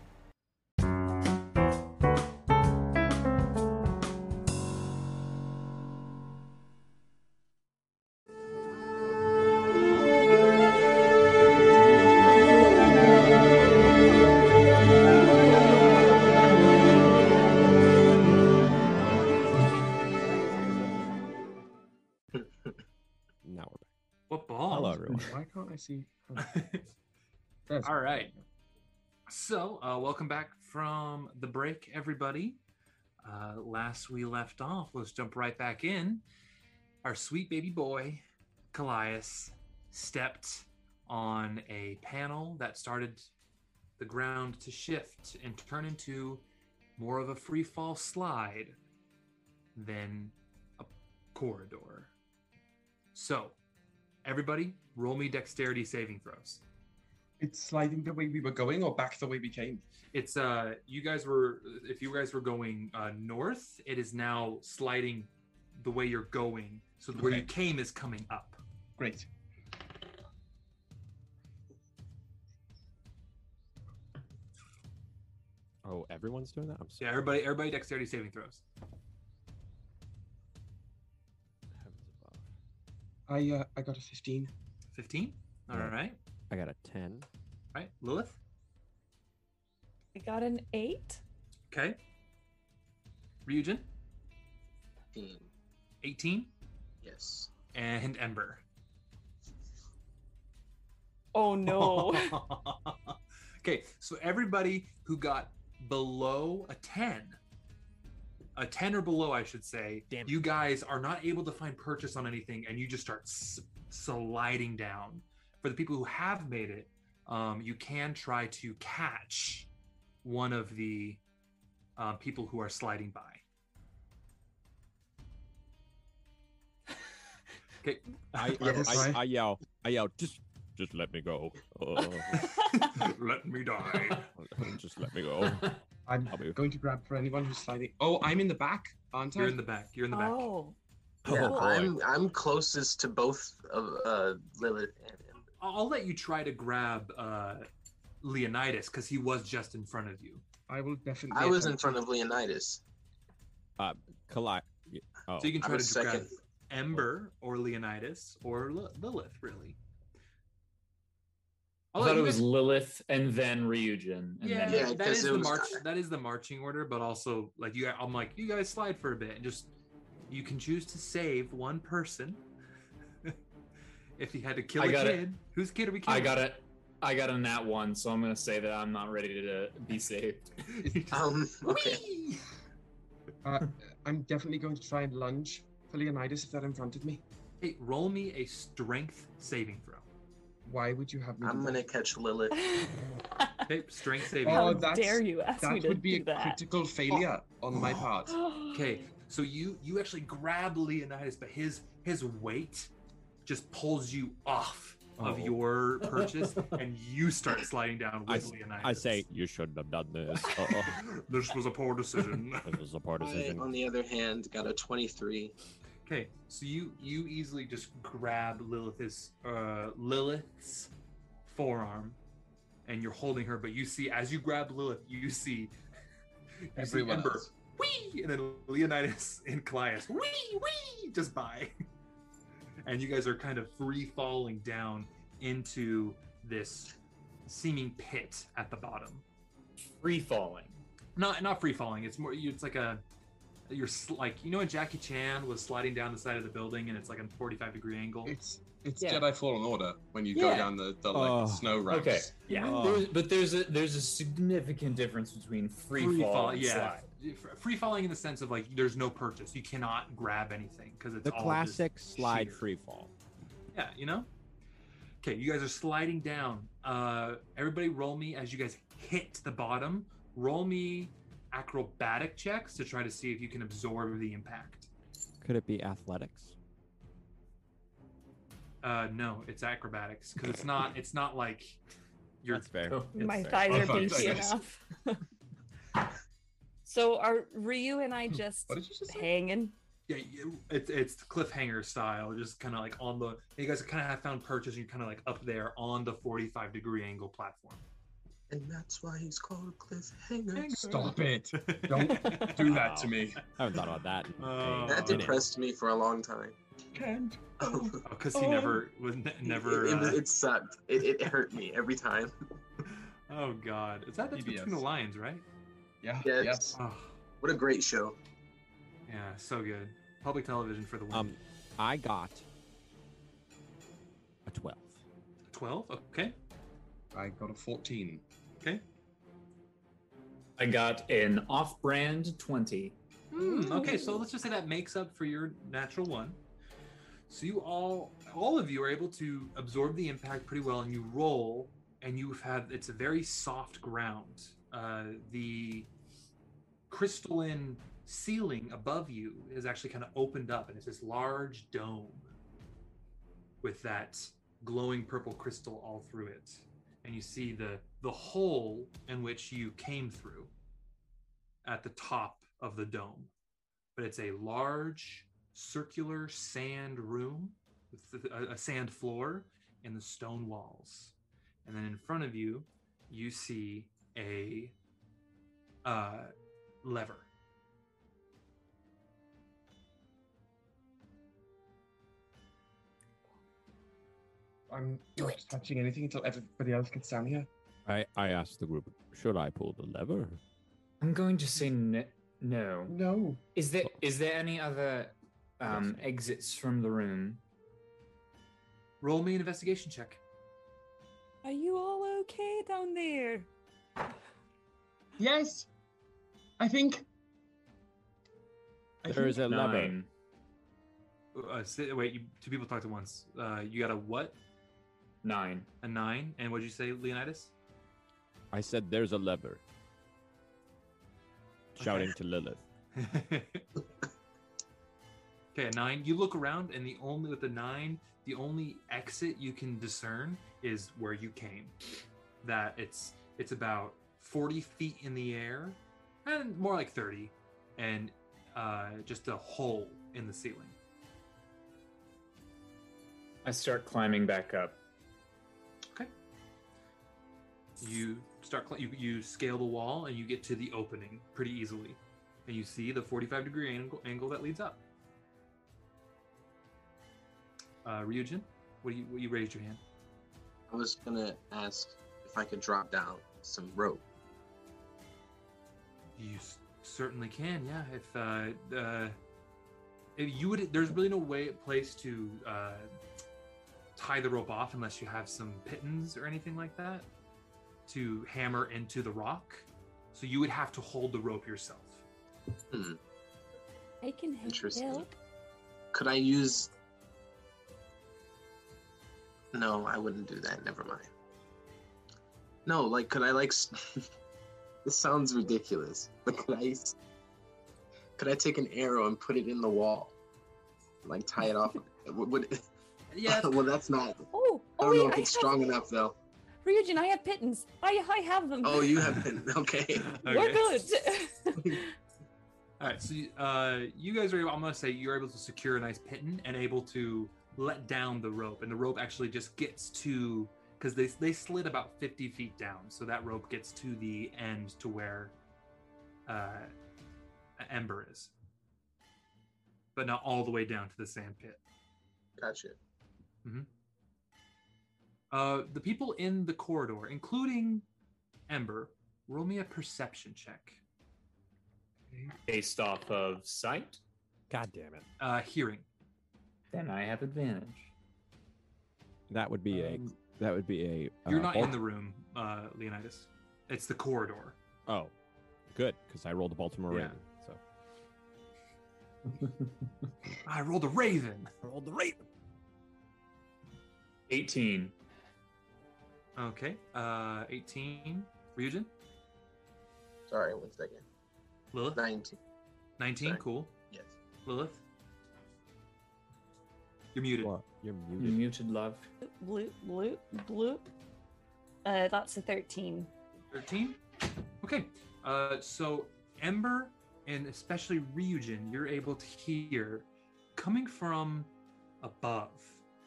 Now we're back.
what ball
Hello, everyone.
Why can't I see? oh, there's-
All right. So, uh, welcome back from the break, everybody. Uh, last we left off, let's jump right back in. Our sweet baby boy, Callias, stepped on a panel that started the ground to shift and turn into more of a free fall slide than a corridor. So, everybody, roll me dexterity saving throws.
It's sliding the way we were going or back the way we came.
it's uh you guys were if you guys were going uh north it is now sliding the way you're going so where you
Okay.
came is coming up
Great.
Oh, everyone's doing that. I'm
so
sorry.
yeah, everybody everybody dexterity saving throws
Heavens above.
I uh, I got a 15.
15 all
Yeah.
right
I got a ten.
all right lilith
I got an eight.
okay ryujin
15.
18
Yes.
and ember
Oh no.
okay, so everybody who got below a 10, a 10 or below, I should say,
Damn it.
you guys are not able to find purchase on anything and you just start s- sliding down. For the people who have made it, um, you can try to catch one of the um, people who are sliding by. Okay.
I, I,
Yes.
I, I yell. I yell. Just, just let me go. Oh,
Let me die.
just let me go.
I'm
I'll be.
going to grab for anyone who's sliding. Oh, I'm in the back, aren't I?
You're in the back. You're in the back.
Oh.
Yeah,
Oh, boy.
I'm I'm closest to both of uh, Lilith and Ember.
I'll let you try to grab uh, Leonidas because he was just in front of you.
I will definitely.
I was in
attempt
front of Leonidas.
Kali- Y- Oh,
So you can
I'm
try
a
to grab
second.
Ember or Leonidas or Li- Lilith, really.
I
let
thought it
you
was
guys-
Lilith and then Ryujin. And
yeah,
then
Yeah,
that
'cause
is
it
the
was-
march. That is the marching order, but also like you. guys- I'm like you guys slide for a bit and just you can choose to save one person. if you had to kill
I
a
got it.
kid, whose kid are we killing?
I got it. I got a nat one, so I'm gonna say that I'm not ready to be saved.
Um, okay.
Uh, I'm definitely going to try and lunge for Leonidas if they're in front of me.
Hey, roll me a strength saving throw.
Why would you have me? do
I'm
that?
gonna catch Lilith.
Okay, strength saving.
Oh,
How
throw.
that's-
dare you ask me
That
to
would be
do
a
that?
critical failure on my part.
Okay, so you you actually grab Leonidas, but his his weight just pulls you off of
Oh.
your purchase, and you start sliding down
I
with
s-
Leonidas.
I say you shouldn't have done this. Uh-uh.
this was a poor decision.
this was a poor
I,
decision.
on the other hand, got a 23.
Okay, so you you easily just grab Lilith's uh, Lilith's forearm, and you're holding her. But you see, as you grab Lilith, you see you see
Everyone
Ember,
else.
wee, and then Leonidas and Callias, wee, wee, just by, and you guys are kind of free falling down into this seeming pit at the bottom.
Free falling.
Not not free falling. It's more. It's like a you're sl- like you know when Jackie Chan was sliding down the side of the building and it's like a 45 degree angle.
It's
It's
Yeah.
Jedi Fallen Order when you
Yeah.
go down the, the like,
Oh.
snow ramps.
Okay.
Yeah.
Oh.
There's, but there's a there's a significant difference between free, fall, and
yeah.
slide.
F- Free falling in the sense of like there's no purchase. You cannot grab anything because it's
The
all
classic slide
sheer.
free fall.
Just, yeah, you know. Okay, you guys are sliding down. Uh, everybody, roll me as you guys hit the bottom. Roll me acrobatic checks to try to see if you can absorb the impact.
Could it be athletics?
Uh, no, it's acrobatics because it's not. It's not like you're.
That's fair.
Oh,
My
uh,
fair.
thighs
Oh,
are
fuck,
beefy
I guess.
enough. so are Ryu and I just
Hmm. what did you just say?
hanging?
Yeah, you- it's it's cliffhanger style, just kind of like on the. You guys kind of have found purchase, and you're kind of like up there on the 45 degree angle platform.
And that's why he's called Cliffhanger.
Stop it!
Don't
Do that to
Wow.
me.
I haven't thought about that. in
Uh,
a
That
minute.
depressed me for a long time. Oh,
Can't.
Because Oh, he never was ne- never.
It, it,
Uh,
it sucked. It, it hurt me every time.
oh God, is that that's between the
PBS.
lines, right?
Yeah.
Yeah,
yeah.
it's-
Oh,
What a great show.
yeah, so good. Public television for the win.
Um, I got a twelve.
12. Okay.
I got a 14.
Okay.
I got an off-brand twenty.
Hmm, okay, so let's just say that makes up for your natural one. So you all, all of you, are able to absorb the impact pretty well, and you roll, and you've had it's a very soft ground. Uh, the crystalline ceiling above you is actually kind of opened up, and it's this large dome with that glowing purple crystal all through it, and you see the the hole in which you came through at the top of the dome, but it's a large circular sand room with a, a sand floor and the stone walls. And then in front of you, you see a uh, lever.
I'm not touching anything until everybody else gets down here.
I I asked the group, should I pull the lever?
I'm going to say n- no.
No.
Is there is there any other um,
Yes.
exits from the room?
Roll me an investigation check.
Are you all okay down there?
Yes. I think.
There is a lever.
Nine.
Uh, si- wait, you, two people talked at once. Uh, you got a what?
Nine.
A nine? And what'd you say, Leonidas?
I said there's a lever. Shouting to Lilith.
okay, a nine. You look around, and the only with the nine, the only exit you can discern is where you came. That it's it's about forty feet in the air, and more like thirty, and uh, just a hole in the ceiling.
I start climbing back up.
You start cl- you you scale the wall, and you get to the opening pretty easily. and you see the 45 degree angle, angle that leads up. Uh, Ryujin, what do you what you raised your hand?
I was gonna ask if I could drop down some rope.
You s- certainly can, yeah. If uh, uh, if you would, there's really no way place to uh, tie the rope off unless you have some pittons or anything like that to hammer into the rock. So you would have to hold the rope yourself.
I can help.
Interesting.
help.
Could I use? No, I wouldn't do that. Never mind. No, like, could I like? s- this sounds ridiculous, but could I? s- Could I take an arrow and put it in the wall, like tie it off? would, would
Yeah,
well, that's not.
Oh, oh
I don't
wait,
know
I
if
have,
it's strong enough though.
Ryujin, I have pittons. I, I have them.
Oh, you have been okay.
We're good.
All right, so you- uh, you guys are. I'm gonna say you're able to secure a nice pitten and able to let down the rope, and the rope actually just gets to because they they slid about 50 feet down, so that rope gets to the end to where uh, Ember is, but not all the way down to the sand pit.
Gotcha.
Uh, the people in the corridor, including Ember, roll me a perception check.
Based off of sight,
God damn it.
Uh, hearing.
then I have advantage.
That would be
Um,
a that would be a.
You're
uh,
not
ult-
in the room, uh, Leonidas. It's the corridor.
Oh, good, because I rolled a Baltimore
Yeah.
Raven. So
I rolled a raven.
I rolled the Raven.
18.
Okay. Uh, 18. Ryujin?
Sorry, one second.
Lilith?
Nineteen.
19.
sorry.
Cool.
Yes.
Lilith? You're muted.
Well, you're
You're
muted.
muted, love.
Bloop, bloop, bloop.
uh, that's a 13.
13? Okay. Uh, so, Ember and especially Ryujin, you're able to hear coming from above.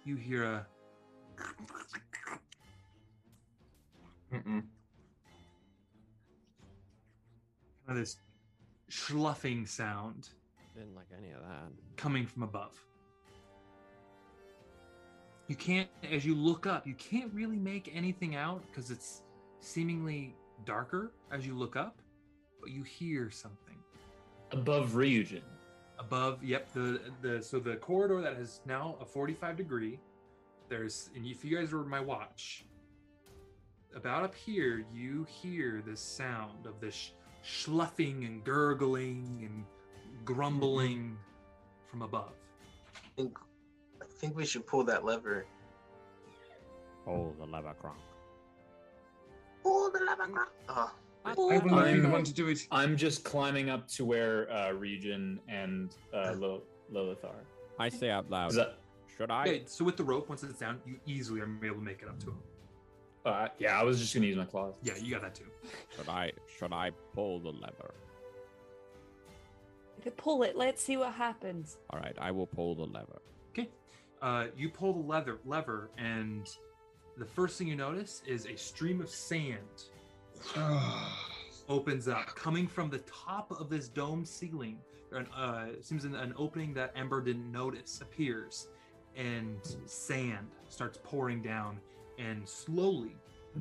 You hear a.
Mm-mm.
kind of this schluffing sound
Didn't like any of that.
coming from above. You can't, as you look up, you can't really make anything out because it's seemingly darker as you look up, but you hear something
Above Ryujin.
above. Yep, the the so the corridor that is now a forty-five degree. There's, and if you guys were my watch, about up here, you hear the sound of this sh- schluffing and gurgling and grumbling from above.
I think, I think we should pull that lever.
Oh, the lever cronk.
Pull the lever. Gronk. Oh,
I will not be the
I'm-
one to do it.
I'm just climbing up to where uh, Ryujin and uh, Lil- Lilith are.
I say out loud.
'Cause I-
Should I?
Okay, so with the rope, once it's down, you easily are able to make it up to him.
uh, yeah, I was just gonna use my claws.
Yeah, you got that too.
Should I? Should I pull the lever?
If you pull it, let's see what happens.
All right, I will pull the lever.
Okay, uh, you pull the leather lever, and the first thing you notice is a stream of sand opens up, coming from the top of this dome ceiling. An, uh, seems an, an opening that Ember didn't notice appears, and sand starts pouring down and slowly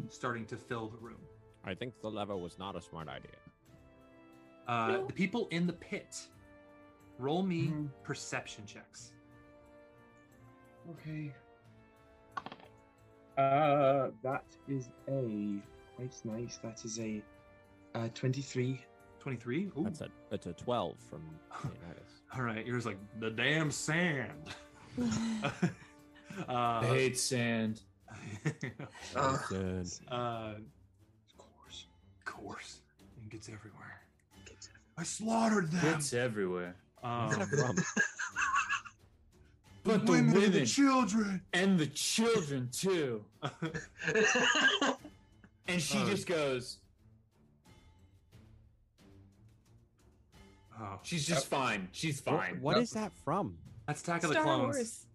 starting to fill the room.
I think the lever was not a smart idea.
Uh,
No.
The people in the pit, roll me
Hmm.
perception checks.
Okay. Uh, that is a quite nice. That is a uh, twenty-three.
23. Ooh.
That's a it's a twelve from Leonidas.
All right, you're just like the damn sand.
I
uh,
hate sand.
Uh,
Good.
uh,
Of course.
of course, it gets everywhere.
Gets
I slaughtered them.
It's everywhere.
Um,
But the
and
women
children.
and the children too. And she
Oh.
just goes.
oh,
She's just fine. She's fine.
what is that from?
that's Attack of the
Star
Clones.
Wars.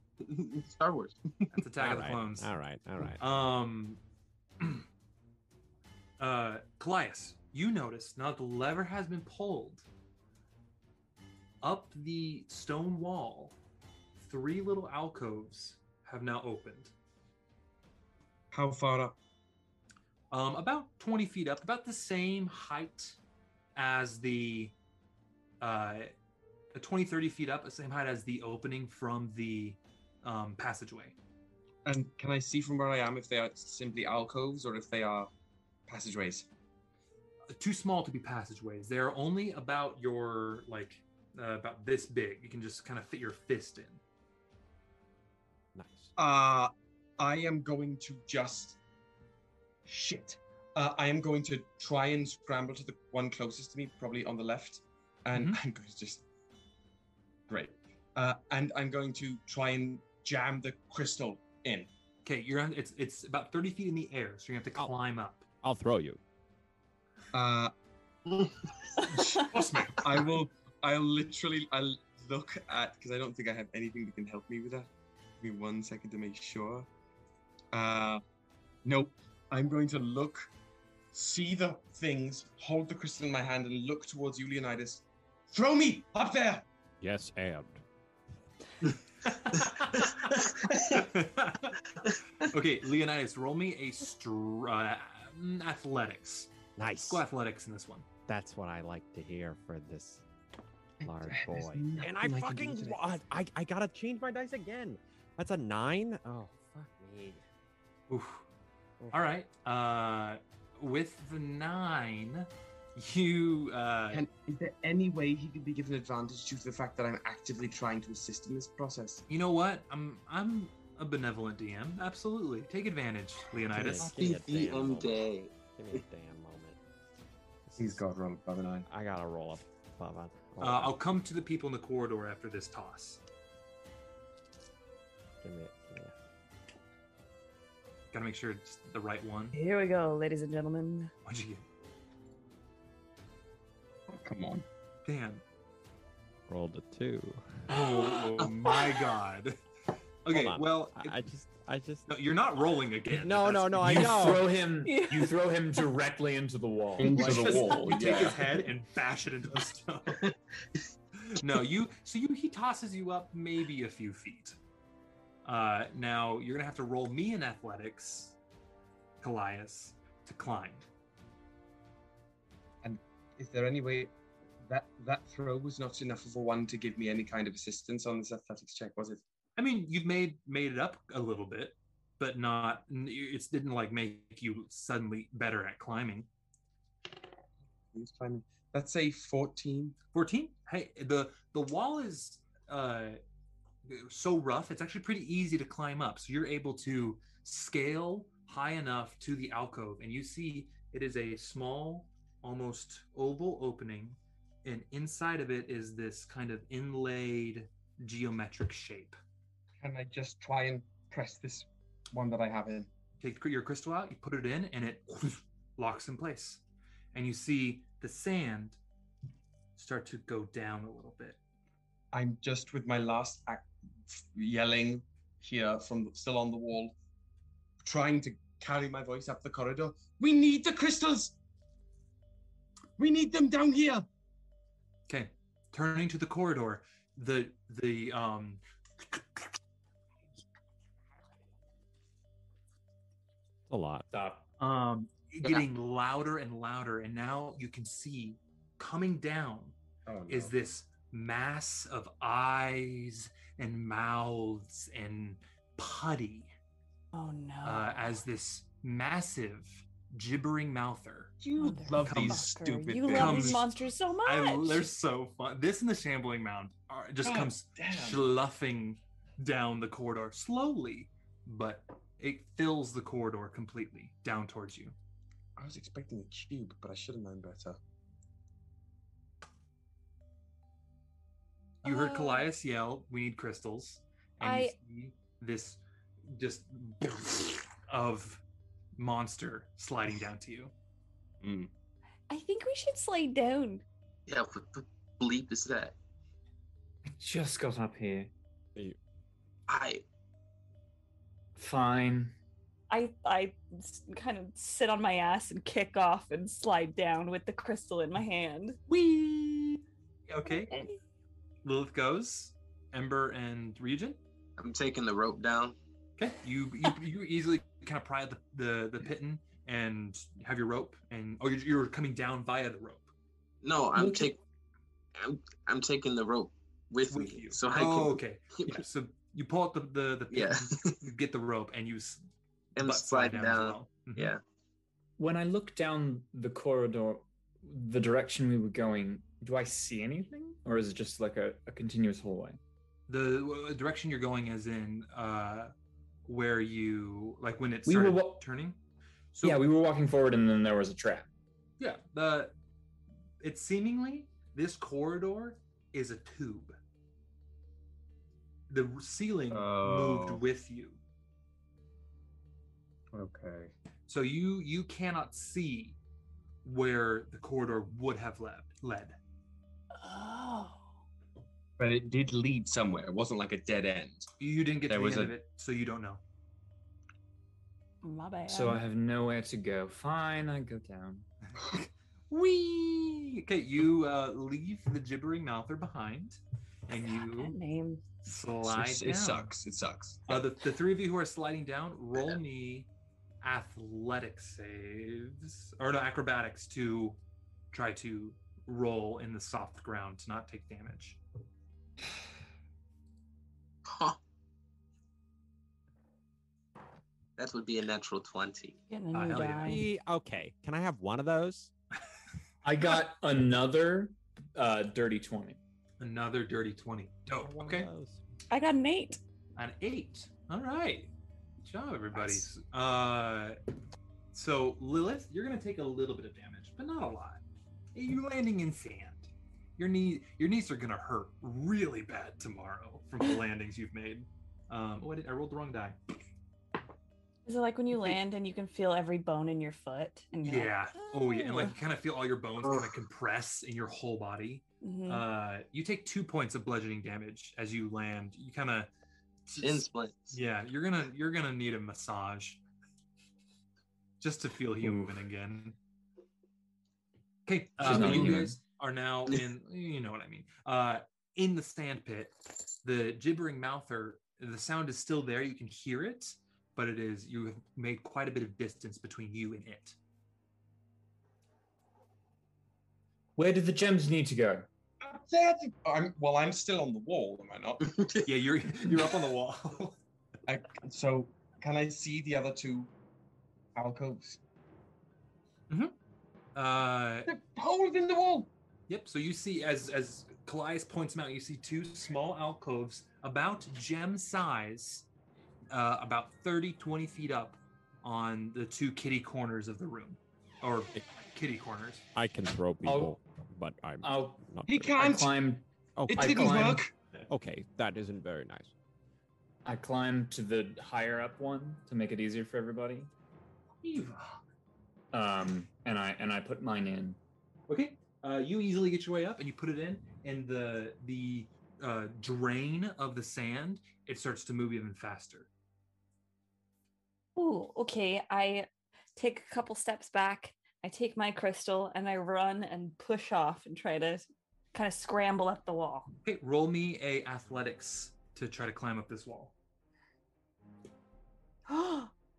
Star Wars.
That's Attack
all
of the
right,
Clones.
all right, all right.
Um, uh, Callias, you notice now that the lever has been pulled, up the stone wall, three little alcoves have now opened.
How far up?
um, about 20 feet up, about the same height as the uh, 20, 30 feet up, the same height as the opening from the um, passageway.
And can I see from where I am if they are simply alcoves or if they are passageways?
Too small to be passageways. They're only about your, like, uh, about this big. You can just kind of fit your fist in.
Nice.
Uh, I am going to just. Shit. Uh, I am going to try and scramble to the one closest to me, probably on the left. And I'm going to just. Great. Uh, and I'm going to try and jam the crystal in.
Okay, you're on, it's, it's about 30 feet in the air, so you're going to have to climb up.
I'll throw you.
Uh,
Trust me.
I will. I'll literally. I'll look at because I don't think I have anything that can help me with that. Give me one second to make sure. Uh, nope. I'm going to look, see the things, hold the crystal in my hand, and look towards you, Leonidas. Throw me up there.
Yes, and.
okay, Leonidas, roll me a str- uh, mm, athletics.
Nice.
Go athletics in this one.
That's what I like to hear for this large
There's
boy.
nothing
And
I
I
can do
fucking
today.
wa- I I gotta change my dice again. That's a nine. Oh fuck me.
Oof. All right. Uh, with the nine, you uh,
And is there any way he could be given advantage due to the fact that I'm actively trying to assist in this process?
you know what? I'm I'm a benevolent DM. Absolutely, take advantage, Leonidas.
Give me a damn
DM
moment.
day.
Give me a damn moment. This is-
got wrong by the nine.
I gotta roll up. Hold on.
Uh,
Hold on.
I'll come to the people in the corridor after this toss.
Give me a- give me
Gotta make sure it's the right one.
Here we go, ladies and gentlemen.
What'd you get?
Oh, Come on.
Damn.
a- Rolled a two.
Oh, my god. Okay.
on.
Well,
I- I just I just
no, you're not rolling again.
No, no,
That's-
no, I
you
know.
throw him.
Yeah.
You throw him directly into the wall.
Into
Like,
the
just-
wall,
You take
yeah.
his head and bash it into the stone. no, you. So you he tosses you up maybe a few feet. Uh, now you're gonna have to roll me in athletics, Callias, to climb.
Is there any way that that throw was not enough of a one to give me any kind of assistance on this athletics check? Was it?
I mean, you've made made it up a little bit, but not. It didn't like make you suddenly better at climbing.
He was climbing. That's a fourteen.
14 hey the the wall is uh so rough it's actually pretty easy to climb up so you're able to scale high enough to the alcove and you see it is a small almost oval opening and inside of it is this kind of inlaid geometric shape
Can I just try and press this one that I have in?
take your crystal out, you put it in, and it locks in place. And you see the sand start to go down a little bit.
I'm just with my last act yelling here from still on the wall, trying to carry my voice up the corridor. We need the crystals. We need them down here.
Okay. Turning to the corridor, the the um
a lot.
Stop.
um getting louder and louder, and now you can see coming down
Oh, no.
is this mass of eyes and mouths and putty
Oh no.
uh, as this massive gibbering mouther
you love these
Motherfucker,
stupid
You
things?
love
Comes-
these monsters so much.
I, they're so fun. This and the shambling mound are, just
God
comes
damn.
sloughing down the corridor slowly, but it fills the corridor completely down towards you.
I was expecting a cube, but I should have known better.
You heard
Oh.
Callias yell, "We need crystals," and you
I-
see this just of monster sliding down to you.
I think we should slide down.
Yeah, what the bleep is that?
I just got up here.
I
Fine.
I I s- kind of sit on my ass and kick off and slide down with the crystal in my hand.
We okay? Lilith goes. Ember and Regent.
I'm taking the rope down.
Okay, you you, you easily kind of pry at the, the the pitten and have your rope, and oh, you're, you're coming down via the rope.
No, I'm
Okay.
taking. I'm, I'm taking the rope with,
with
me,
you.
so I
oh,
can
okay. Yeah, So you pull out the the, the
Yeah.
pin, you get the rope, and you s-
and
butt
slide
as
down.
well. Mhm.
Yeah.
When I look down the corridor, the direction we were going, do I see anything? Or is it just like a, a continuous hallway?
The w- direction you're going, as in uh, where you like when it
We were
started
wa-
turning. So
yeah, we were walking forward and then there was a trap.
yeah, the it's seemingly this corridor is a tube. The ceiling moved
Oh.
with you.
Okay.
so you you cannot see where the corridor would have led led
Oh.
But it did lead somewhere. It wasn't like a dead end.
you, you didn't get
There
to the
was
end
a-
of it so you don't know
My bad.
So I have nowhere to go. Fine, I go down.
Wee. okay you uh, leave the gibbering mouther behind and
that
you
name.
slide
It's-
down.
it sucks. It sucks.
uh, the, the three of you who are sliding down roll me athletic saves or no acrobatics to try to roll in the soft ground to not take damage
Huh. That would be a natural twenty.
Getting
Ah,
a new
hell yeah.
die.
Eh, Okay, can I have one of those?
I got another uh, dirty 20.
another dirty 20 dope
One of
okay
those.
I got an eight.
An eight. All right. Good job, everybody. Uh, so Lilith, you're gonna take a little bit of damage, but not a lot. You're landing in sand. Your knee, your knees are gonna hurt really bad tomorrow from the landings you've made. Um, what did, I rolled the wrong die.
Is it like when you land and you can feel every bone in your foot? And you're like,
Yeah. Oh yeah. And like you kind of feel all your bones kind
Ugh.
of compress in your whole body.
mhm.
Uh, you take two points of bludgeoning damage as you land. You kind of.
Chin splints.
Yeah, you're gonna you're gonna need a massage just to feel human again. Okay, uh,
not
you
human.
guys are now in. You know what I mean. Uh, in the sand pit, the gibbering mouther. The sound is still there. You can hear it, but it is you have made quite a bit of distance between you and it.
Where do the gems need to go?
Up there, th- I'm, well, I'm still on the wall, am I not?
Yeah, you're you're up on the wall.
I, so, can I see the other two alcoves?
Uh,
They're holes Oh, in the wall.
Yep. So you see, as as Callias points them out, you see two small alcoves about gem size, uh, about 30, 20 feet up on the two kitty corners of the room, or kitty corners.
I can throw people, but I'm
I'll
not.
He
very-
I
can't.
climb
It
I
Okay,
didn't
climb-
work.
okay, that isn't very nice.
I climb to the higher up one to make it easier for everybody. Um and I and I put mine in.
Okay. Uh, you easily get your way up, and you put it in, and the the uh, drain of the sand it starts to move even faster.
Ooh, okay. I take a couple steps back. I take my crystal and I run and push off and try to kind of scramble up the wall.
Okay. Roll me a athletics to try to climb up this wall.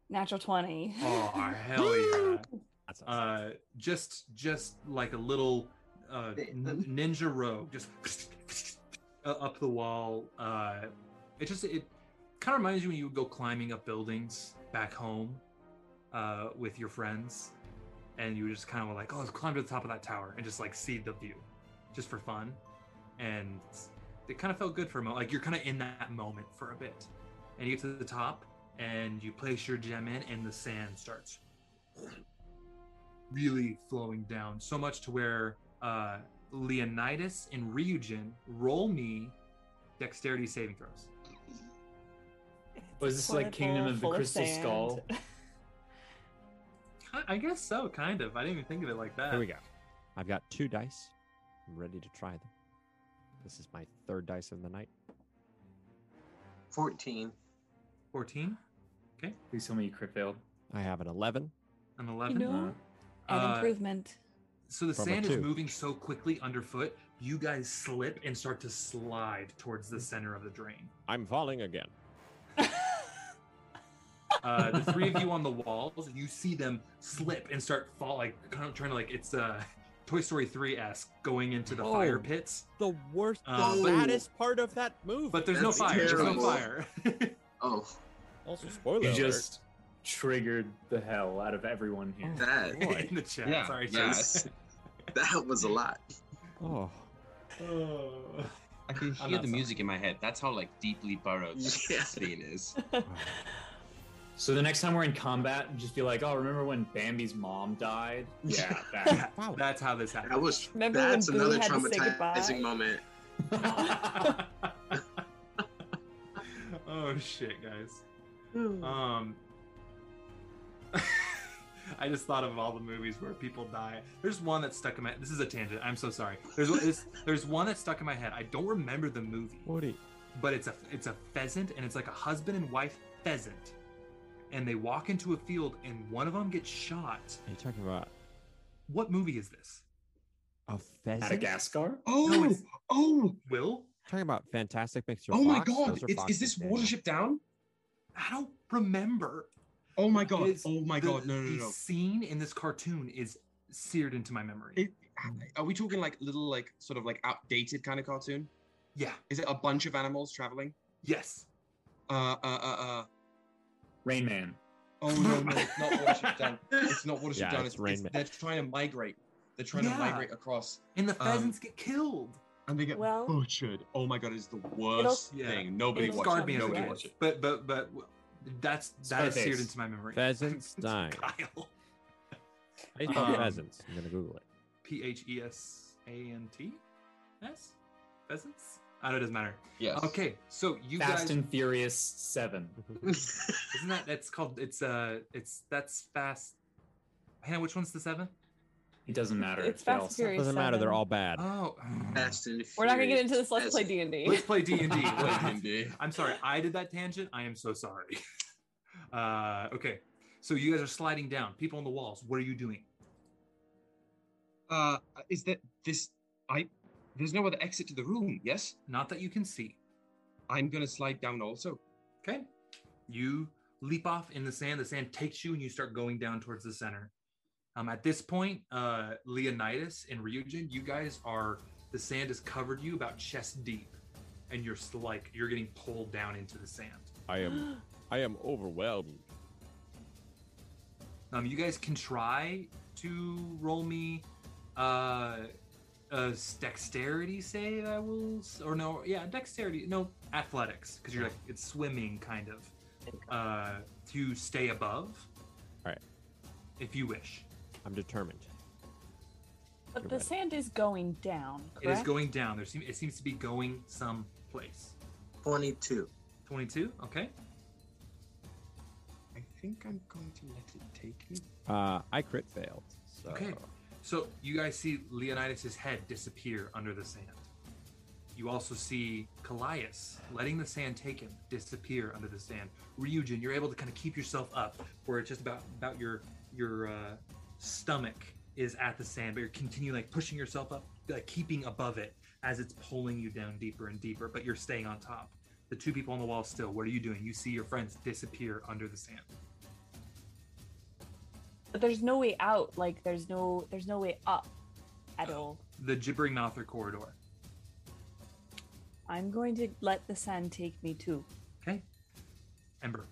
Natural 20.
Oh hell yeah!
That's awesome.
uh just just like a little uh n- ninja rogue just uh, up the wall uh it just it kind of reminds you when you would go climbing up buildings back home uh with your friends and you were just kind of like oh let's climb to the top of that tower and just like see the view just for fun and it kind of felt good for a moment like you're kind of in that moment for a bit and you get to the top and you place your gem in and the sand starts really flowing down so much to where uh, Leonidas and Ryujin roll me dexterity saving throws.
Was this like Kingdom of the Crystal Skull?
I, I guess so, kind of. I didn't even think of it like that.
Here we go. I've got two dice. I'm ready to try them. This is my third dice of the night.
Fourteen.
14,
Please tell me you crit failed.
I have an 11.
an 11.
know, An
Uh,
improvement.
so the
From a
sand is
two.
moving so quickly underfoot, you guys slip and start to slide towards the center of the drain.
I'm falling again.
Uh, the three of you on the walls, you see them slip and start fall like kind of trying to like it's uh Toy Story 3 esque going into the
Oh.
fire pits.
The worst, the
Oh.
saddest part of that movie.
But there's no
That's
fire. There's no
terrible.
fire.
Oh,
also spoiler
You
alert.
just triggered the hell out of everyone here.
that
Boy.
in the chat.
Yeah,
Sorry,
yeah.
chat.
was, that was a lot.
Oh,
Oh.
I can
I'm
hear
not
the music in my head. That's how like deeply burrowed this
Yeah.
scene is.
So the next time we're in combat, just be like, "Oh, remember when Bambi's mom died? Yeah, that.
wow.
That's how this
That
happened.
was
Remember when
that's
Boo
another
had to say goodbye?
traumatizing moment.
oh shit, guys. Um, I just thought of all the movies where people die. There's one that stuck in my. This is a tangent. I'm so sorry. There's there's, there's one that stuck in my head. I don't remember the movie,
Woody.
but it's a it's a pheasant, and it's like a husband and wife pheasant, and they walk into a field, and one of them gets shot.
Are you talking about
What movie is this?
a pheasant?
Madagascar?
No,
Oh,
it's-
oh,
Will?
Talking about fantastic mixture.
oh my
Fox?
god.
Those are
It's, is
foxes,
this
Daniel.
Watership Down?
I don't remember.
Oh my god.
It's
Oh my
the-
god. No, no,
the
no.
scene in this cartoon is seared into my memory.
It- Are we talking like little, like sort of like outdated kind of cartoon?
yeah.
Is it a bunch of animals traveling?
Yes.
Uh, uh, uh, uh.
Rain Man.
Oh no, no, it's not Watership Down. It's not Watership
Yeah,
Down.
it's
It's,
Rain
it's-
Man.
they're trying to migrate. They're trying
Yeah.
to migrate across,
And the
Um,
pheasants get killed.
and they get
Well-
butchered. Oh my god, it's the worst
Yeah.
thing. Nobody
it'll
watched
scarred
it.
me as a
Nobody
kid.
watched it.
But but but w- that's that is
Scarface.
seared into my memory.
Pheasants dying.
Kyle.
How do you
Um,
spell pheasants? I'm gonna Google it.
P H E S A N T S. Pheasants. I know it doesn't matter.
Yes.
Okay, so you
Fast
guys
and Furious 7.
isn't that that's called it's uh it's that's fast. Hannah, which one's the seven?
It doesn't matter.
It's
They
Fast
all
and
suck.
Furious.
Doesn't matter. They're all bad.
Oh,
Fast and
We're not gonna get
Furious.
into this. Let's
As-
play D and D.
let's play D and D.
Wait, Mindy.
I'm sorry, I did that tangent. I am so sorry. Uh, okay, so you guys are sliding down. People on the walls. What are you doing?
Uh, is that this? I. There's no other exit to the room. Yes,
Not that you can see.
I'm gonna slide down also.
Okay. You leap off in the sand. The sand takes you, and you start going down towards the center. Um, at this point, uh, Leonidas and Ryujin, you guys are the sand has covered you about chest deep, and you're s- like you're getting pulled down into the sand.
I am I am overwhelmed.
Um, you guys can try to roll me uh, a dexterity save, I will, s- or no, yeah, dexterity, no, athletics, because you're like it's swimming kind of uh, to stay above.
Alright.
If you wish,
I'm determined.
But the sand is going down.
it is
correct?
going down. There seem, it seems to be going someplace.
Twenty-two.
Twenty-two. Okay.
I think I'm going to let it take me.
Uh, I crit failed. So.
Okay. So you guys see Leonidas's head disappear under the sand. You also see Callias letting the sand take him disappear under the sand. Ryujin, you're able to kind of keep yourself up where it's just about about your your uh, stomach is at the sand, but you're continuing like pushing yourself up, like keeping above it as it's pulling you down deeper and deeper, but you're staying on top. The two people on the wall still. What are you doing? You see your friends disappear under the sand.
But there's no way out. Like there's no there's no way up at
Oh.
all.
The gibbering mouther corridor.
I'm going to let the sand take me too.
Okay. Ember.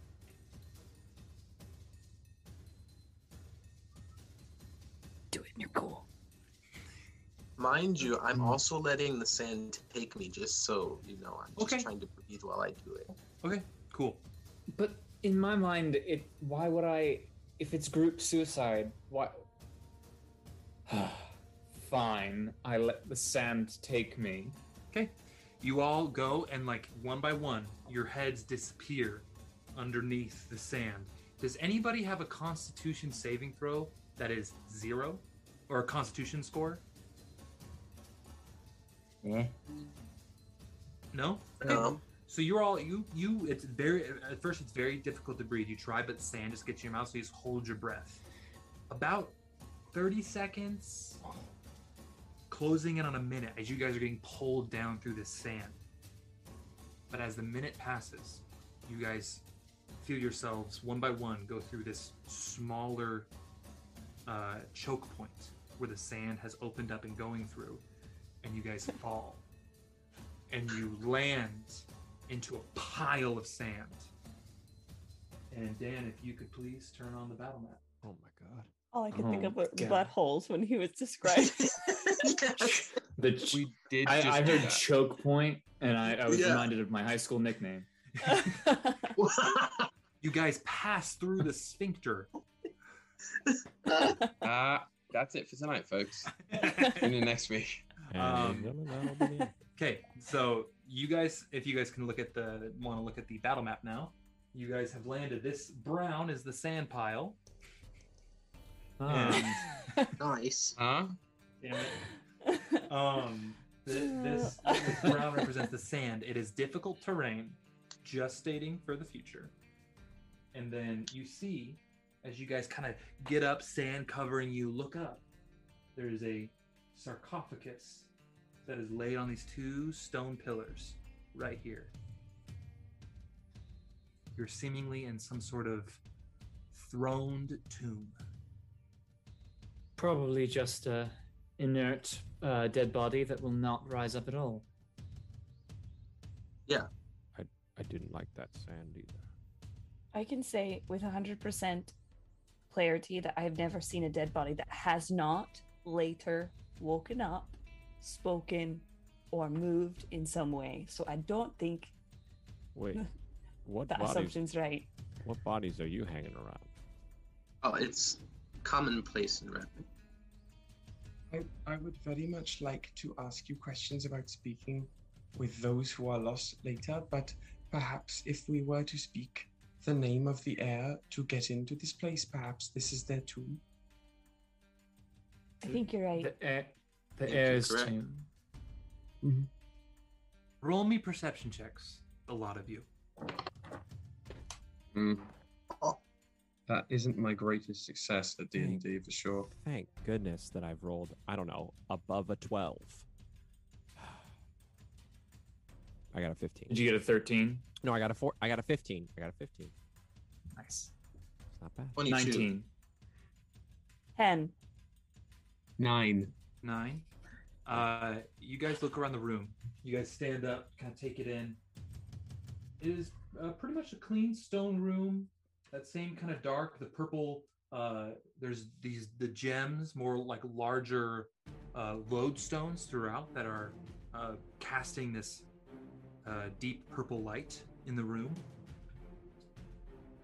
Do it and you're cool.
Mind you, I'm
Mm-hmm.
also letting the sand take me, just so you know. I'm just
Okay.
trying to breathe while I do it.
Okay. Cool.
But in my mind, it why would I if it's group suicide, why Fine, I let the sand take me.
Okay. You all go and like one by one, your heads disappear underneath the sand. Does anybody have a constitution saving throw that is zero or a constitution score? No?
No.
So you're all you you it's very at first it's very difficult to breathe. You try, but sand just gets in your mouth, so you just hold your breath. About 30 seconds, closing in on a minute as you guys are getting pulled down through the sand. But as the minute passes, you guys feel yourselves one by one go through this smaller uh, choke point where the sand has opened up and going through, and you guys fall. And you land into a pile of sand. And Dan, if you could please turn on the battle map.
Oh my god.
All I could think
Oh,
of were
God.
buttholes when he was describing.
The ch-
We did.
I,
just
I
do
heard
that.
choke point, and I, I was
Yeah.
reminded of my high school nickname.
You guys pass through the sphincter.
Uh, that's it for tonight, folks. In the next week.
Um, Okay, so you guys, if you guys can look at the want to look at the battle map now, you guys have landed. This brown is the sand pile,
Ah.
and
nice.
Huh?
damn it. Um, th- this, this brown represents the sand. It is difficult terrain. Just stating for the future. And then you see, as you guys kind of get up, sand covering you, look up. There is a sarcophagus that is laid on these two stone pillars right here. You're seemingly in some sort of throned tomb.
Probably just a inert uh, dead body that will not rise up at all.
I didn't like that sand either.
I can say with 100% clarity that I've never seen a dead body that has not later woken up, spoken, or moved in some way. So I don't think
Wait. What
the
bodies
assumption's right.
what bodies are you hanging around?
Oh, it's commonplace in Red.
I, I would very much like to ask you questions about speaking with those who are lost later, but perhaps if we were to speak the name of the heir to get into this place, perhaps this is their tomb.
I think you're right.
The air, the
Think you're
air's
correct.
tomb.
Roll me perception checks, a lot of you.
Mm.
Oh,
That isn't my greatest success at D and D for sure.
Thank goodness that I've rolled, I don't know, above a twelve. I got a fifteen.
Did you get a thirteen?
no, I got a four I got a fifteen. I got a fifteen.
Nice.
It's not bad.
Twenty-two.
Nineteen.
10.
Nine.
nine. Uh, you guys look around the room. You guys stand up, kind of take it in. It is uh, pretty much a clean stone room. That same kind of dark, the purple. Uh, there's these the gems, more like larger uh, lodestones throughout that are uh, casting this uh, deep purple light in the room.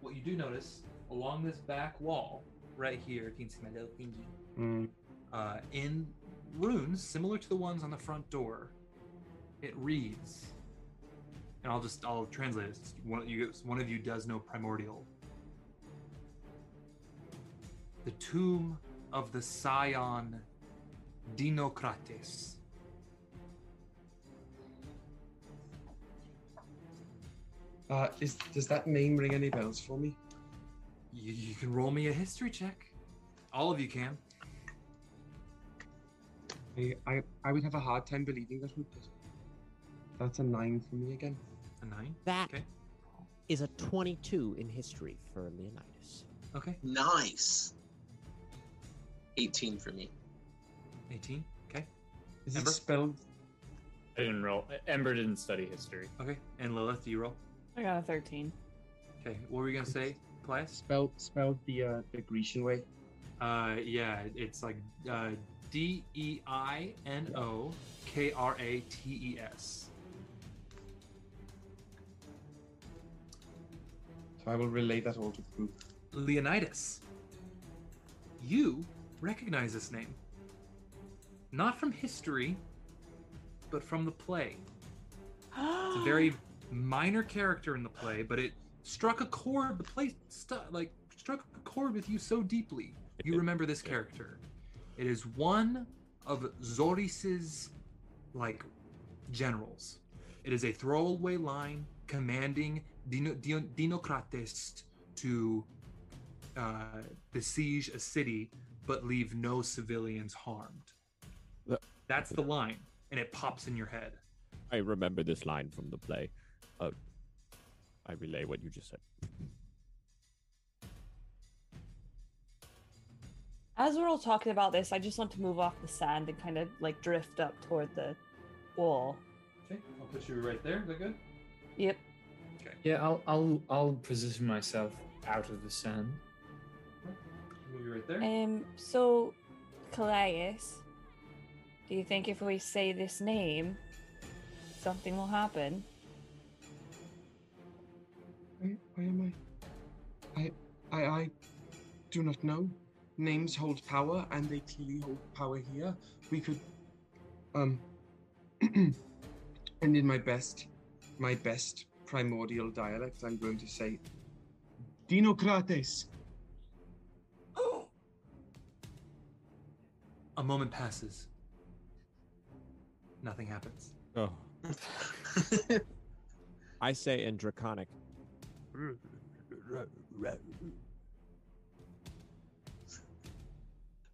What you do notice along this back wall, right here, if you can see my little thingy, uh, in runes similar to the ones on the front door. It reads, and I'll just I'll translate it. It's One of you, one of you does know primordial. The tomb of the scion Dinocrates.
Uh, is, does that name ring any bells for me?
You, you can roll me a history check. All of you can.
I, I, I would have a hard time believing that would. That's a nine for me again.
A nine.
That is
Okay.
a 22 in history for Leonidas.
Okay.
Nice. 18 for me.
Eighteen. Okay.
Is
Ember?
it spelled?
I didn't roll. Ember didn't study history.
Okay. And Lilith, do you roll?
I got a 13.
Okay. What were you gonna say, Plias?
Spelled spelled the uh, the Grecian way.
Uh, yeah, it's like uh, D E I N O K R A T E S.
So I will relay that all to the group.
Leonidas. You recognize this name. Not from history, but from the play. It's a very minor character in the play, but it struck a chord. The play stu- like struck a chord with you so deeply. You remember this character. It is one of Zoris's like generals. It is a throwaway line commanding Dino- Dino- Dinocrates to uh, besiege a city
but leave no civilians harmed.
The-
That's the line, and it pops in your head.
I remember this line from the play. Uh, I relay what you just said.
As we're all talking about this, I just want to move off the sand and kind of like drift up toward the wall.
Okay, I'll put you right there. Is that good?
Yep.
Yeah, I'll I'll I'll position myself out of the sand.
Move you right there.
Um. So, Calais, do you think if we say this name, something will happen?
Why, why am I? I, I, I do not know. Names hold power, and they clearly hold power here. We could, um, and in my best, my best primordial dialect, I'm going to say, Dinocrates.
A moment passes. Nothing happens.
Oh. I say in Draconic.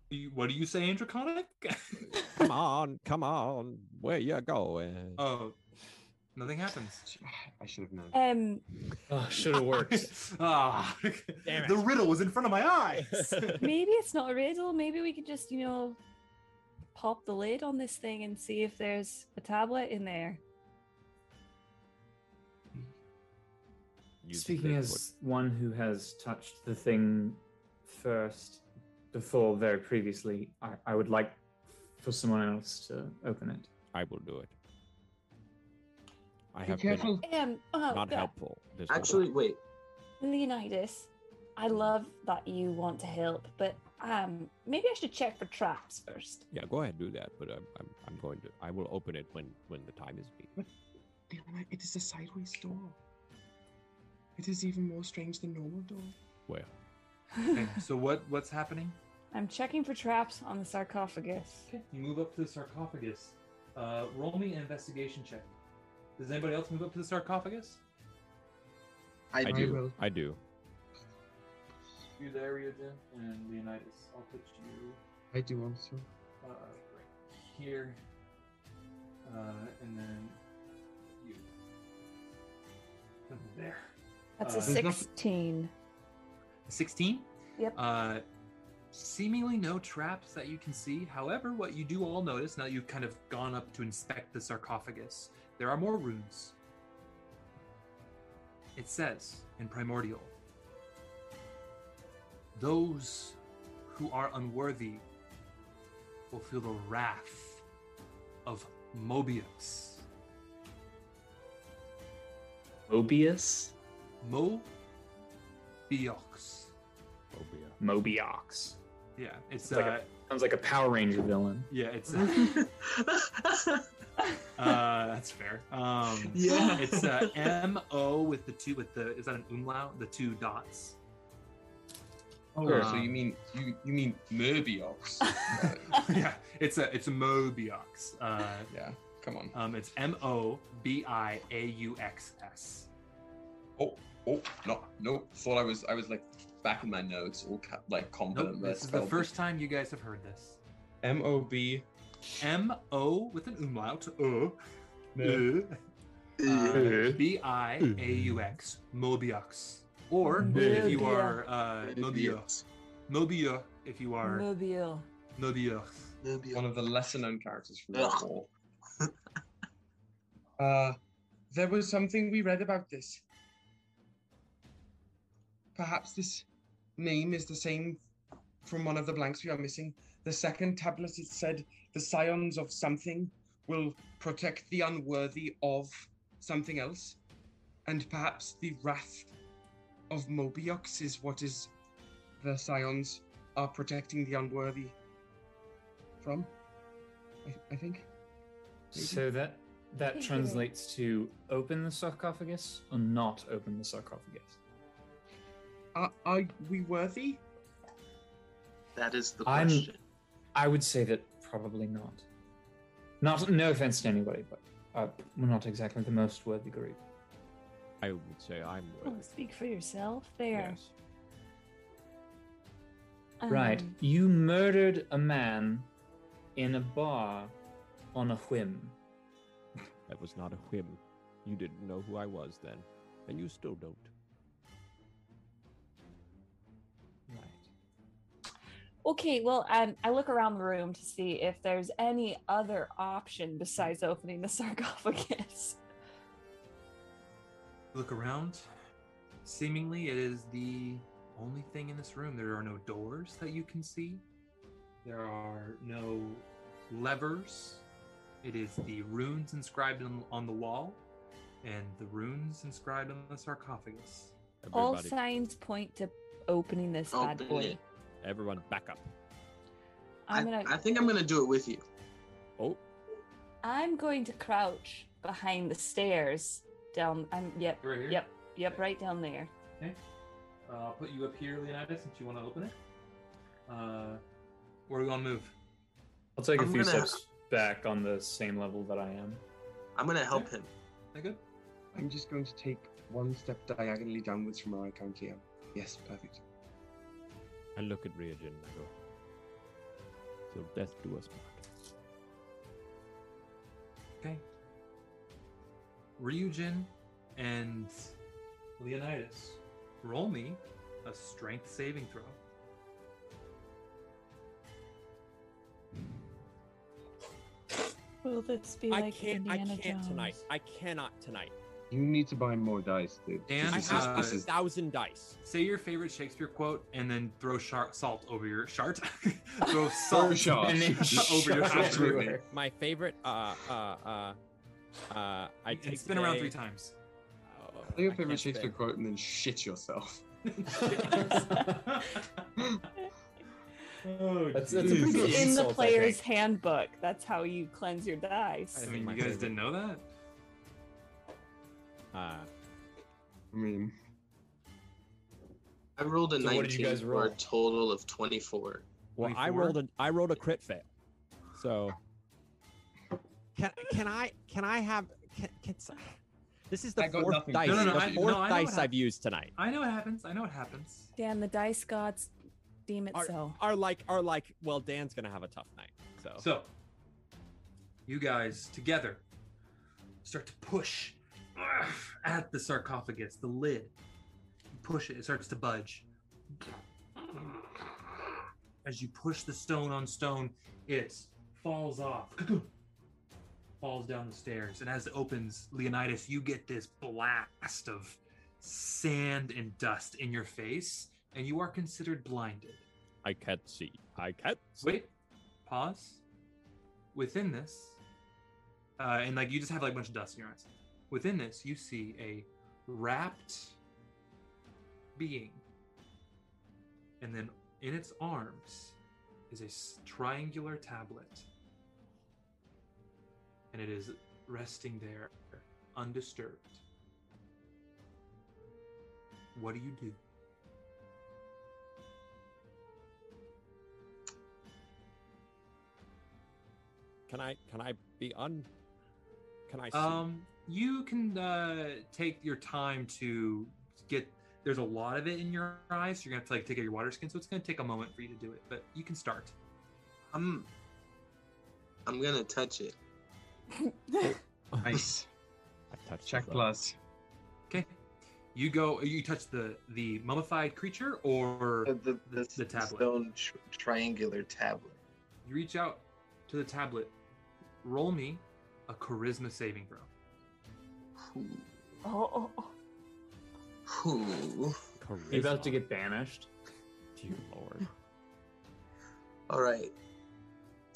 You- what do you say, Androconic?
Come on, come on, where you going?
oh, nothing happens.
I should have known.
Um.
Oh, should have worked.
ah,
Damn
the riddle was in front of my eyes.
Maybe it's not a riddle. Maybe we could just, you know, pop the lid on this thing and see if there's a tablet in there.
Use
Speaking
Bigfoot.
as one who has touched the thing first before very previously, I, I would like for someone else to open it.
I will do it. I
Be
have
careful.
Um. Oh,
been not
God.
helpful. This whole
Actually,
time.
wait.
Leonidas, I love that you want to help, but um, maybe I should check for traps first.
yeah, go ahead do that. But I'm, I'm, I'm going to. I will open it when when the time is needed.
Leonard, It is a sideways door. It is even more strange than normal door.
Well,
okay, so what what's happening?
I'm checking for traps on the sarcophagus.
Okay, you move up to the sarcophagus. Uh, roll me an investigation check. Does anybody else move up to the sarcophagus?
I,
I
do.
do.
will.
I do.
You there, Ryujin and Leonidas. I'll put you
I do also.
uh, right here, uh, and then you And then there.
That's
Uh,
a
there's
nothing-
16.
16
Yep.
uh seemingly no traps that you can see however what you do all notice now that you've kind of gone up to inspect the sarcophagus there are more runes it says in primordial those who are unworthy will feel the wrath of mobius
Mobius?
mobius
Mobiox.
yeah it's
Like a-
uh,
Sounds like a Power Ranger villain.
yeah it's uh, Uh, that's fair. Um,
yeah.
it's uh, M O with the two with the is that an umlaut? The two dots.
Oh,
Sure.
so
Um,
you-
you mean you you mean Murbiox?
yeah, it's a it's a Mobiox. Uh,
yeah, come on.
um, it's M O B I A U X S.
Oh, oh, no, no. Thought I was I was like back in my notes, all ca- like confident.
Nope,
that I
this is the
spelled
first time you guys have heard this.
M O B.
M O with an umlaut. Uh,
Uh.
B I A U X Mobiox. Or if you are uh, Mobio, Mobio, if you are
Mobile.
Mobiox.
One of the lesser known characters from
Ugh.
Dark War.
Uh, there was something we read about this. Perhaps this name is the same from one of the blanks we are missing. The second tablet it said the scions of something will protect the unworthy of something else, and perhaps the wrath of Mobiox is what is the scions are protecting the unworthy from. I, I think.
So that that
Thank you.
translates to open the sarcophagus or not open the sarcophagus.
Are, are we worthy?
That is the
I'm-
question.
I would say that probably not. Not no offense to anybody, but uh, we're not exactly the most worthy group.
I would say I'm
Oh,
worthy.
speak for yourself there.
Yes.
Right.
Um,
You murdered a man in a bar on a whim.
That was not a whim. You didn't know who I was then, and you still don't.
Right.
Okay, well, um, I look around the room to see if there's any other option besides opening the sarcophagus.
Look around. Seemingly, it is the only thing in this room. There are no doors that you can see, there are no levers. It is the runes inscribed on, on the wall and the runes inscribed on the sarcophagus.
All signs point to opening this bad
Open
boy.
it.
Everyone, back up.
I,
I'm gonna.
I think I'm gonna do it with you.
Oh,
I'm going to crouch behind the stairs down. I'm yep,
Right here?
yep, yep, right down there.
Okay. Uh, I'll put you up here, Leonidas, since you want to open it. Uh, where are we going to move?
I'll take a
I'm
few
gonna-
steps back on the same level that I am.
I'm gonna help him.
That good?
I'm just going to take one step diagonally downwards from where I currently am. Yes, perfect.
I look at Rhea Jin and I go, So death do us part.
Okay. Ryujin and Leonidas, roll me a strength saving throw.
Will this be
I can't. I can't tonight. I cannot tonight.
You need to buy more dice, dude.
Dan,
I
This is- uh,
have a
this is-
thousand dice.
Say your favorite Shakespeare quote and then throw shar- salt over your shart. throw salt
shart.
and then over your
Shart
absolutely.
everywhere.
My favorite. Uh, uh, uh, uh. I
And
take
spin around
today-
three times.
Oh,
Say your
I
favorite
can't spin.
Shakespeare quote and then shit yourself.
oh,
That's- that's a pretty good
In the
Insult, I
player's
think.
handbook, that's how you cleanse your
I
dice.
I
think
mean, you
my
guys
favorite-
didn't know that?
Uh,
I mean,
I rolled a
So what did you
19
guys
for a
roll?
total of 24.
well, I
24?
rolled a. I rolled a crit fail. So. Can can I can I have can, can s- this is the
I got
fourth
nothing.
dice
No, no, no,
the
I- no,
fourth
I know what
dice I've
happened.
used tonight.
I know it happens. I know it happens.
Dan, the dice gods deem it so.
Are like are like well Dan's gonna have a tough night. So,
So, you guys together start to push at the sarcophagus, the lid. You push it, it starts to budge. As you push the stone on stone, it falls off, falls down the stairs. And as it opens, Leonidas, you get this blast of sand and dust in your face, and you are considered blinded.
I can't see. I can't. See.
Wait, pause. Within this, uh, and like you just have like a bunch of dust in your eyes. Within this, you see a wrapped being, and then in its arms is a s- triangular tablet, and it is resting there, undisturbed. What do you do?
Can I? Can I be un? Can I see?
Um, you can uh, take your time to get. There's a lot of it in your eyes, so you're gonna have to like take out your water skin. So it's gonna take a moment for you to do it, but you can start.
I'm I'm gonna touch it.
Oh,
nice.
I touched
Check
the-
plus.
Okay. You go. You touch the the mummified creature, or
The, the,
The- the tablet.
stone tr- triangular tablet.
you reach out to the tablet. Roll me a charisma saving throw.
Ooh.
Oh, oh, oh.
Ooh.
Charisma.
You're about to get banished.
Dear lord.
All right.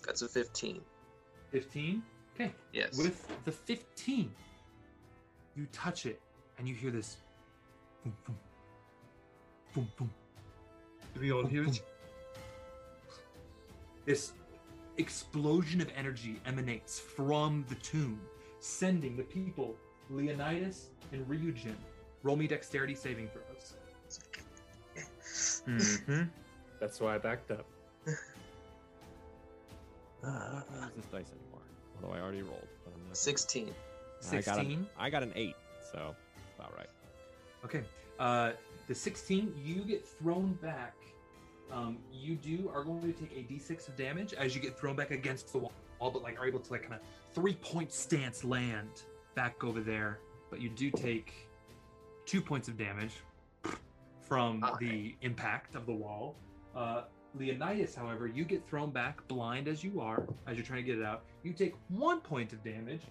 That's a 15.
Fifteen. Okay.
Yes.
With the 15, you touch it and you hear this. Boom, boom. Boom, boom.
Do we all hear it?
This explosion of energy emanates from the tomb, sending the people, Leonidas and Ryujin, roll me dexterity saving throws.
hmm That's why I backed up.
I
Uh,
don't use this dice anymore. Although I already rolled. But I'm not I
16.
got, an,
16.
I got an eight. So about right.
Okay. Uh, the 16, you get thrown back Um, you do are going to take a d6 of damage as you get thrown back against the wall, but like are able to like kind of three point stance land back over there. But you do take two points of damage from the impact of the wall. Uh, Leonidas, however, you get thrown back blind as you are, as you're trying to get it out. You take one point of damage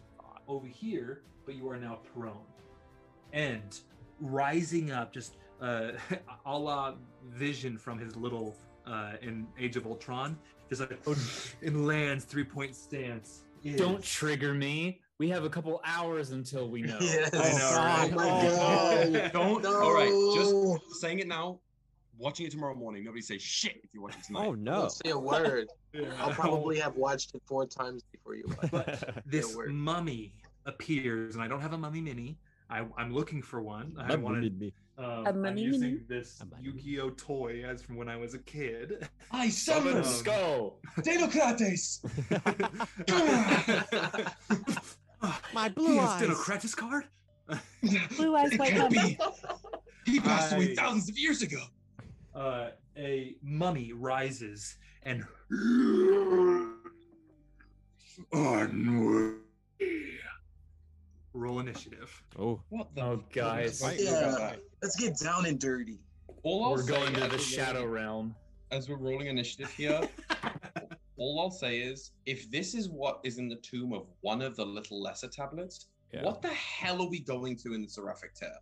over here, but you are now prone. And rising up, just uh, a la vision from his little uh, in Age of Ultron, just like
Oh,
and lands three point stance. is-
Don't trigger me. We have a couple hours until we know.
Yes.
I know, right?
Oh my God.
Don't. All right,
No.
just saying it now. Watching it tomorrow morning, nobody say shit if you watch it tonight.
Oh
Don't
no.
say a word. I'll
Yeah.
probably have watched it four times before you. watch it.
this
work.
mummy appears, and I don't have a mummy mini. I, I'm looking for one. I wanted.
me.
Um,
A
I'm
mummy
using
mini?
this
A mummy mini.
Yu-Gi-Oh toy as from when I was a kid.
I
Summon
Um,
summon
skull. Oh,
Deilocrates!
My
he
blue
has
eyes.
Stenocratis card.
Blue eyes,
It
white
can't
mummy.
be. He passed
I-
away thousands of years ago.
uh, a mummy rises and onward. Roll initiative.
Oh,
What the?
Oh, guys.
Right,
Yeah.
we got that.
Let's get down and dirty.
All I'll
We're going
say
to
as
the
we're
shadow
rolling-
realm.
As we're rolling initiative here, all I'll say is if this is what is in the tomb of one of the little lesser tablets,
yeah.
what the hell are we going to in the seraphic tear?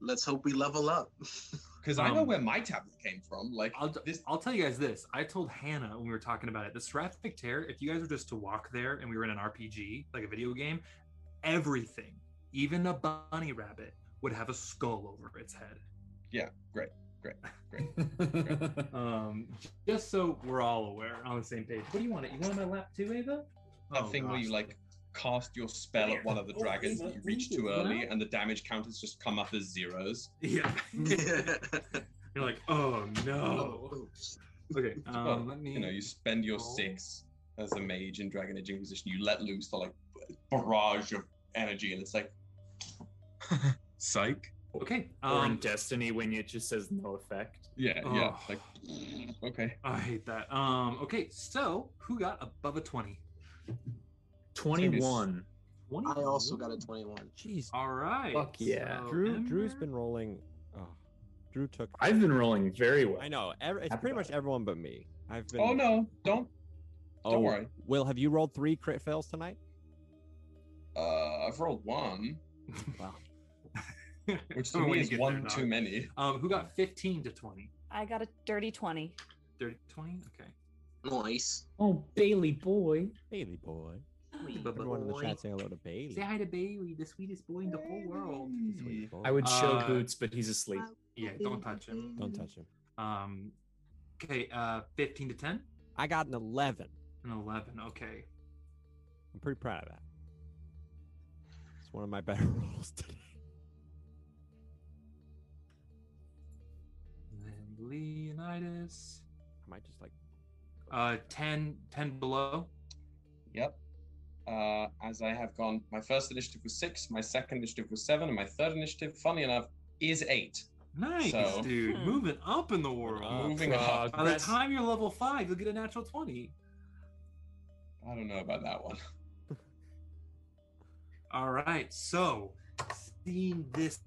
Let's hope we level up.
Because I know
Um,
where my tablet came from. Like
I'll, t-
this
I'll tell you guys this. I told Hannah when we were talking about it, the Seraphic Tear, if you guys were just to walk there and we were in an RPG, like a video game, everything, even a bunny rabbit, would have a skull over its head. Um, j- just so we're all aware on the same page. What do you want? It? You want it on my lap too, Ava?
that
Oh,
thing where you
gosh.
like cast your spell at one of the
Oh,
dragons
Ava,
that you reach
leave
too
it
early
now.
and the damage counters just come up as zeros.
Yeah. You're like, oh no.
Oops.
Okay.
Well,
Um, let me.
You know, you spend your
roll.
six as a mage in Dragon Age Inquisition, you let loose the like barrage of energy and it's like Psych.
Okay.
or in
Um,
Destiny when it just says no effect.
Yeah, yeah.
Oh.
Like okay.
I hate that. Um, okay. So who got above a twenty?
21.
Twenty.
I also got a 21.
jeez.
All right.
Fuck yeah.
so
Drew. Drew's
Ember-
been rolling. Oh, Drew took.
I've been rolling very well.
I know. ev- it's
Happy
pretty
about
much everyone but me. I've been.
Oh no, don't
Oh,
worry.
Will, have you rolled three crit fails tonight?
uh I've rolled one, which to
When
me
you
is
get there,
one
dog.
too many.
Um, who got fifteen to 20?
I got a dirty 20.
30, 20? Okay.
Nice.
Oh, Bailey boy.
Bailey boy.
But-
Everyone in the
boy.
chat say hello to Bailey.
Say hi to Bailey, the sweetest boy in the whole world.
Sweet boy.
I would show
Uh,
Boots, but he's asleep.
Yeah. Don't touch him.
Don't touch him.
Um. Okay. Uh, fifteen to ten
I got an eleven.
and eleven. Okay.
I'm pretty proud of that. It's one of my better rolls today.
And then Leonidas.
I might just like.
Uh, 10, 10 below.
Yep. Uh, as I have gone, my first initiative was six, my second initiative was seven, and my third initiative, funny enough, is eight.
Nice,
So-
dude.
Hmm.
Moving up in the world.
Uh,
Moving up.
By the
That's-
time you're level five, you'll get a natural 20.
I don't know about that one.
All right. So, seeing this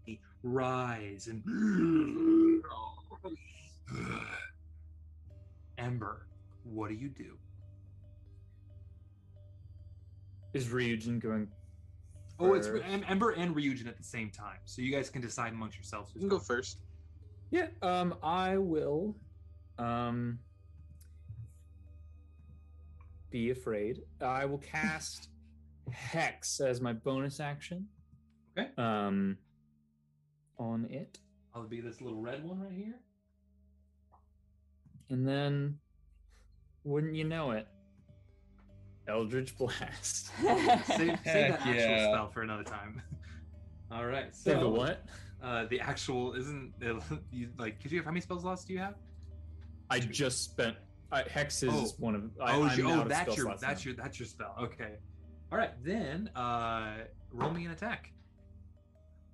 rise and Ember, what do you do?
Is Ryujin going?
Oh, it's
first?
Em- Ember and Ryujin at the same time. So you guys can decide amongst yourselves. Who's
You can go
going.
first.
Yeah, um, I will um be afraid. I will cast Hex as my bonus action.
Okay.
Um on it.
I'll be this little red one right here.
And then wouldn't you know it? Eldritch Blast.
save, save that
Heck
actual
yeah.
spell for another time. All right. So,
Save the what?
Uh, the actual isn't you, like. Could you have how many spells lost do you have?
I just spent I, Hex is
Oh.
one of I, I'm
you-
out of spell
that's your
slots
that's
now.
your that's your spell. Okay. All right, then uh, roll me an attack.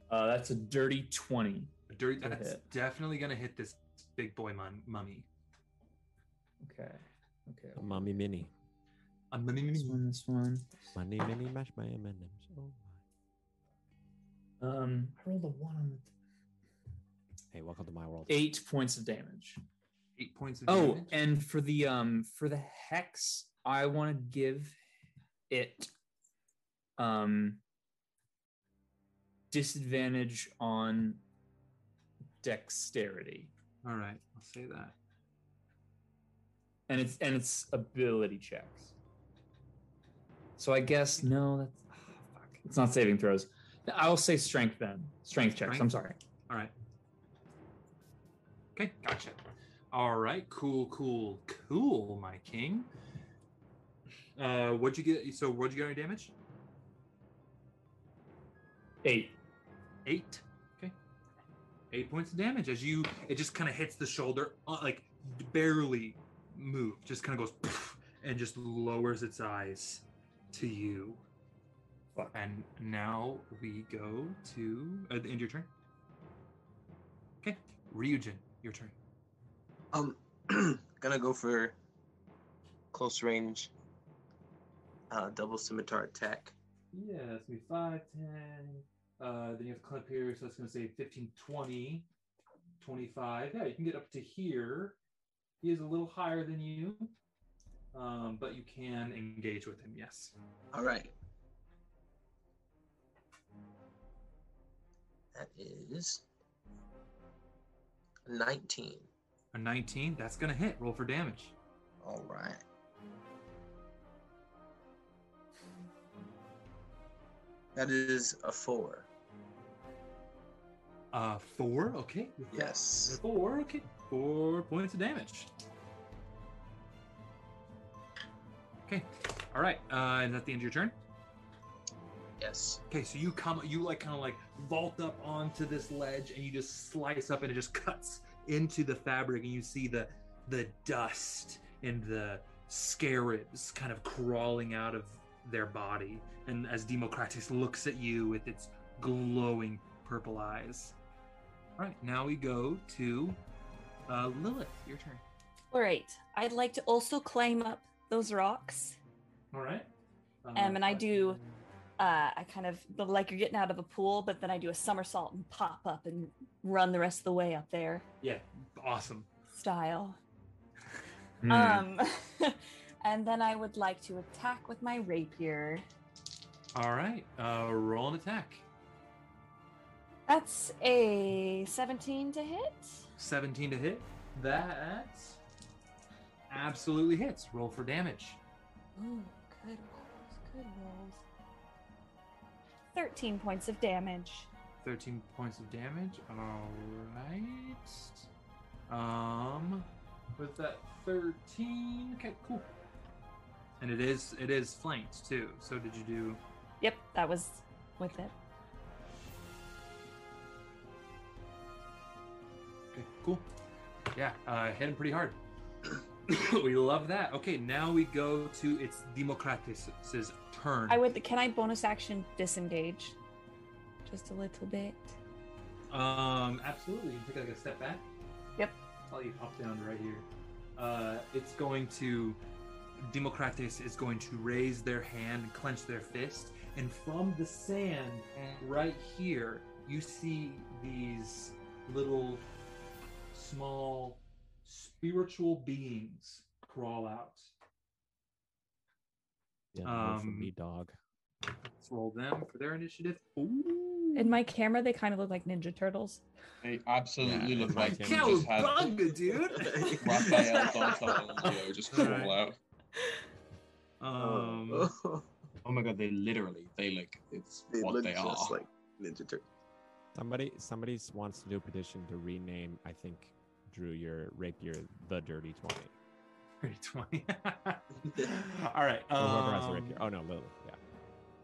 uh, that's a dirty twenty.
A dirty.
To
That's
hit.
definitely gonna hit this
big boy mum- mummy.
Okay. Okay.
Mommy Mini.
A mummy mummy.
This one. This one.
Money Mini Mash My M&M's. Oh my.
Um, I rolled a one on the
Hey, welcome to my world.
eight points of damage.
Eight points of
Oh,
damage.
and for the um for the hex, I want to give it um disadvantage on dexterity.
all right, I'll say that.
and it's and it's ability checks. So I guess no, that's ah, fuck. It's not saving throws. I will say strength then. Strength checks. I'm sorry.
All right. Okay, gotcha. All right, cool, cool, cool, my king. Uh, what'd you get? So, what'd you get on your damage?
Eight.
Eight. Okay. Eight points of damage as you. It just kind of hits the shoulder, uh, like barely move. Just kind of goes poof, and just lowers its eyes to you.
Fuck.
And now we go to uh, the end of your turn. Okay, Ryujin, your turn.
Um, gonna go for close range, uh, double scimitar attack.
Yeah, that's gonna be 5, 10. Uh, then you have clip here, so that's gonna say 15, 20, 25. Yeah, you can get up to here. He is a little higher than you, um, but you can engage with him, yes.
All right. That is 19.
A 19, that's gonna hit. Roll for damage.
All right. That is a four.
Uh, 4, okay. with that-
Yes.
4, okay. 4 points of damage. Okay, all right. Uh, and at the end of your turn?
Yes.
Okay, so you come, you like kind of like vault up onto this ledge, and you just slice up, and it just cuts into the fabric, and you see the the dust and the scarabs kind of crawling out of their body. And as Democratus looks at you with its glowing purple eyes. All right, now we go to uh, Lilith. Your turn.
All right. I'd like to also climb up those rocks.
All right.
Um, and I do, uh, I kind of like you're getting out of a pool, but then I do a somersault and pop up and run the rest of the way up there
Yeah, awesome.
style.
Hmm.
Um, and then I would like to attack with my rapier.
All right, uh, roll an attack.
That's a 17 to hit.
17 to hit. That absolutely hits. Roll for damage.
Ooh, good rolls, good rolls. 13 points of damage.
13 points of damage. All right. Um, with that 13. Okay, cool. And it is it is flanked too. So did you do?
Yep, that was with it.
Okay, cool. Yeah, uh, hit him pretty hard. we love that. Okay, now we go to it's Democratus' turn.
I would. Can I bonus action disengage? Just a little bit.
Um, absolutely. You can take like a step back.
Yep.
I'll let you pop down right here. Uh, it's going to Democrates is going to raise their hand and clench their fist, and from the sand right here, you see these little small spiritual beings crawl out.
Yeah, roll for
um,
me, dog.
Let's roll them for their initiative. Ooh.
In my camera, they kind of look like Ninja Turtles.
They absolutely
Yeah,
look like they just had
Cowabunga, dude!
Raphael Donatello Leo just
All
crawl
right.
out.
Um,
Oh my god, they literally they look it's
they
what
look
they are.
just like Ninja Turtles.
Somebody somebody s- wants to do a petition to rename, I think, Drew your rapier the Dirty Twenty.
Pretty 20. All right.
Or whoever has the
um,
rapier. Oh no, Lilith. Yeah.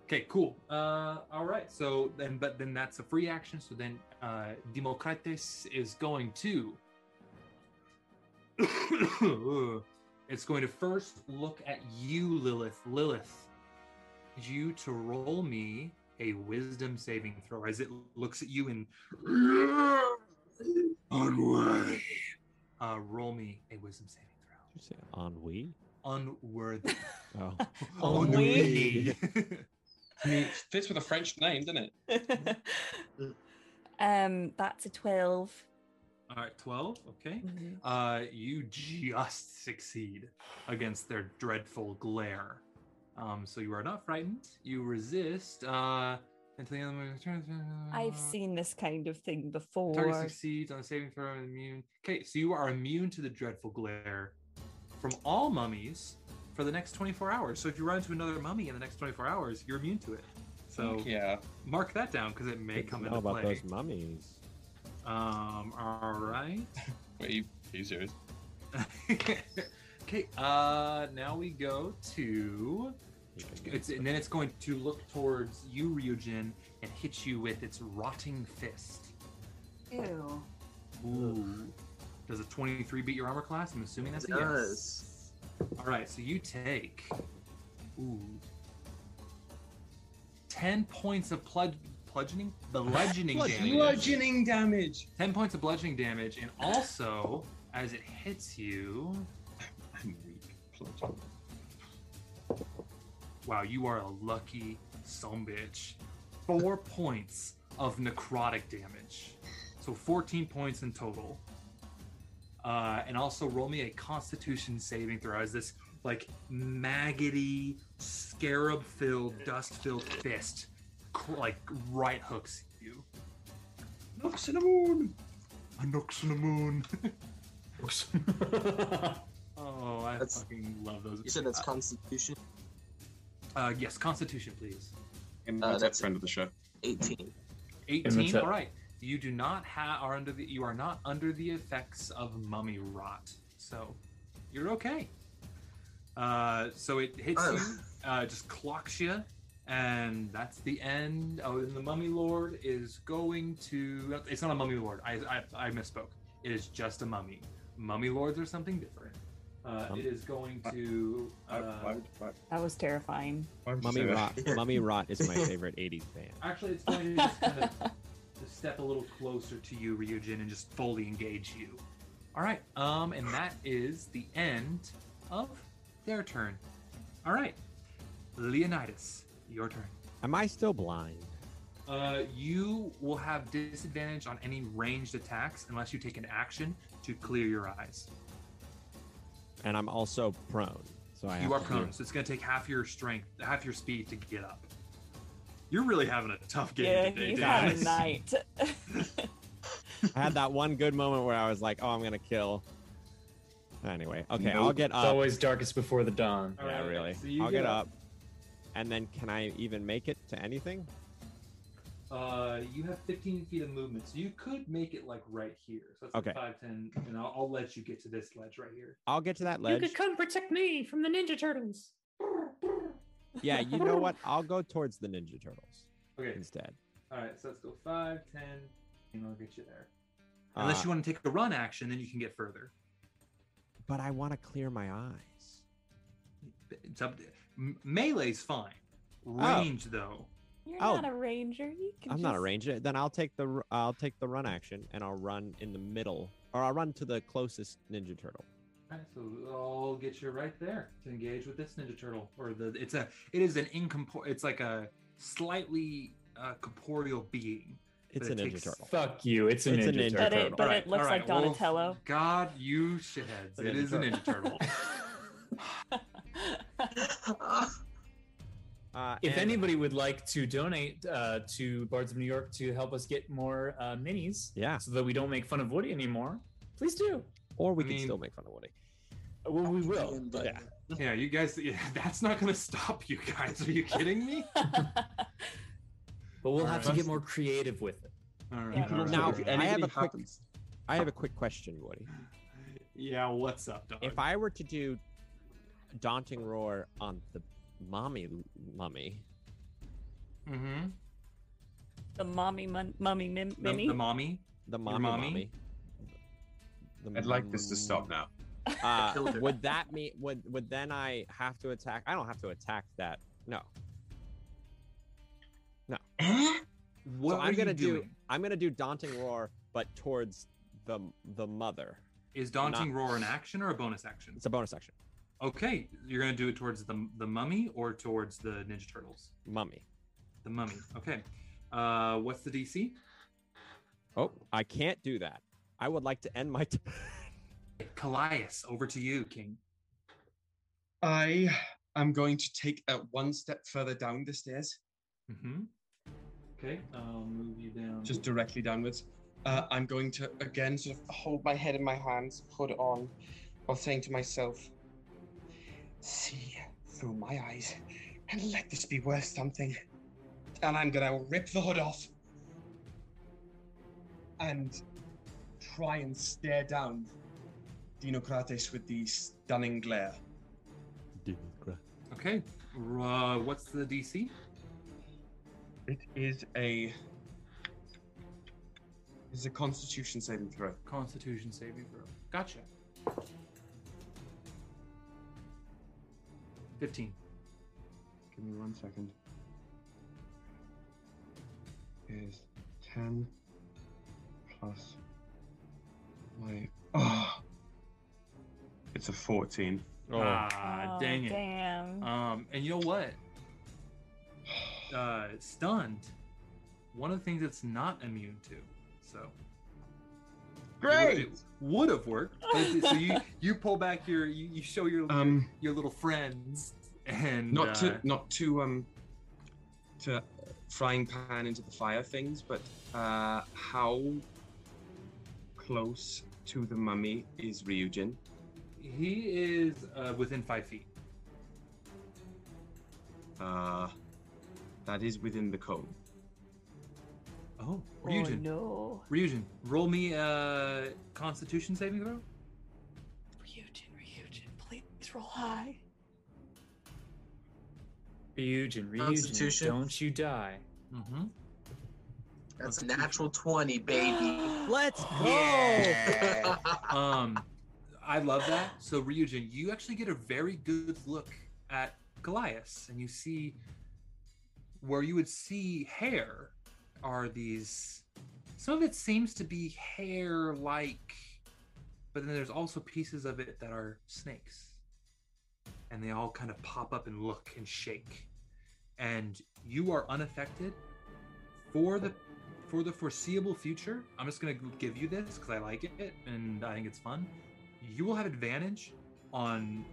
Okay, cool. Uh, all right. So then, but then that's a free action. So then, uh, Democrates is going to. it's going to first look at you, Lilith. Lilith, you to roll me a wisdom saving throw as it looks at you and. Unworthy. Uh, roll me a wisdom saving throw.
Did you say ennui?
Unworthy.
Oh.
Unworthy.
I mean, it fits with a French name, doesn't it?
Mm-hmm.
um, that's a 12.
All right, 12. Okay.
Mm-hmm.
Uh, you just succeed against their dreadful glare. Um, so you are not frightened. You resist uh, until the enemy returns.
I've seen this kind of thing
Target
before.
succeeds on a saving throw and immune. Okay, so you are immune to the dreadful glare from all mummies for the next 24 hours. So if you run into another mummy in the next 24 hours, you're immune to it. So
Yeah.
mark that down because it may
Didn't
come
know
into
about
play.
those mummies.
Um, all right.
Wait, he's serious?
okay, uh, now we go to. It's, and then it's going to look towards you, Ryujin, and hit you with its rotting fist.
Ew.
Ooh. Does a 23 beat your armor class? I'm assuming that's a yes.
does.
All right, so you take ooh 10 points of plug bludgeoning bludgeoning damage.
Bludgeoning damage.
10 points of bludgeoning damage and also as it hits you,
I'm weak. Plot.
wow, you are a lucky some bitch. 4 points of necrotic damage. So 14 points in total. Uh, and also roll me a constitution saving throw as this like maggoty scarab filled dust filled fist cr- like right hooks you
Knocks in the moon.
a nooks in the moon oh i
That's-
fucking love those
You said that's Constitution
uh, yes constitution please
And
Uh,
that's a
that's-
friend of the show.
18.
18
up?
all right you do not have are under the you are not under the effects of mummy rot so you're okay uh so it hits
Oh.
you uh just clocks you and that's the end oh and the mummy lord is going to it's not a mummy lord i i, I misspoke it is just a mummy mummy lords are something different uh,
Some-
it is going to
Why- why
uh,
would- why-
That was terrifying.
why would you
Mummy
say that?
Rot. Mummy Rot is my favorite 80s band.
actually it's going to just kind of to step a little closer to you, Ryujin, and just fully engage you. All right, um, and that is the end of their turn. All right, Leonidas, your turn.
Am I still blind?
Uh, you will have disadvantage on any ranged attacks unless you take an action to clear your eyes.
And I'm also prone. So I
You are
have to do-
prone, so it's going to take half your strength, half your speed to get up. You're really having a tough game
Yeah,
today,
he's had
Dennis.
a night.
I had that one good moment where I was like, "Oh, I'm gonna kill." Anyway, okay, I'll
Nope,
get
It's
up.
always darkest before the dawn.
All
yeah,
right,
really.
so you
I'll get,
get
up.
up.
And then, can I even make it to anything?
Uh, you have 15 feet of movement, so you could make it like right here. So that's
Okay.
like 5, 10, and I'll, I'll let you get to this ledge right here.
I'll get to that ledge.
come protect me from the Ninja Turtles.
yeah, you know what? I'll go towards the Ninja Turtles
Okay.
instead.
All right. So let's go 5, 10, and I'll get you there. Unless
Uh,
you want to take a run action, then you can get further.
but I want to clear my eyes.
It's up to, m- melee's fine. Range, though.
You're
Oh.
not a ranger. You can
I'm not a
just-
ranger. Then I'll take the r- I'll take the run action and I'll run in the middle, or I'll run to the closest Ninja Turtle.
All right, so I'll get you right there to engage with this Ninja Turtle, or the it's a it is an incompor it's like a slightly uh, corporeal being.
It's
But
a
it
Ninja
takes
Turtle.
Fuck you. It's a
It's a ninja
ninja, turtle.
But it,
Turtle.
but
Alright,
it looks
alright,
like
well,
Donatello.
God, you shitheads!
a
It
Ninja
is a
Turtle.
Ninja Turtle.
Uh,
If
and-
anybody would like to donate uh, to Bards of New York to help us get more uh, minis
yeah,
so that we don't make fun of Woody anymore, please do.
or we
I
can
mean-
still make fun of Woody.
Well, we will.
Damn, but-
yeah.
Yeah, you guys, yeah, that's not going to stop you guys. Are you kidding me?
But we'll
All
have to
right.
get more creative with it.
All
You
right.
can
all right.
Now,
if
I have
anything
a quick.
happens-
I have a quick question, Woody.
yeah, what's up, dog?
If I were to do daunting roar on the mommy mummy,
mm-hmm.
the mommy mun- mummy min-
the,
mini.
the mommy,
the mommy
mommy?
mummy, the
I'd like this to
mum-
stop now.
Uh,
Killed her.
would that mean would would then I have to attack? I don't have to attack that. No,
what
so
are
I'm gonna
you
do
doing?
I'm gonna do daunting roar, but towards the the mother.
Is daunting
Not-
roar an action or a bonus action?
It's a bonus action.
Okay, you're gonna do it towards the the mummy or towards the Ninja Turtles.
Mummy.
The mummy. Okay. Uh, what's the DC?
Oh, I can't do that. I would like to end my. T-
Callias, over to you, King.
I am going to take that one step further down the stairs,
Mm-hmm. Okay, I'll move you down.
just directly downwards. Uh, I'm going to again sort of hold my head in my hands, hood on, while saying to myself, "See through my eyes, and let this be worth something." And I'm gonna rip the hood off and try and stare down Dinocrates with the stunning glare.
Okay. r- Uh, what's the DC?
It is a is a Constitution saving throw.
Constitution saving throw. Gotcha. Fifteen.
Give me one second. Is ten plus my oh, it's a fourteen.
Oh,
Ah, dang it.
Oh, Damn.
Um, and you know what? Uh, stunned. One of the things it's not immune to. So It would have worked. but it- so you you pull back your you, you show your
Um,
your little friends and
not
uh,
to not to um to uh, frying pan into the fire things, but uh, how close to the mummy is Ryujin?
he is uh, within five feet.
Uh, that is within the code.
Oh,
Oh,
Ryujin.
no.
Ryujin, roll me a Constitution saving throw.
Ryujin, Ryujin, please roll high.
Ryujin, Ryujin,
Constitution.
don't you die.
Mm-hmm.
That's natural 20, baby.
Let's go.
Um, I love that. So Ryujin, you actually get a very good look at Goliath, and you see where you would see hair are these. Some of it seems to be hair-like, but then there's also pieces of it that are snakes, and they all kind of pop up and look and shake, and you are unaffected for the for the foreseeable future, I'm just going to give you this because I like it and I think it's fun. You will have advantage on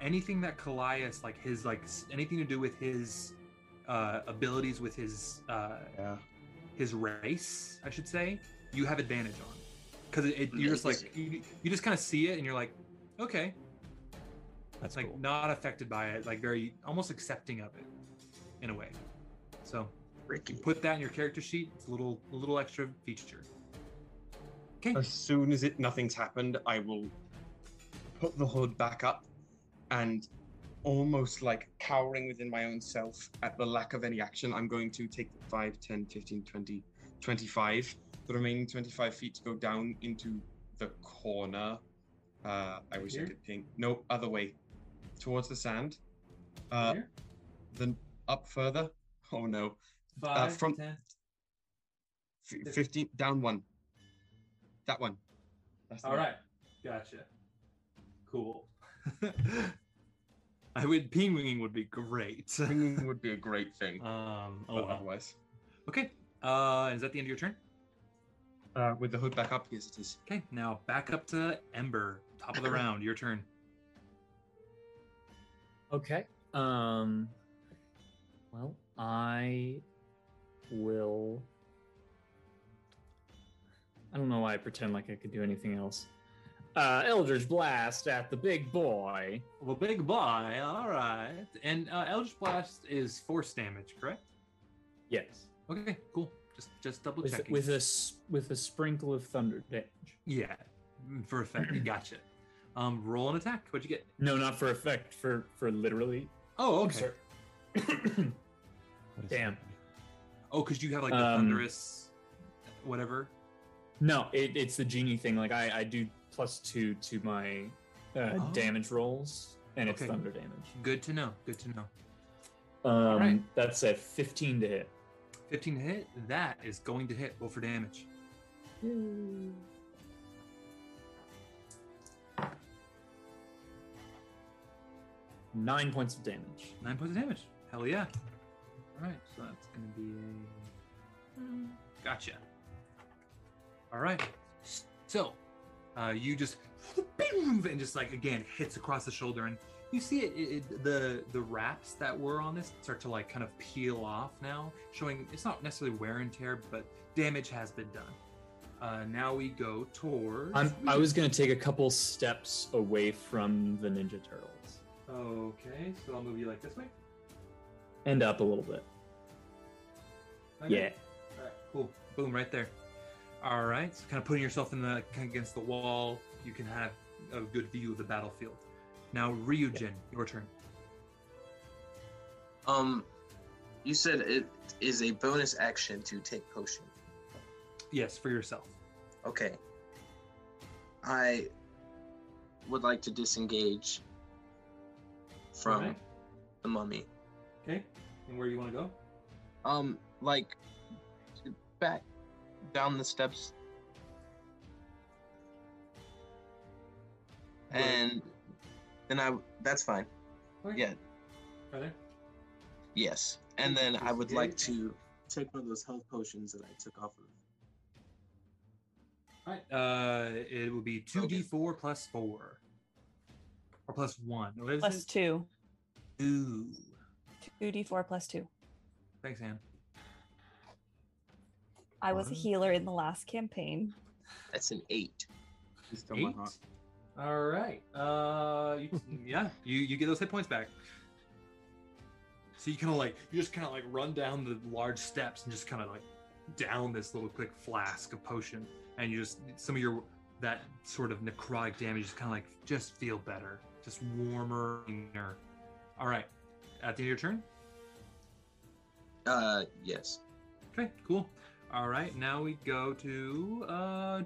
anything that Callias, like his, like s- anything to do with his uh, abilities, with his uh,
Yeah.
his race, I should say. You have advantage on because it, it, you're just like you, you just kind of see it and you're like, okay,
That's
like
cool.
not affected by it, like very almost accepting of it in a way. So
Ricky.
put that in your character sheet. It's a little a little extra feature. Okay.
As soon as it nothing's happened, I will put the hood back up and almost like cowering within my own self at the lack of any action, I'm going to take the 5, 10, 15, 20, 25, the remaining 25 feet to go down into the corner. Uh, I wish
Here?
I could think. No, other way. Towards the sand. Uh,
Here?
then up further. Oh no.
Five,
from-
10.
F- 15, down one. That one. That's the
All
one.
right. Gotcha. Cool. I would ping winging would be great.
Singing would be a great thing.
Um.
but
Oh well.
otherwise,
Okay. Uh. Is that the end of your turn?
uh, with the hood back up, yes, it is.
Okay. Now back up to Ember. Top of the round. Your turn.
Okay. Um. Well, I will. I don't know why I pretend like I could do anything else. Uh, Eldritch Blast at the big boy.
Well, big boy. All right. And uh, Eldritch Blast is force damage, correct?
Yes.
Okay. Cool. Just just double
With,
checking.
with a s- with a sprinkle of thunder damage.
Yeah, mm, for effect. Gotcha. Um, roll an attack. What'd you get?
No, not for effect. For for literally.
Oh,
I'm
okay.
sorry. Damn.
Oh, because you have like the
Um,
thunderous, whatever.
No, it, it's the genie thing. Like I, I do plus two to my uh,
Oh.
damage rolls, and it's
Okay.
thunder damage.
Good to know. Good to know.
Um,
right.
That's a fifteen to hit.
Fifteen to hit. That is going to hit. Roll for damage.
Nine points of damage.
Nine points of damage. Hell yeah. All right, so that's going to be a. Gotcha. All right. So, uh, you just and just like again hits across the shoulder, and you see it, it, it- The the wraps that were on this start to like kind of peel off now, showing it's not necessarily wear and tear, but damage has been done. Uh, now we go towards.
I'm, I was going to take a couple steps away from the Ninja Turtles
Okay, so I'll move you like this way.
and up a little bit.
Okay. All right, cool. Boom, right there. All right, so kind of putting yourself in the kind of against the wall, you can have a good view of the battlefield. Now, Ryujin, your turn.
Um, you said it is a bonus action to take potion.
Yes, for yourself.
Okay. I would like to disengage from
Alright.
the mummy.
Okay, and where do you want to go?
Um, like back down the steps. And then I that's fine.
Okay.
Yeah,
Right there.
yes. And then I would like to take one of those health potions that I took off of.
All right. Uh, it will be two d four plus four, or plus one. What is
Plus
it?
two.
Two.
Two D four plus two.
Thanks, Anne.
I was a healer in the last campaign.
That's an eight.
Eight. All right. Uh, you, yeah, you you get those hit points back. So you kind of like you just kind of like run down the large steps and just kind of like down this little quick flask of potion, and you just some of your that sort of necrotic damage just kind of like just feel better, just warmer. cleaner. All right. At the end of your turn.
Uh yes.
Okay. Cool. All right. Now we go to uh,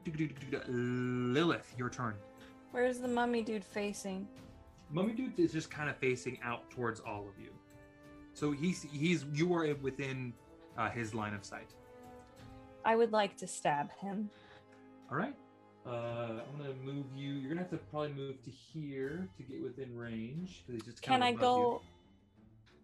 Lilith. Your turn.
Where's the mummy dude facing?
Mummy Dude is just kind of facing out towards all of you. So he's he's you are within uh, his line of sight.
I would like to stab him.
All right. Uh, I'm gonna move you. You're gonna have to probably move to here to get within range because he's just
Can
kind
I
of above
go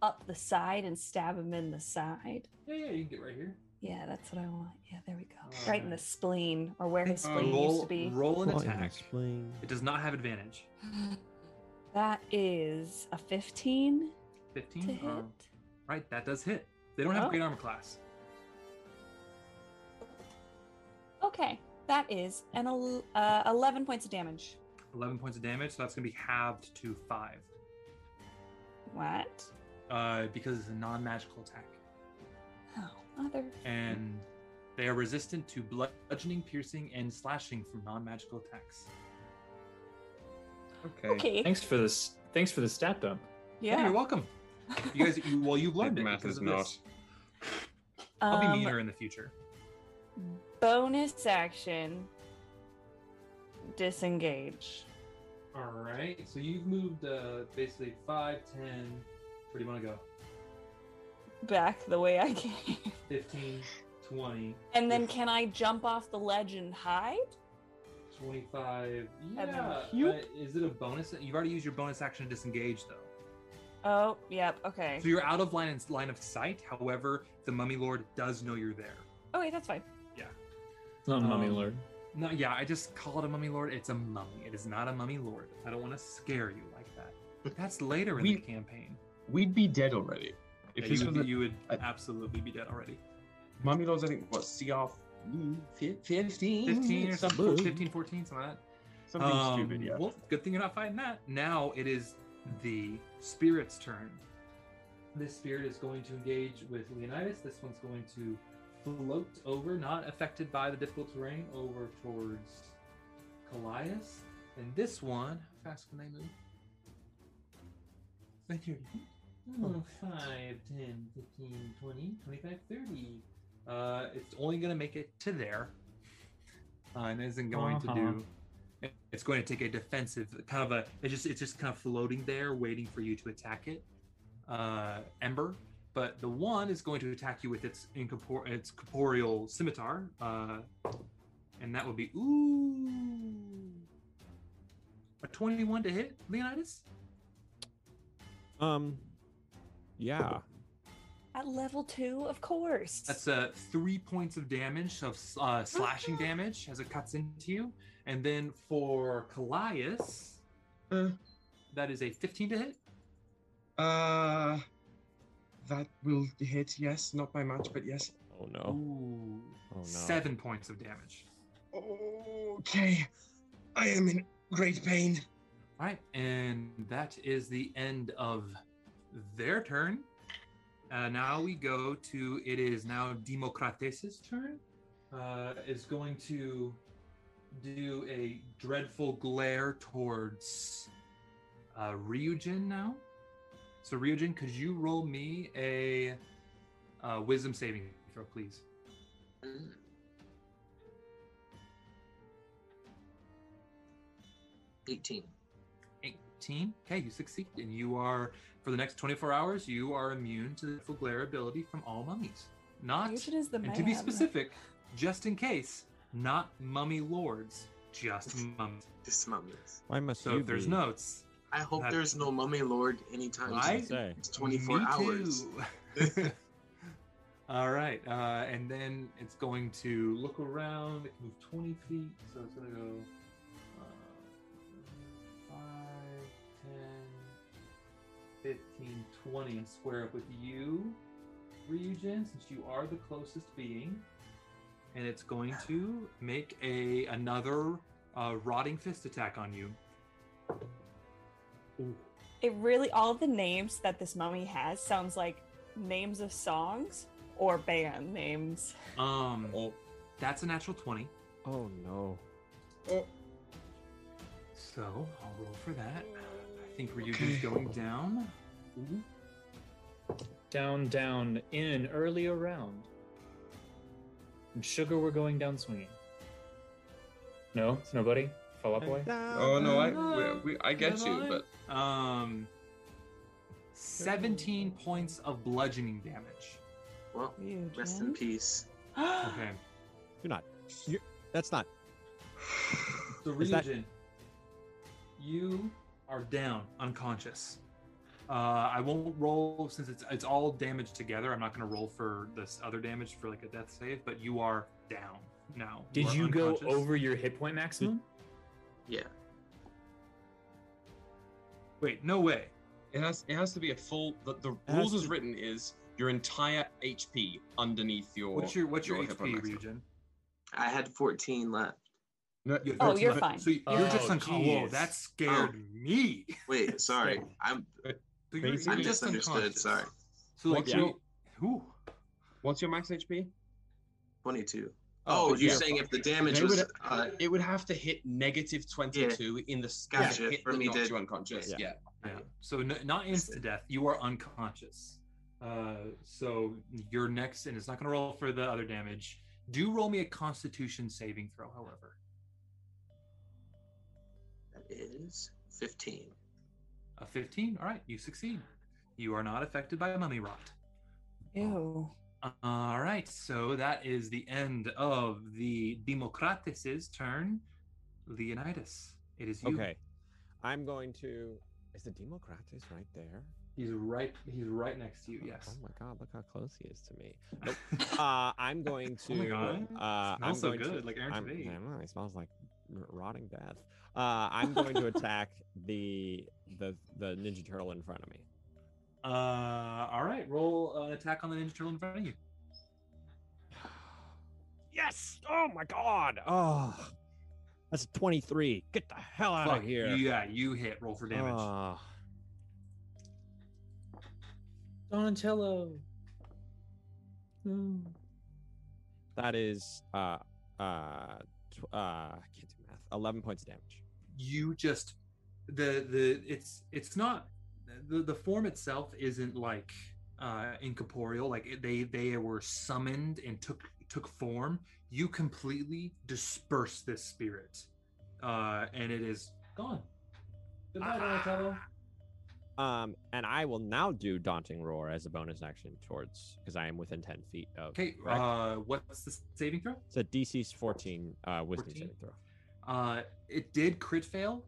up the side and stab him in the side?
You. Yeah, yeah, you can get right here.
Yeah, that's what I want. Yeah, there we go. Right in the spleen or where his
Uh,
spleen used
roll,
to be.
roll an
Well, yeah,
attack.
explain.
It does not have advantage.
That is a 15 to
15.
hit.
uh,
um,
right, that does hit. They don't have
Oh.
great armor class.
Okay, that is an el- uh, 11 points of damage.
11 points of damage, so that's gonna be halved to five
What?
uh, because it's a non-magical attack.
Oh, mother.
and they are resistant to bludgeoning, piercing, and slashing from non-magical attacks.
Okay.
Okay.
Thanks for this. Thanks for the stat dump.
Hey,
Yeah.
you're welcome. You guys, you, well, you've learned it
Math
because
is
of
not.
this. I'll be
Um,
meaner in the future.
Bonus action. Disengage.
All right. So you've moved uh, basically five, ten. Where do you want to go?
Back the way I came.
15, 20,
And then can I jump off the ledge and hide?
25.
then
Yeah.
you-
uh, is it a bonus? You've already used your bonus action to disengage, though.
Oh, yep. Okay.
So you're out of line line of sight. However, the mummy lord does know you're there.
Oh, wait, that's fine.
It's not a mummy
Um,
lord.
No, yeah, I just call it a mummy lord. It's a mummy. It is not a mummy lord. I don't want to scare you like that. But that's later in
We-
the campaign.
We'd be dead already. If
Yeah,
this
you,
was
would,
a
you would
I-
absolutely be dead already.
Mummy Lords, I think what CR fifteen,
15 or something, 15, 14, something like that.
something
Um,
stupid. Yeah.
Well, good thing you're not fighting that. Now it is the spirit's turn. This spirit is going to engage with Leonidas. This one's going to float over, not affected by the difficult terrain, over towards Callias. And this one, how fast can they move? Thank you. Oh, 5, 10, 15, 20, 25, 30. Uh, it's only going to make it to there. Uh, and isn't going
Uh-huh.
to do. it- It's going to take a defensive kind of a. It's just it's just kind of floating there, waiting for you to attack it. Uh, Ember, but the one is going to attack you with its incorpor- its corporeal scimitar, uh, and that would be ooh a twenty-one to hit Leonidas.
Um, yeah.
At level two, of course.
That's uh, three points of damage, of uh, slashing damage as it cuts into you. And then for Callias, that is a 15 to hit.
Uh, that will hit. Yes, not by much, but yes.
Oh no.
Ooh,
Oh no.
seven points of damage.
Okay, I am in great pain.
All right, and that is the end of their turn. Uh, now we go to it is now Democrates' turn. Uh, is going to do a dreadful glare towards uh, Ryujin now. So Ryujin, could you roll me a uh, Wisdom saving throw, please?
Mm. Eighteen.
18. Okay, you succeed, and you are for the next 24 hours. You are immune to the full glare ability from all mummies. Not
Ryujin is the
and to be
man.
specific, just in case, not mummy lords, just mummies.
This mummies.
Why must
So
you
if there's
be?
notes,
I hope
That-
there's no mummy lord anytime
Right?
soon.
Say.
It's 24
Me
hours.
too. All right, uh, and then it's going to look around. It can move 20 feet, so it's going to go uh, 5, 10, 15, 20, and square up with you, Ryujin, since you are the closest being. And it's going to make a another uh, rotting fist attack on you.
It really all the names that this mummy has sounds like names of songs or band names.
Um,
Oh,
that's a natural 20.
oh no.
So I'll roll for that. I think Ryuji's going down.
Down, down in an earlier round. And sugar, we're going down swinging. No, nobody. Fall out boy.
Oh no, I we, we, I get you,
Can
but
I? um, seventeen points of bludgeoning damage.
Well, rest in peace.
Okay,
You're not. You're, that's not.
so
Is that-
Ryujin, you are down, unconscious. Uh, I won't roll since it's it's all damage together. I'm not going to roll for this other damage for like a death save, but you are down now.
Did
are
you go
unconscious.
over your hit point maximum?
Yeah.
Wait, no way.
it has it has to be a full. The, the
has
rules as
to-
written is your entire HP underneath your.
What's your what's your
your hit point
HP,
maximum.
Ryujin?
I had 14 left.
No,
You-
Oh,
that's
you're
not-
fine.
So you're just
Oh,
unconscious. Whoa,
jeez.
that scared me.
Wait, sorry. I'm
So
I
you're, you're
Basically-
just
misunderstood.
unconscious.
Sorry.
So like
What's
you,
your-
whew.
what's your max HP?
22. Oh,
but
you're
yeah.
saying if the damage
They would
was.
have-
Uh,
it would have to hit negative 22 in the sky
Gotcha,
hit
for
that
me
knocked
to-
you unconscious.
Yeah.
Yeah.
Yeah. So n- not insta death. You are unconscious. Uh, so you're next, and it's not going to roll for the other damage. Do roll me a Constitution saving throw, however.
that is 15.
A 15. All right, you succeed. You are not affected by mummy rot.
Ew.
All right, so that is the end of the Democrates' turn. Leonidas, it is you.
Okay. I'm going to. Is the Democrates right there?
He's right. He's right next to you.
Oh,
Yes.
Oh my god, look how close he is to me. Nope. uh, I'm going to.
Oh my God.
Uh, I'm
Smells so
going to-
good, like Aaron
I'm,
Tveit.
I know, he smells like r- rotting death. Uh, I'm going to attack the the the Ninja Turtle in front of me.
Uh, all right, roll an attack on the Ninja Turtle in front of you.
Yes! Oh my god! Oh, that's a 23. Get the hell out
Fuck,
of here!
Yeah, you hit. Roll for damage.
Ah.
Donatello.
that is uh uh tw- uh I can't do math. 11 points of damage.
you just the the it's it's not the the form itself isn't like uh incorporeal like it- they they were summoned and took took form you completely disperse this spirit uh and it is gone goodbye donatello
Um, and I will now do Daunting Roar as a bonus action towards because I am within ten feet of.
okay
correct?
uh what's the saving throw
it's a DC's fourteen uh, Wisdom
14?
saving throw.
Uh, it did crit fail.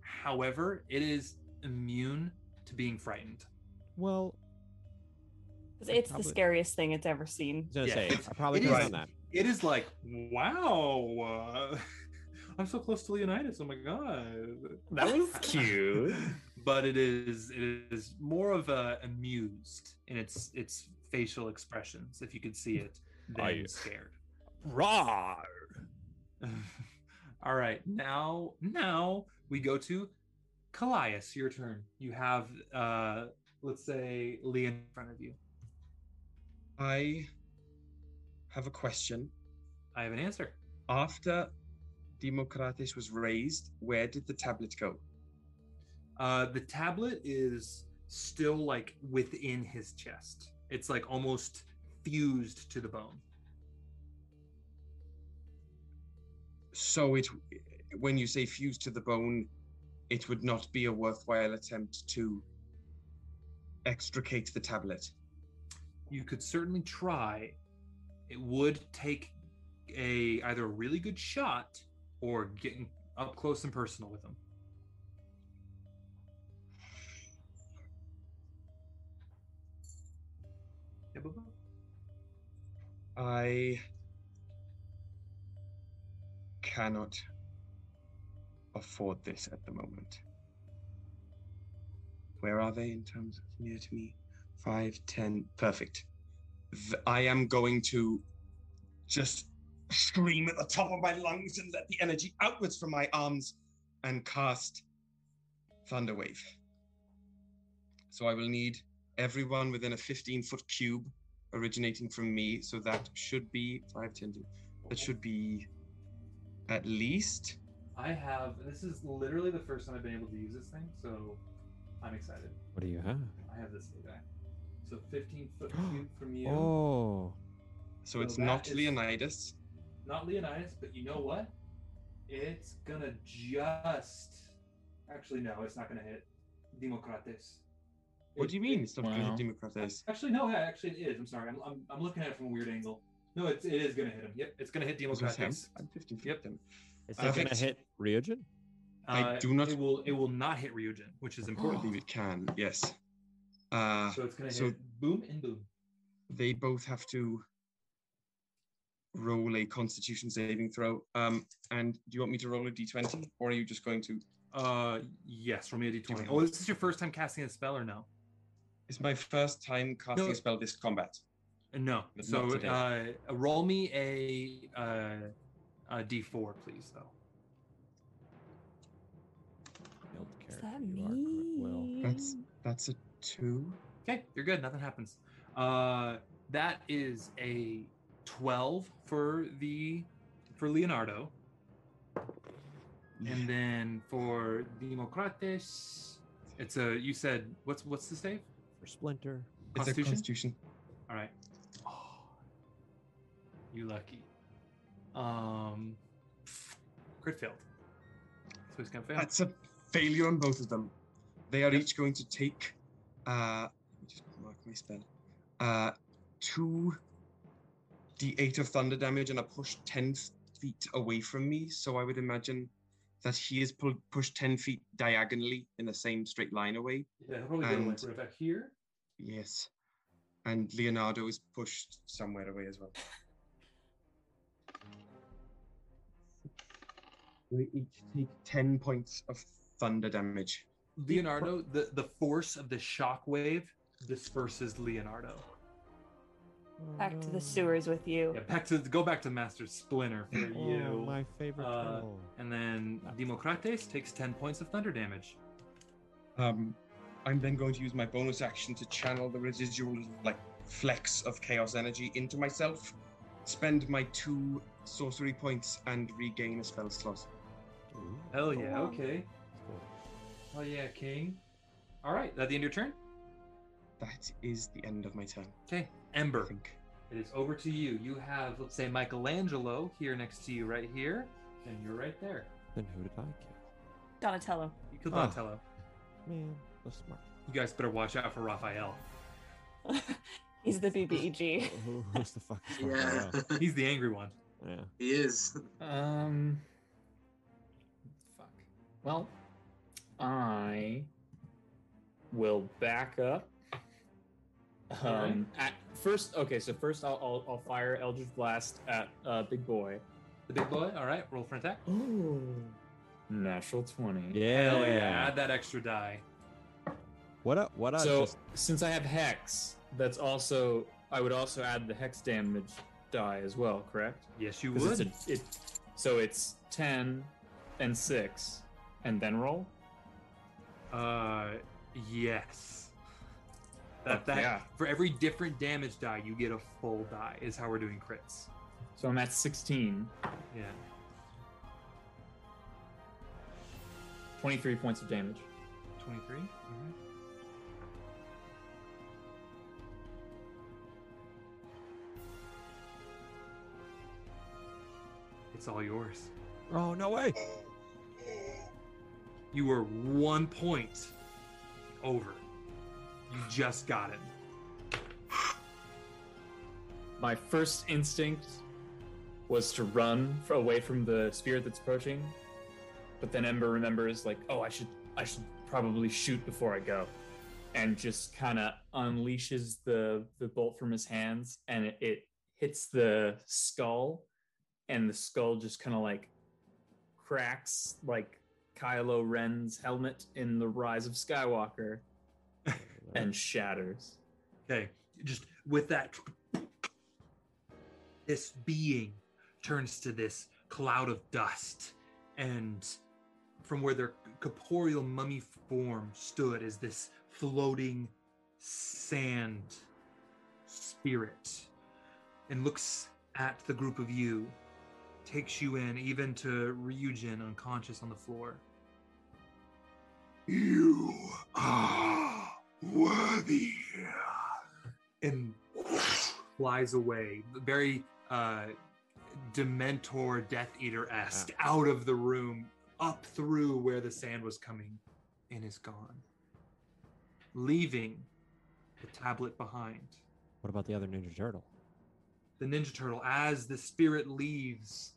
However, it is immune to being frightened.
Well,
It's the
Probably-
scariest thing it's ever seen.
I was gonna
Yeah,
say
it's-
I probably
it
could have
is-
done that.
It is like, wow, uh, I'm so close to Leonidas. Oh my god,
That was cute.
but it is it is more of a amused in its its facial expressions, if you could see it, than
Are you-
scared.
Rawr!
All right, now now we go to Callias. Your turn. You have uh, let's say Lee in front of you.
I have a question.
I have an answer.
After Democrates was raised, where did the tablet go?
Uh, the tablet is still like within his chest. It's like almost fused to the bone.
So it, when you say fused to the bone, it would not be a worthwhile attempt to extricate the tablet.
You could certainly try. It would take a either a really good shot or getting up close and personal with him. Yeah, Bubba?
I cannot afford this at the moment. Where are they in terms of near to me? Five, ten, perfect. Th- I am going to just scream at the top of my lungs and let the energy outwards from my arms and cast Thunder Wave. So I will need everyone within a 15 foot cube originating from me. So that should be 5, 10, that should be at least
I have. This is literally the first time I've been able to use this thing, so I'm excited.
What do you have?
I have this guy. So 15 foot cube from you.
Oh,
So
So
it's
that
not
is-
Leonidas.
Not Leonidas, but you know what? It's gonna just. Actually, no, it's not gonna hit Democrates.
What
It-
do you mean
it-
it's not going to hit
Wow.
Democrates?
Actually, no. Actually, it is. I'm sorry. I'm, I'm, I'm looking at it from a weird angle. No, it's, it is gonna hit him. Yep, it's gonna hit
I was gonna say, I'm-
Democrates.
I'm 15 feet
Yep. Uh,
then.
Is
I
it gonna
think-
hit Ryujin?
I do not-
It will. It will not hit Ryujin, which is
I believe
important.
it can, yes. Uh,
so it's gonna
so-
hit boom and boom.
they both have to roll a constitution saving throw. Um, and do you want me to roll a d20 or are you just going to?
Uh, yes. Roll me a d20.
Twenty.
Oh, is this your first time casting a spell or no?
It's my first time casting a spell this combat.
No.
But
So
not today.
uh, roll me a, uh, a d4, please, though.
Build
Is
character,
that
you are cr- well.
me?
That's- That's a two.
Okay, you're good. Nothing happens. Uh, that is a 12 for the for Leonardo, and then for Democrates, it's a. You said what's what's the save?
For Splinter.
It's a
Constitution?
constitution.
All right. Oh, you lucky. Um, crit failed. So he's gonna fail.
That's a failure on both of them. They are each going to take. Uh, let me just mark my spell. Uh, two d8 of thunder damage and are pushed 10 feet away from me. So I would imagine that he is pulled, pushed 10 feet diagonally in the same straight line away.
yeah, he'll probably go like
and-
right back here.
Yes. And Leonardo is pushed somewhere away as well. They each take 10 points of thunder damage.
Leonardo, the, the force of the shockwave disperses Leonardo.
Back to
uh,
the sewers with you.
Yeah, back to go back to Master Splinter for
Oh,
you.
my favorite
Uh,
turtle.
And then Democrates takes ten points of thunder damage.
Um, I'm then going to use my bonus action to channel the residual like flex of chaos energy into myself, spend my two sorcery points, and regain a spell slot.
Ooh,
Hell yeah!
Wow.
Okay.
cool.
Hell Oh yeah, King. All right, that the end of your turn.
That is the end of my turn.
Okay,
I
Ember.
think.
It is over to you. You have, let's say, Michelangelo here next to you, right here, and you're right there.
Then who did I kill?
Donatello.
You killed
Ah.
Donatello.
Man, so smart.
You guys better watch out for Raphael.
He's the BBEG.
Who, who's the fuck? is
Yeah,
Raphael?
He's the angry one.
yeah.
he is.
Um. Fuck. Well, I will back up. Um, at first, okay, so first I'll, I'll, I'll fire Eldritch Blast at uh, Big Boy.
The big boy. All right, roll for an attack.
Oh, natural 20.
Yeah.
Hell yeah! Add that extra die.
What up? What up?
So since I have hex, that's also I would also add the hex damage die as well, correct?
Yes, you
'Cause
would.
It's a, it, so it's ten and six, and then roll.
Uh, yes. That,
Fuck
that
yeah.
for every different damage die, you get a full die. Is how we're doing crits.
So I'm at 16,
Yeah.
23 points of damage.
23. All right. It's all yours.
oh no way!
You were one point over. You just got it.
My first instinct was to run for, away from the spirit that's approaching, but then Ember remembers like, oh, I should, I should probably shoot before I go, and just kind of unleashes the the bolt from his hands, and it, it hits the skull, and the skull just kind of like cracks like Kylo Ren's helmet in the Rise of Skywalker, and shatters.
Okay. Just with that, this being turns to this cloud of dust, and from where their corporeal mummy form stood is this floating sand spirit, and looks at the group of you, takes you in, even to Ryujin unconscious on the floor. You are worthy and flies away very uh dementor death eater-esque out of the room up through where the sand was coming and is gone leaving the tablet behind
What about the other Ninja Turtle?
the ninja turtle as the spirit leaves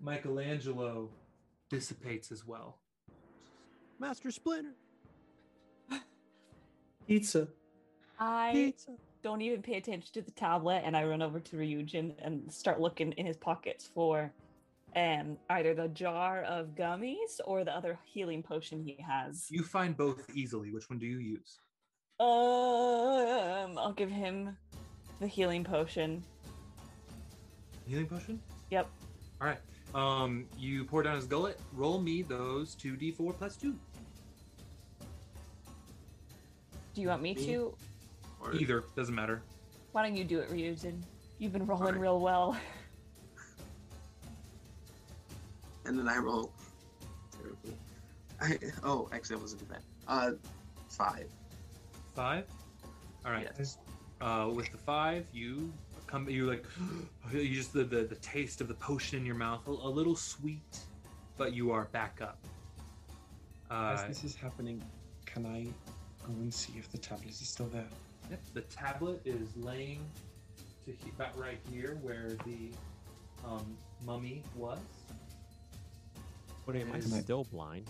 michelangelo dissipates as well
Master Splinter.
Pizza.
I don't even pay attention to the tablet and I run over to Ryujin and start looking in his pockets for um, either the jar of gummies or the other healing potion he has.
you find both easily which one do you use
Um, I'll give him the healing potion.
healing potion
Yep.
all right um you pour down his gullet roll me those 2d4 plus 2
Do you want me
Me?
to?
Or-
either doesn't matter
Why don't you do it, Ryujin? You've been rolling
Alright.
real well.
And then I roll. Terrible. I, oh, actually, that wasn't bad. Uh, five.
Five. All right.
Yes.
Uh, with the five, you come. You like. You just the, the the taste of the potion in your mouth, a, a little sweet, but you are back up.
As
Uh,
this is happening, can I go and see if the tablet is still there?
yep, the tablet is laying to he- about right here where the um, mummy was.
What am I
Is-
still blind?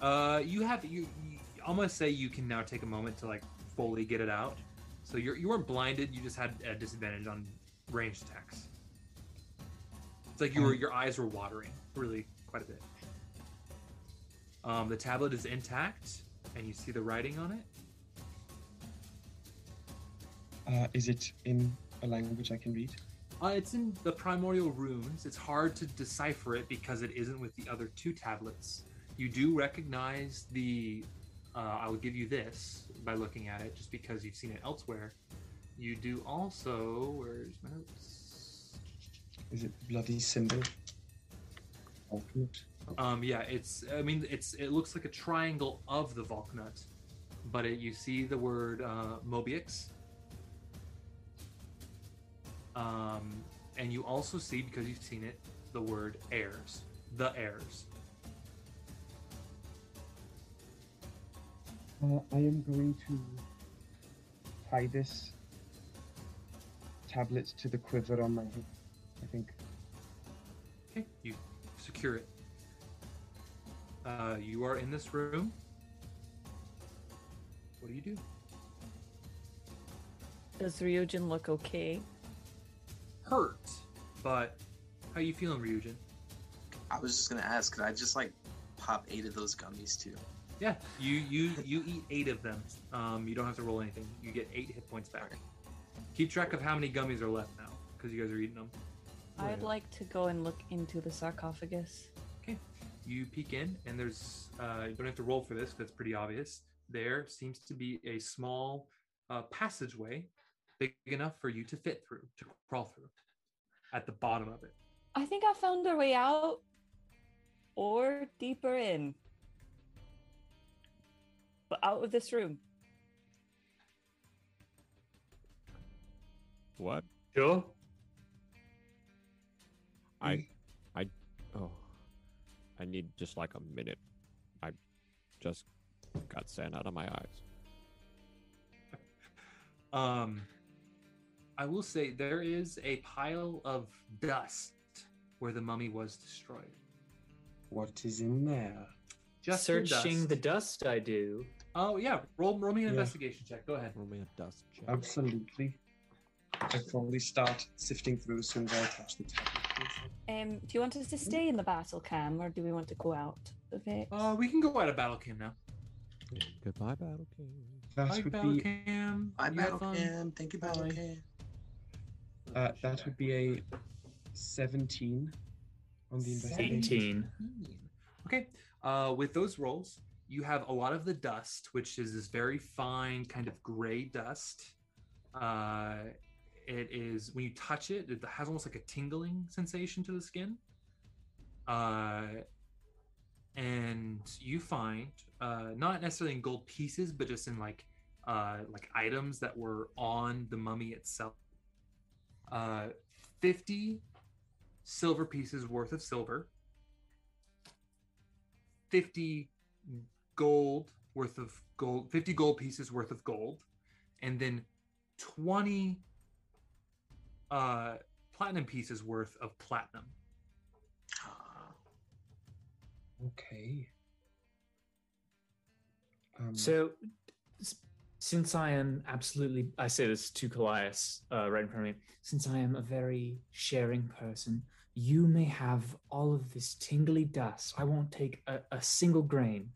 Uh, you have you. you I'm gonna say you can now take a moment to like fully get it out. So you're you weren't blinded. You just had a disadvantage on ranged attacks. It's like you were your eyes were watering really quite a bit. Um, the tablet is intact, and you see the writing on it.
Uh, is it in a language I can read?
Uh, it's in the primordial runes. It's hard to decipher it because it isn't with the other two tablets. You do recognize the. Uh, I will give you this by looking at it, just because you've seen it elsewhere. You do also. Where's my notes?
Is it bloody symbol? Ultimate.
Um, yeah, it's. I mean, it's. It looks like a triangle of the Volknut, but it, you see the word uh, Mobix. Um, and you also see because you've seen it the word heirs, the heirs.
Uh, I am going to tie this tablet to the quiver on my hip. I think.
Okay, you secure it. Uh, you are in this room. What do you do?
Does Ryujin look okay?
Hurt, but how you feeling, Ryujin?
I was just gonna ask, could I just like pop eight of those gummies too?
Yeah, you you you eat eight of them. Um, you don't have to roll anything. You get eight hit points back. Keep track of how many gummies are left now, because you guys are eating them.
I'd like to go and look into the sarcophagus.
You peek in, and there's uh, you don't have to roll for this. That's pretty obvious. There seems to be a small uh, passageway, big enough for you to fit through, to crawl through, at the bottom of it.
I think I found a way out or deeper in. But out of this room.
What?
Sure.
I, I, oh, I need just like a minute. I just got sand out of my eyes.
Um, I will say there is a pile of dust where the mummy was destroyed.
What is in there?
Just in
Searching
dust.
the dust, I do.
Oh yeah, roll roll me an
Yeah.
investigation check. Go ahead.
Roll me a dust check.
Absolutely. I probably start sifting through as soon as I touch the tablet.
Um, do you want us to stay in the battle cam or do we want to go out of it?
Uh, we can go out of battle cam now.
Goodbye, Battle King.
That
Bye,
would
battle
be
cam.
I
You have
battle
fun.
cam. Thank you, battle
Bye.
cam.
uh, that would be a seventeen on the investigation.
18.
Okay. Uh, with those rolls, you have a lot of the dust, which is this very fine kind of gray dust. Uh, it is when you touch it, it has almost like a tingling sensation to the skin. Uh, and you find uh, not necessarily in gold pieces, but just in like uh, like items that were on the mummy itself. Uh, Fifty silver pieces worth of silver. 50 gold worth of gold 50 gold pieces worth of gold and then 20 uh platinum pieces worth of platinum
Okay. Um,
So, s- since I am absolutely, I say this to Callias uh, right in front of me, since I am a very sharing person, you may have all of this tingly dust. I won't take a, a single grain.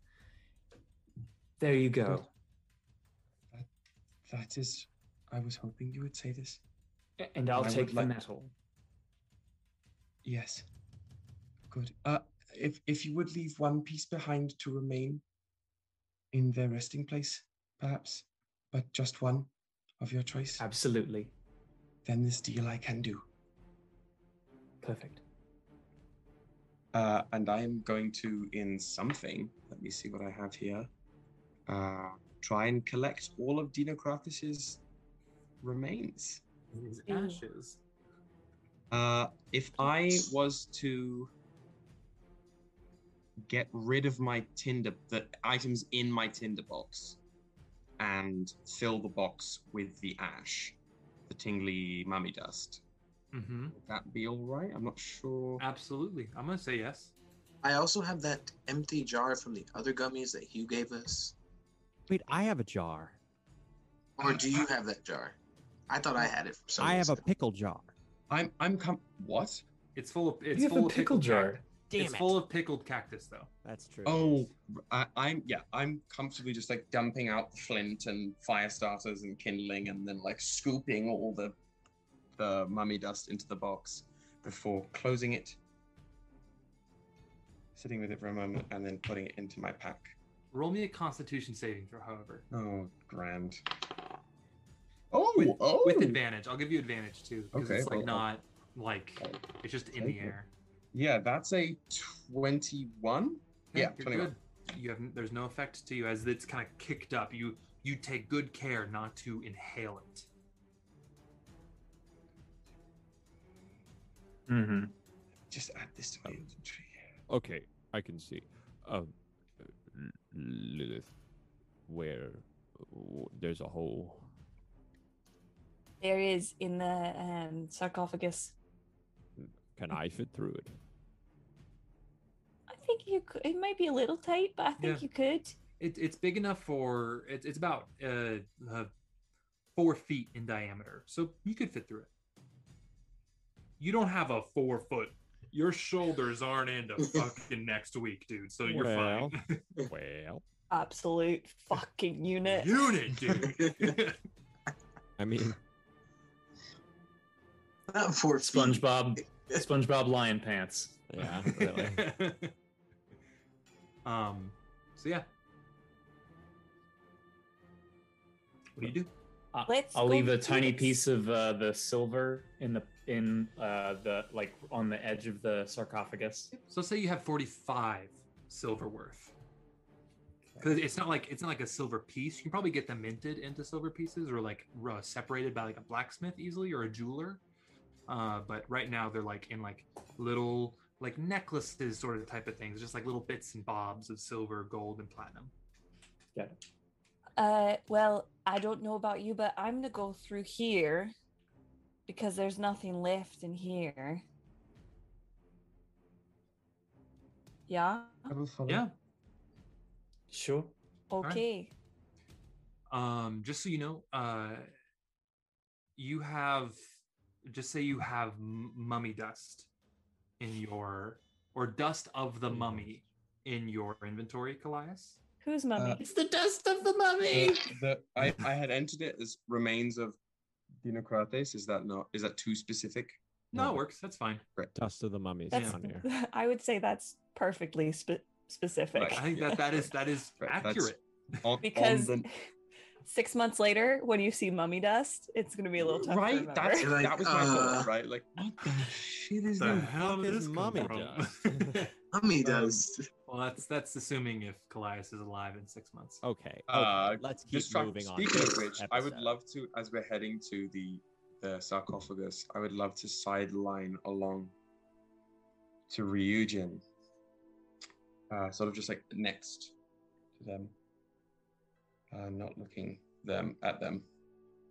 There you go.
that is. I was hoping you would say this.
A- And I'll
I
take
would
the
like-
metal.
Yes. Good. Uh, if if you would leave one piece behind to remain in their resting place, perhaps, but just one of your choice,
Absolutely.
then this deal I can do.
Perfect.
Uh,
and I'm going to, in something, let me see what I have here,
uh,
try and collect all of Dinocratus's remains.
His
Ew.
ashes
Uh, if I was to get rid of my tinder, the items in my tinder box, and fill the box with the ash, the tingly mummy dust,
mm-hmm.
would that be all right? I'm not sure.
Uh, absolutely i'm gonna say yes
I also have that empty jar from the other gummies that Hugh gave us.
Wait, I have a jar.
Or do you have that jar? I thought I had it for some
I have a
reason.
pickle jar.
I'm I'm com- what?
it's full of it's
you have
full
a
of
pickle
pickled
jar.
cact-
Damn
it's
it.
full of pickled cactus though
That's true.
Oh, I, I'm yeah. I'm comfortably just like dumping out flint and fire starters and kindling, and then like scooping all the the mummy dust into the box before closing it, sitting with it for a moment, and then putting it into my pack.
roll me a constitution saving throw however
Oh, grand. Oh,
with,
oh,
with advantage i'll give you advantage too because
Okay,
it's like
well,
not like it's just in the
Take it.
air
yeah, that's a twenty-one. Yeah,
you're
21.
good. You have there's no effect to you as it's kind of kicked up. You you take good care not to inhale it.
Mm-hmm.
just add this to my inventory.
Okay, I can see. Um, L- Lilith, where w- there's a hole.
There is in the um, sarcophagus.
Can I fit through it?
I think you could. It might be a little tight, but I think
Yeah.
you could.
it, it's big enough for it, it's about uh, uh, four feet in diameter, so you could fit through it. You don't have a four foot. Your shoulders aren't into fucking next week, dude. So you're fine.
Well, well.
Absolute fucking unit.
Unit, dude.
I mean,
Not four feet.
SpongeBob, SpongeBob lion pants.
yeah, really.
um. So yeah. What do you do?
I-
Let's
I'll
go
leave a
do
tiny
it.
piece of uh, the silver in the in uh, the like on the edge of the sarcophagus.
So say you have 45 silver worth. Because it's not like it's not like a silver piece. You can probably get them minted into silver pieces or like r- uh, separated by like a blacksmith easily or a jeweler. Uh, but right now they're like in like little like necklaces sort of type of things, just like little bits and bobs of silver, gold, and platinum.
Uh, well, I don't know about you, but I'm gonna go through here because there's nothing left in here. Yeah.
I will follow.
Yeah.
Sure.
right.
Okay.
Um, just so you know, uh, you have just say you have m- mummy dust in your or dust of the mummy in your inventory, Callias.
Who's mummy?
It's the dust of the mummy.
The, the- I, I had entered it as remains of Dinocrates. Is that not? Is that too specific?
No, it
No.
works. That's fine.
Dust of the mummies
That's.
down here.
I would say that's perfectly spe- specific
Right.
I think that that is that is
Right, that's-
accurate.
On- on
because
the-
six months later, when you see mummy dust, it's gonna be a little tough.
right,
To
that's
remember.
that
Like,
was my
uh,
thought. Right, like what the shit is
the
that?
hell did this
is
come
mummy
from?
dust?
Mummy does.
well, that's that's assuming if Callias is alive in six months.
Okay.
Uh,
okay, Let's keep
Just try-
moving on.
Speaking
to
of
this
which, I would
episode.
love to, as we're heading to the the sarcophagus, I would love to sideline along to Ryujin, uh, sort of just like next to them, uh, not looking them at them.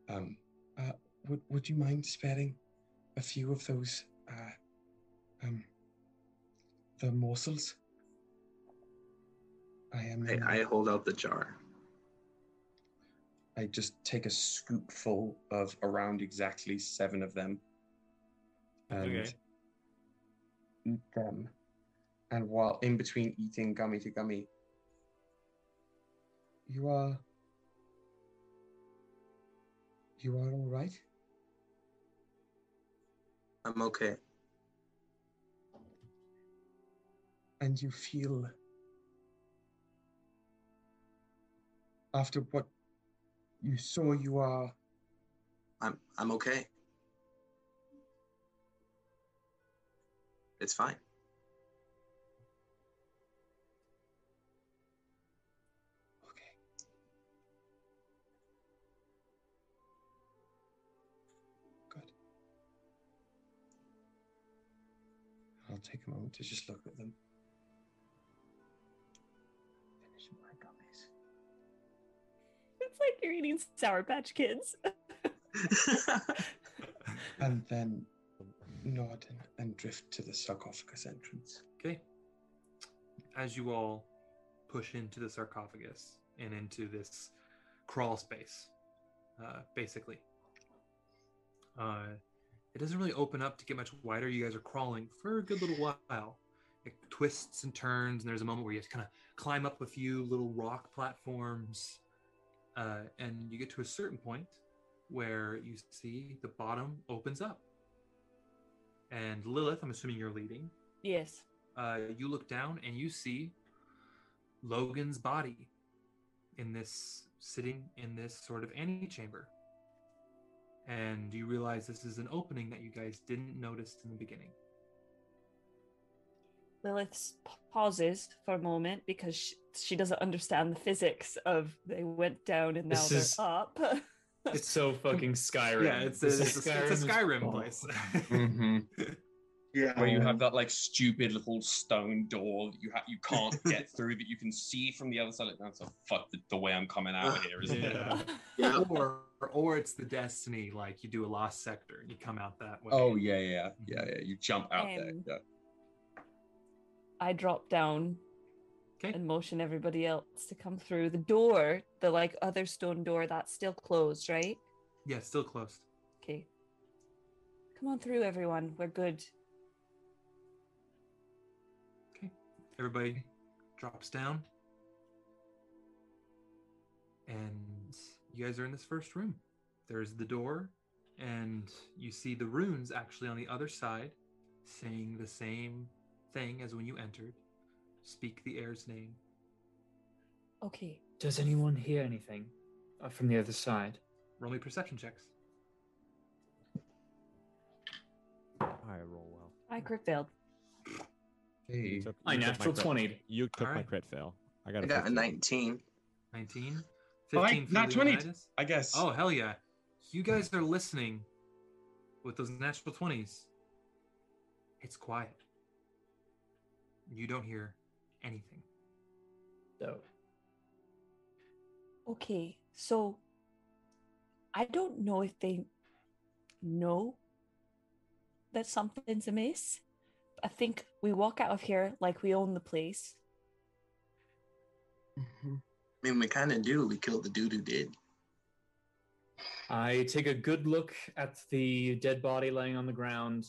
Um, uh, would would you mind sparing a few of those uh, um, the morsels? I am. in-
I, I hold out the jar.
I just take a scoopful of around exactly seven of them. And
Okay.
eat them. And while in between eating gummy to gummy,
You are. You are all right.
I'm okay.
and you feel after what you saw you are
I'm I'm okay. It's fine.
okay good
I'll take a moment to just look at them.
finishing my gummies
It's like you're eating Sour Patch Kids.
and then nod and, and drift to the sarcophagus entrance
Okay. As you all push into the sarcophagus and into this crawl space, uh, basically, uh, it doesn't really open up to get much wider. You guys are crawling for a good little while. It twists and turns, and there's a moment where you have to kind of climb up a few little rock platforms. Uh, and you get to a certain point where you see the bottom opens up. And Lilith, I'm assuming you're leading,
yes.
uh, you look down and you see Logan's body in this sitting in this sort of antechamber. And you realize this is an opening that you guys didn't notice in the beginning.
Lilith s- pauses for a moment because she, she doesn't understand the physics of they went down and now
This
they're
is-
up.
It's so fucking Skyrim.
Yeah, it's a,
This
it's
is
a, it's a Skyrim
Oh.
place.
Mm-hmm.
yeah.
Where you have that like stupid little stone door that you ha- you can't get through, but you can see from the other side. Like, that's a fuck the, the way I'm coming out of here, isn't it?
Yeah.
yeah.
or, or it's the destiny, like you do a lost sector and you come out that way.
Oh yeah, yeah, yeah, yeah. You jump out there.
Um,
Yeah.
I drop down
Okay.
and motion everybody else to come through the door, the like other stone door that's still closed, right?
Yeah, still closed.
Okay. Come on through, everyone. We're good.
Everybody drops down. And you guys are in this first room. There's the door, and you see the runes actually on the other side saying the same thing as when you entered. Speak the heir's name.
Okay.
Does anyone hear anything uh, from the other side?
Roll me perception checks.
I roll well.
I crit failed.
You took- you
I
took my
natural
crit-
20.
You took my
Alright.
crit fail. I
I
got a,
got a
15.
19.
19?
All
15
right,
for
nat 20.
Leonidas?
I guess.
Oh, hell yeah. You guys are listening with those natural 20s. It's quiet. You don't hear anything.
So
Okay, so I don't know if they know that something's amiss. I think we walk out of here like we own the place.
I mean, we kind of do. We killed the dude who did.
I take a good look at the dead body laying on the ground,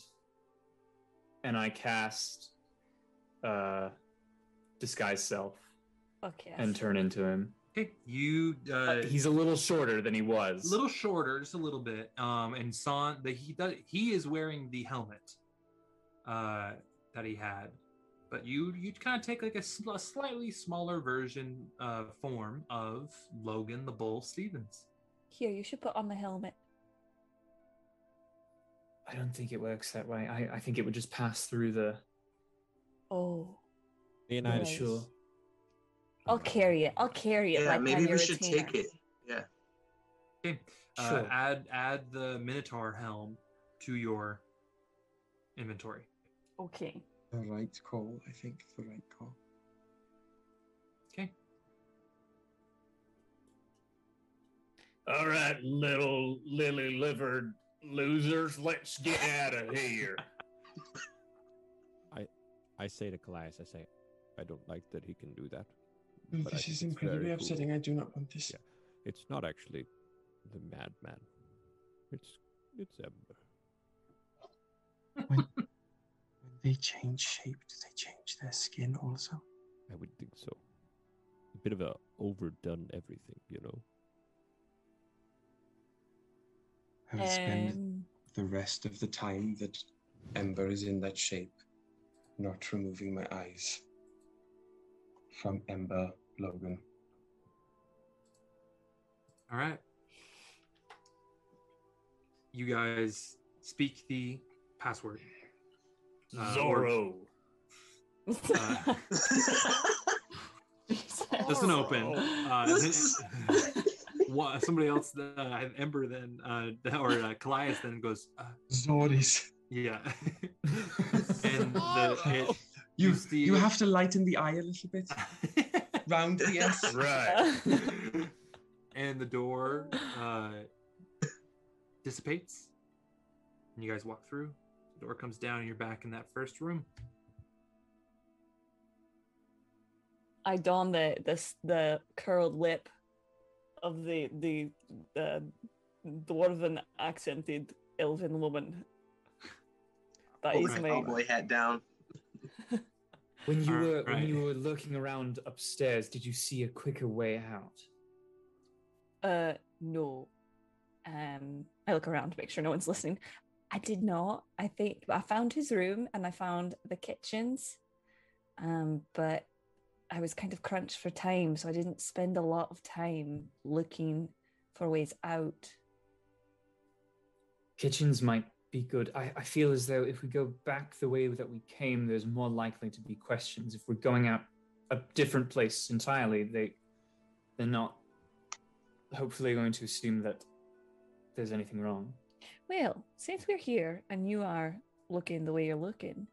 and I cast uh, disguise self
Okay.
and turn into him.
Okay, you uh,
Uh, he's a little shorter than he
a
was.
little shorter, just a little bit. Um, and San, that he does, he is wearing the helmet, uh, that he had. But you you kind of take like a, sl- a slightly smaller version uh, form of Logan the Bull Stevens.
Here, you should put on the helmet.
I don't think it works that way. I, I think it would just pass through the.
Oh,
Leonidas.
Nice.
Sure.
I'll carry it. I'll carry it.
Yeah,
like I'm
maybe
your
we should
retainer.
take it. Yeah.
Okay. Uh,
Sure.
Add add the Minotaur helm to your inventory.
Okay.
The right call, I think. The right call.
Okay.
All right, little lily livered losers, let's get out of here.
I say to Callias, I say, I don't like that he can do that.
No,
but I
Mm, this
think
is
it's very
incredibly
cool.
upsetting. I do not want this.
Yeah. It's not actually the madman. It's it's Ember.
When they change shape, do they change their skin also?
I would think so. A bit of a overdone everything, you know.
I will spend
Um,
the rest of the time that Ember is in that shape, not removing my eyes from Ember Logan.
All right. You guys speak the password. Uh, or-
Zorro.
Uh, doesn't open. Uh, wha- somebody else, uh, Ember, then uh, or uh, Callias, then goes, uh,
Zordis,
yeah, and the, it,
you
Use the-
you have to lighten the eye a little bit. Round the S.
Right.
and the door uh, dissipates. And you guys walk through. The door comes down, and you're back in that first room.
I don the the s- the curled lip of the the uh, dwarven accented elven woman. That
Pull
is
the
my
cowboy hat down.
When you
All
were
right.
when you were looking around upstairs, did you see a quicker way out?
uh no. Um, I look around to make sure no one's listening. I did not. I think I found his room and I found the kitchens, um, but I was kind of crunched for time, so I didn't spend a lot of time looking for ways out.
Kitchens might be good. I, I feel as though if we go back the way that we came, there's more likely to be questions. If we're going out a different place entirely, they they're not hopefully going to assume that there's anything wrong.
Well, since we're here and you are looking the way you're looking,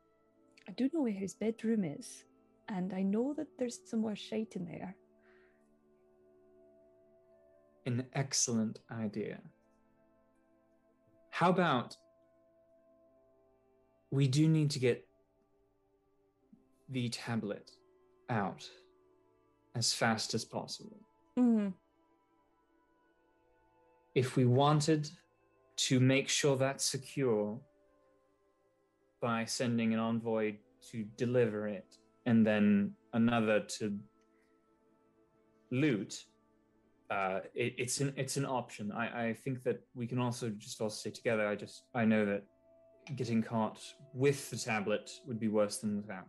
I do know where his bedroom is, and I know that there's some more shite in there.
An excellent idea. How about we do need to get the tablet out as fast as possible.
Mm.
If we wanted to make sure that's secure by sending an envoy to deliver it and then another to loot, uh, it, it's an it's an option. I, I think that we can also just all stay together. I just I know that getting caught with the tablet would be worse than without.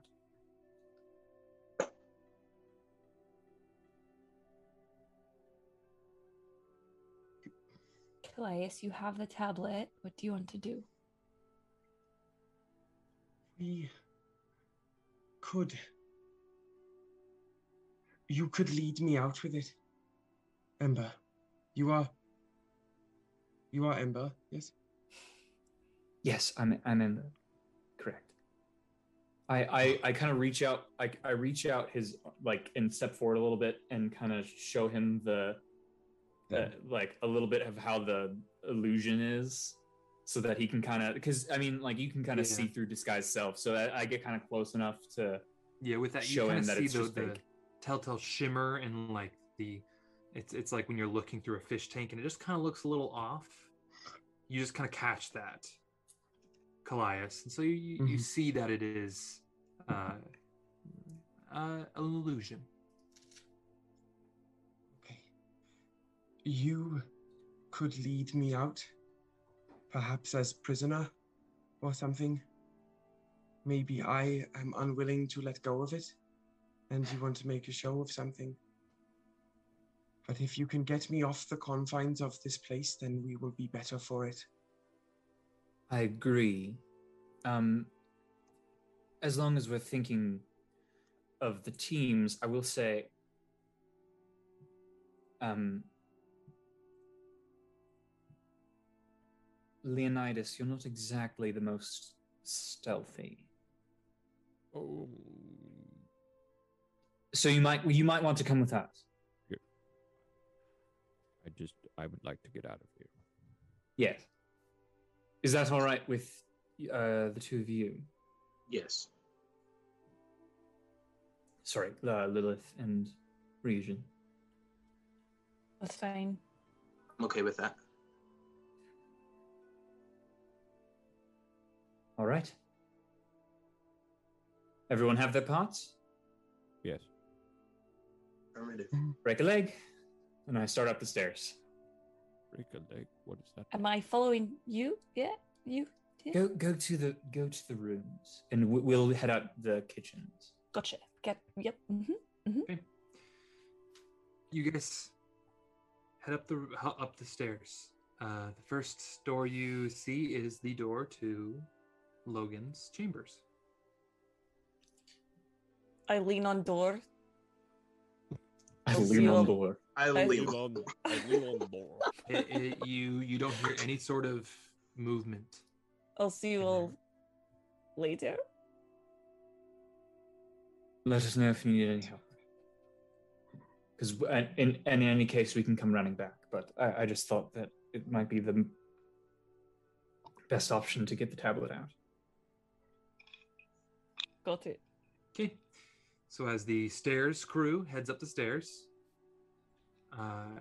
Calais, you have the tablet. What do you want to do?
We could. You could lead me out with it. Ember. You are. You are Ember, yes?
Yes, I'm I'm in. Correct. I I, I kind of reach out. I I reach out his like and step forward a little bit and kind of show him the, the like a little bit of how the illusion is, so that he can kind of because I mean like you can kind of
Yeah.
see through disguise self. So I, I get kind of close enough to
Yeah, with that you
show
kind
him
of
that
see
it's
the,
just
the
fake.
telltale shimmer and like the it's it's like when you're looking through a fish tank and it just kind of looks a little off. You just kind of catch that, Callias, and so you you, you
Mhm.
see that it is uh, uh, an illusion.
You could lead me out, perhaps as prisoner or something. Maybe I am unwilling to let go of it, and you want to make a show of something. But if you can get me off the confines of this place, then we will be better for it.
I agree. Um, as long as we're thinking of the teams, I will say um, Leonidas, you're not exactly the most stealthy.
Oh,
So you might you might want to come with us.
I just I would like to get out of here.
Yes. Is that all right with uh, the two of you?
Yes.
Sorry, uh, Lilith and Region.
That's fine.
I'm okay with that.
All right. Everyone have their parts?
Yes.
Affirmative.
Break a leg. And I start up the stairs.
Break a leg. What is that?
Am I following you? Yeah, you. Yeah.
Go go to the go to the rooms and we- we'll head out the kitchens.
Gotcha. Get. Yep. hmm
you guys head up the hu- up the stairs. Uh, the first door you see is the door to Logan's chambers.
I lean on door.
I
Oh,
lean
you-
on door.
I
I-
leave.
It- it- you you don't hear any sort of movement.
I'll see you all later.
Let us know if you need any help. Because in, in any case, we can come running back. But I, I just thought that it might be the best option to get the tablet out.
Got it.
Okay. So as the stairs crew heads up the stairs, uh,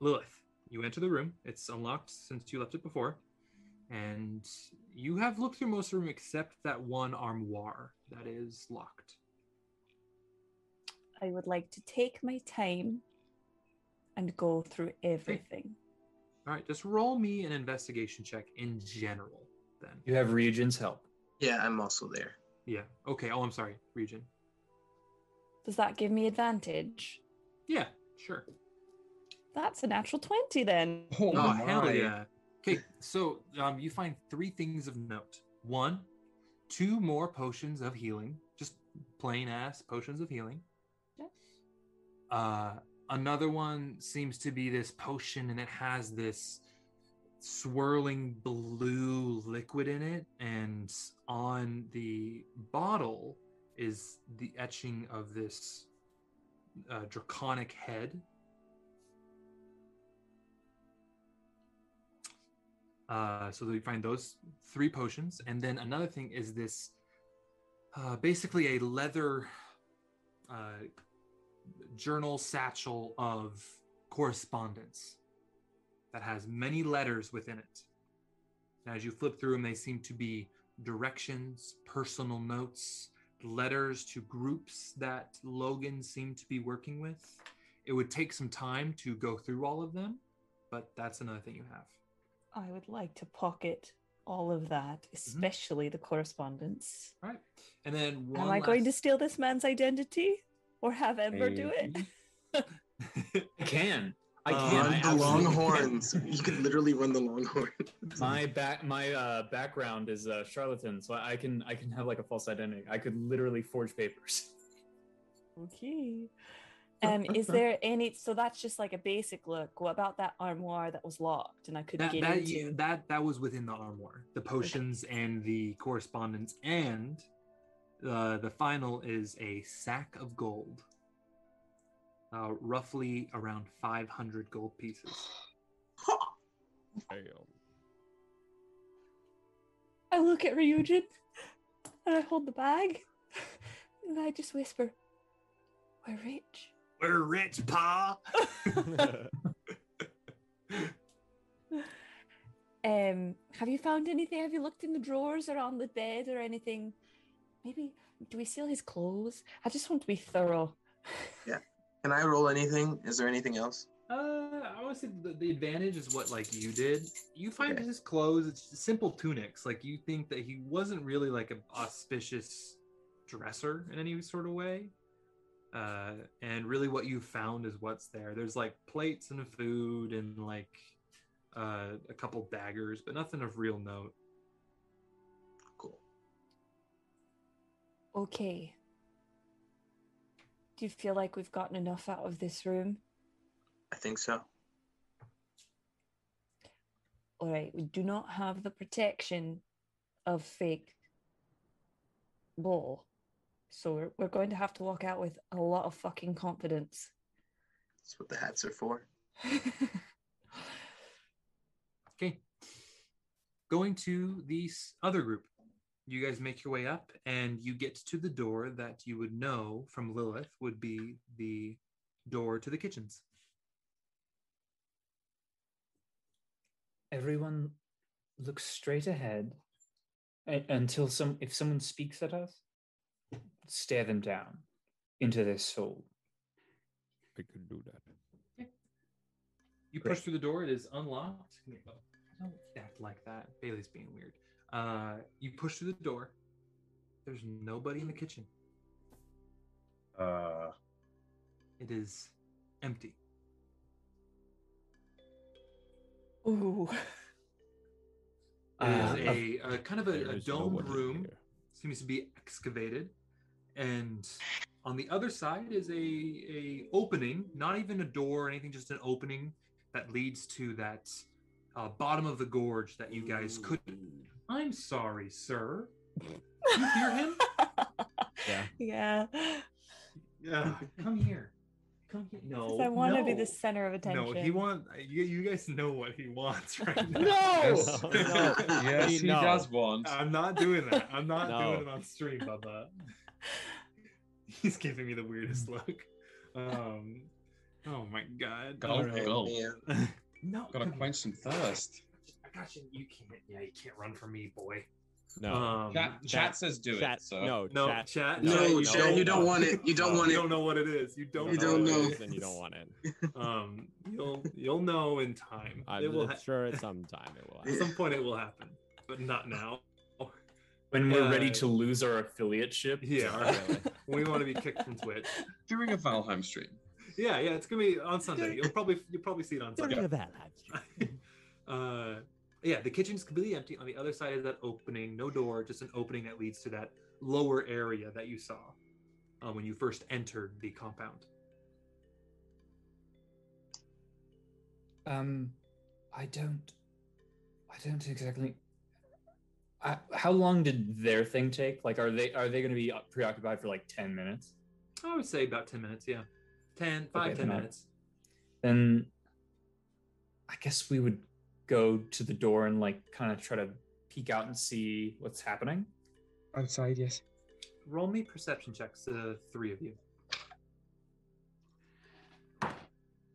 Lilith, you enter the room. It's unlocked since you left it before, and you have looked through most of the room except that one armoire that is locked.
I would like to take my time and go through everything.
All right, just roll me an investigation check in general, then.
You have Regent's help.
Yeah, I'm also there.
Yeah. Okay. Oh, I'm sorry, Region.
Does that give me advantage?
Yeah. Sure.
That's a natural 20 then.
Oh,
Oh, hell
my.
yeah. Okay, so um, you find three things of note. One, two more potions of healing, just plain ass potions of healing.
Yes.
Uh, another one seems to be this potion, and it has this swirling blue liquid in it, and on the bottle is the etching of this uh, draconic head Uh, so we find those three potions, and then another thing is this, uh, basically a leather uh, journal satchel of correspondence that has many letters within it. And as you flip through them, they seem to be directions, personal notes, letters to groups that Logan seemed to be working with. It would take some time to go through all of them, but that's another thing you have.
I would like to pocket all of that, especially the correspondence.
Mm-hmm. Right. And then one
Am I going to
last-
steal this man's identity or have Ember do it?
I can. I
Uh,
can. I
run the
absolutely
Longhorns. you can literally run the Longhorns.
can. My back, my uh, background is uh, charlatan, so I can I can have like a false identity. I could literally forge papers.
Okay. Um, is there any? So that's just like a basic look. What about that armoire that was locked and I couldn't
that,
get
that,
into?
that that was within the armor the potions and the correspondence and uh, the final is a sack of gold uh, roughly around 500 gold pieces
I look at Ryujin and I hold the bag and I just whisper, We're rich.
We're rich, Pa.
Um, have you found anything? Have you looked in the drawers or on the bed or anything? Maybe do we steal his clothes?
I just want to be thorough.
Can I roll anything? Is there anything else?
Uh, I would say the, the advantage is what like you did. You find his clothes; it's simple tunics. Like you think that he wasn't really like an auspicious dresser in any sort of way. Uh, and really, what you found is what's there. There's like plates and food and like uh, a couple daggers, but nothing of real note.
Okay.
Do you feel like we've gotten enough out of this room?
I think so.
All right, we do not have the protection of fake bull. So we're, we're going to have to walk out with a lot of fucking confidence.
That's what the hats are for.
Okay. Going to the s- other group. You guys make your way up and you get to the door that you would know from Lilith would be the door to the kitchens.
Everyone looks straight ahead a- until some. If someone speaks at us, stare them down into their soul.
I could do that.
You push through the door, it is unlocked. Don't act like that. Bailey's being weird. Uh, you push through the door. There's nobody in the kitchen.
Uh,
It is empty.
Ooh.
It is
Uh,
a, a kind of a,
there
a
is
domed
nobody
room. Seems to be excavated, and on the other side is a a opening, not even a door or anything, just an opening that leads to that uh, bottom of the gorge that you guys could. I'm sorry, sir. You hear him?
Yeah.
Yeah.
Yeah. Come here. Come here. No.
Because I want to be
no.
the center of attention.
No, he wants. You, you guys know what he wants right now.
Yes.
No. No.
Yes, he
No.
does want.
I'm not doing that. I'm not
No.
doing it on stream, Bubba. He's giving me the weirdest look. Um, oh my god.
Go,
Alright.
go.
No,
Gotta
come
quench some thirst.
I got you. You can't. Yeah, you can't run from me, boy.
No.
Um,
Chat, chat says do
chat-
it. So
No,
no,
chat.
chat.
No,
chat,
chat, you don't want it. You don't
You
want it.
don't know what it is. You don't.
You don't
what it
know.
is And you don't want it.
Um, you'll you'll know in time.
I'm
it will. Ha-
sure at some time it will.
at
Happen.
some point, it will happen, but not now.
When we're
Uh,
ready to lose our affiliate ship.
Yeah, alright. we want to be kicked from Twitch.
During a Valheim stream.
Yeah, yeah, it's gonna be on Sunday. You'll probably you'll probably see it on Sunday.
During the Valheim stream.
Uh, yeah, the kitchen's completely empty. On the other side is that opening, no door, just an opening that leads to that lower area that you saw uh, when you first entered the compound.
Um, I don't. I don't exactly. I, how long did their thing take? Like, are they are they going to be preoccupied for like ten minutes?
I would say about ten minutes. Yeah, 10, five,
Okay,
10
then I-
minutes.
Then, I guess we would go to the door and like kind of try to peek out and see what's happening.
Outside, yes.
uh, Roll me perception checks, the three of you.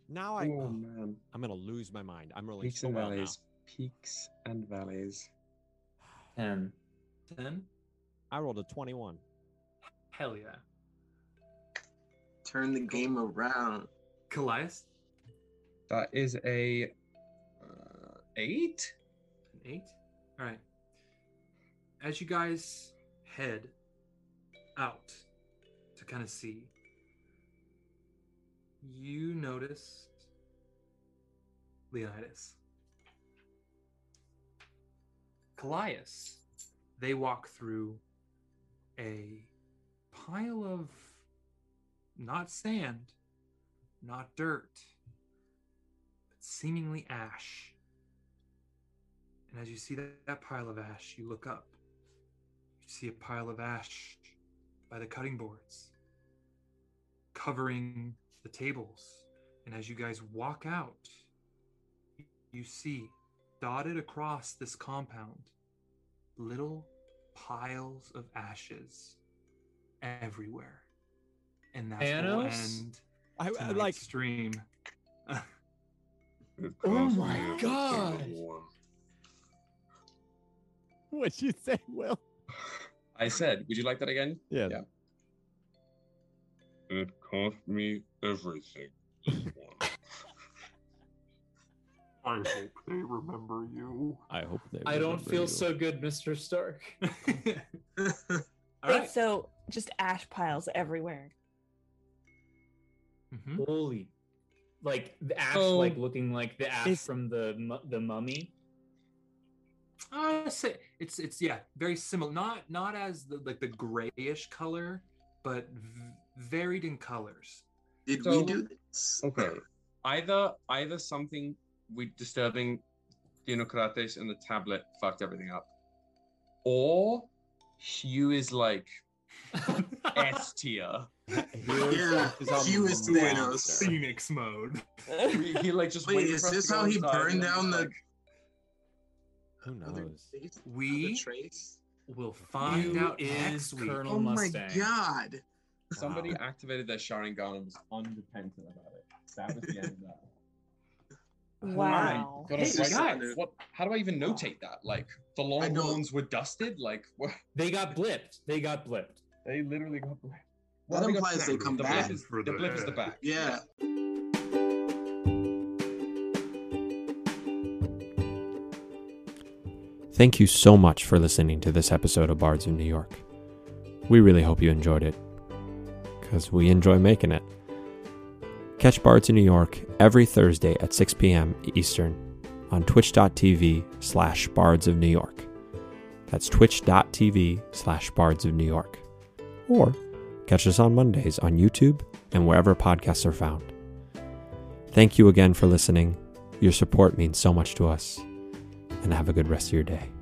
Now I,
Oh,
oh,
man.
I'm gonna lose my mind. I'm rolling
Peaks
so
and
well now.
valleys. Peaks and valleys.
Ten.
10.
I rolled a 21.
Hell yeah.
Turn the game around.
Callias,
That is a uh, eight.
an eight. All right. As you guys head out to kind of see, you notice Leonidas. Callias, they walk through a pile of not sand, not dirt, but seemingly ash. And as you see that, that pile of ash, you look up. You see a pile of ash by the cutting boards, covering the tables. And as you guys walk out, you see dotted across this compound little piles of ashes everywhere. And that's will
Thanos?
end
I, I
tonight's
like,
stream.
Oh
my God.
What'd you say, Will?
I said, would you like that again?
Yeah.
Yeah.
It cost me everything.
I hope they remember you.
I hope they.
I don't
remember
feel
you.
so good, Mr. Stark.
All
Wait,
right.
so just ash piles everywhere.
Mhm.
Holy, like the ash,
Oh.
like looking like the ash
Is-
from the mu- the mummy.
Uh, say it's it's yeah, very similar. Not not as the like the grayish color, but v- varied in colors.
Did
So- Oh,
we do this?
Okay. Either either something we disturbing Dinocrates and the tablet fucked everything up, or Hugh is like S tier.
Yeah, Hugh is Thanos.
Phoenix mode.
He, he, like just
Wait,
waited
is
for us to
this
go
how he
inside and
burned
then
down
just,
the-
like,
Who
Another
knows?
trace? Another
We
trace?
will find
You
out
is
next week.
Colonel
Oh my
Mustang.
god.
Somebody
Wow.
activated their Sharingan and was unrepentant about it. That was the end of that.
Wow.
Gotta
Hey,
write-
guys.
What? How do I even notate that? Like the
don't-
Longhorns were dusted. Like what?
They got blipped. They got blipped.
They literally got.
That
Well, they got
implies they
slammed.
come
the
back.
Blip is,
For
the
the
blip is the
head.
back.
Yeah.
Thank you so much for listening to this episode of Bards of New York. We really hope you enjoyed it, because we enjoy making it. Catch Bards of New York every Thursday at 6 p.m. Eastern on twitch.tv slash bards of New York. That's twitch.tv slash bards of New York. Or catch us on Mondays on YouTube and wherever podcasts are found. Thank you again for listening. Your support means so much to us, and have a good rest of your day.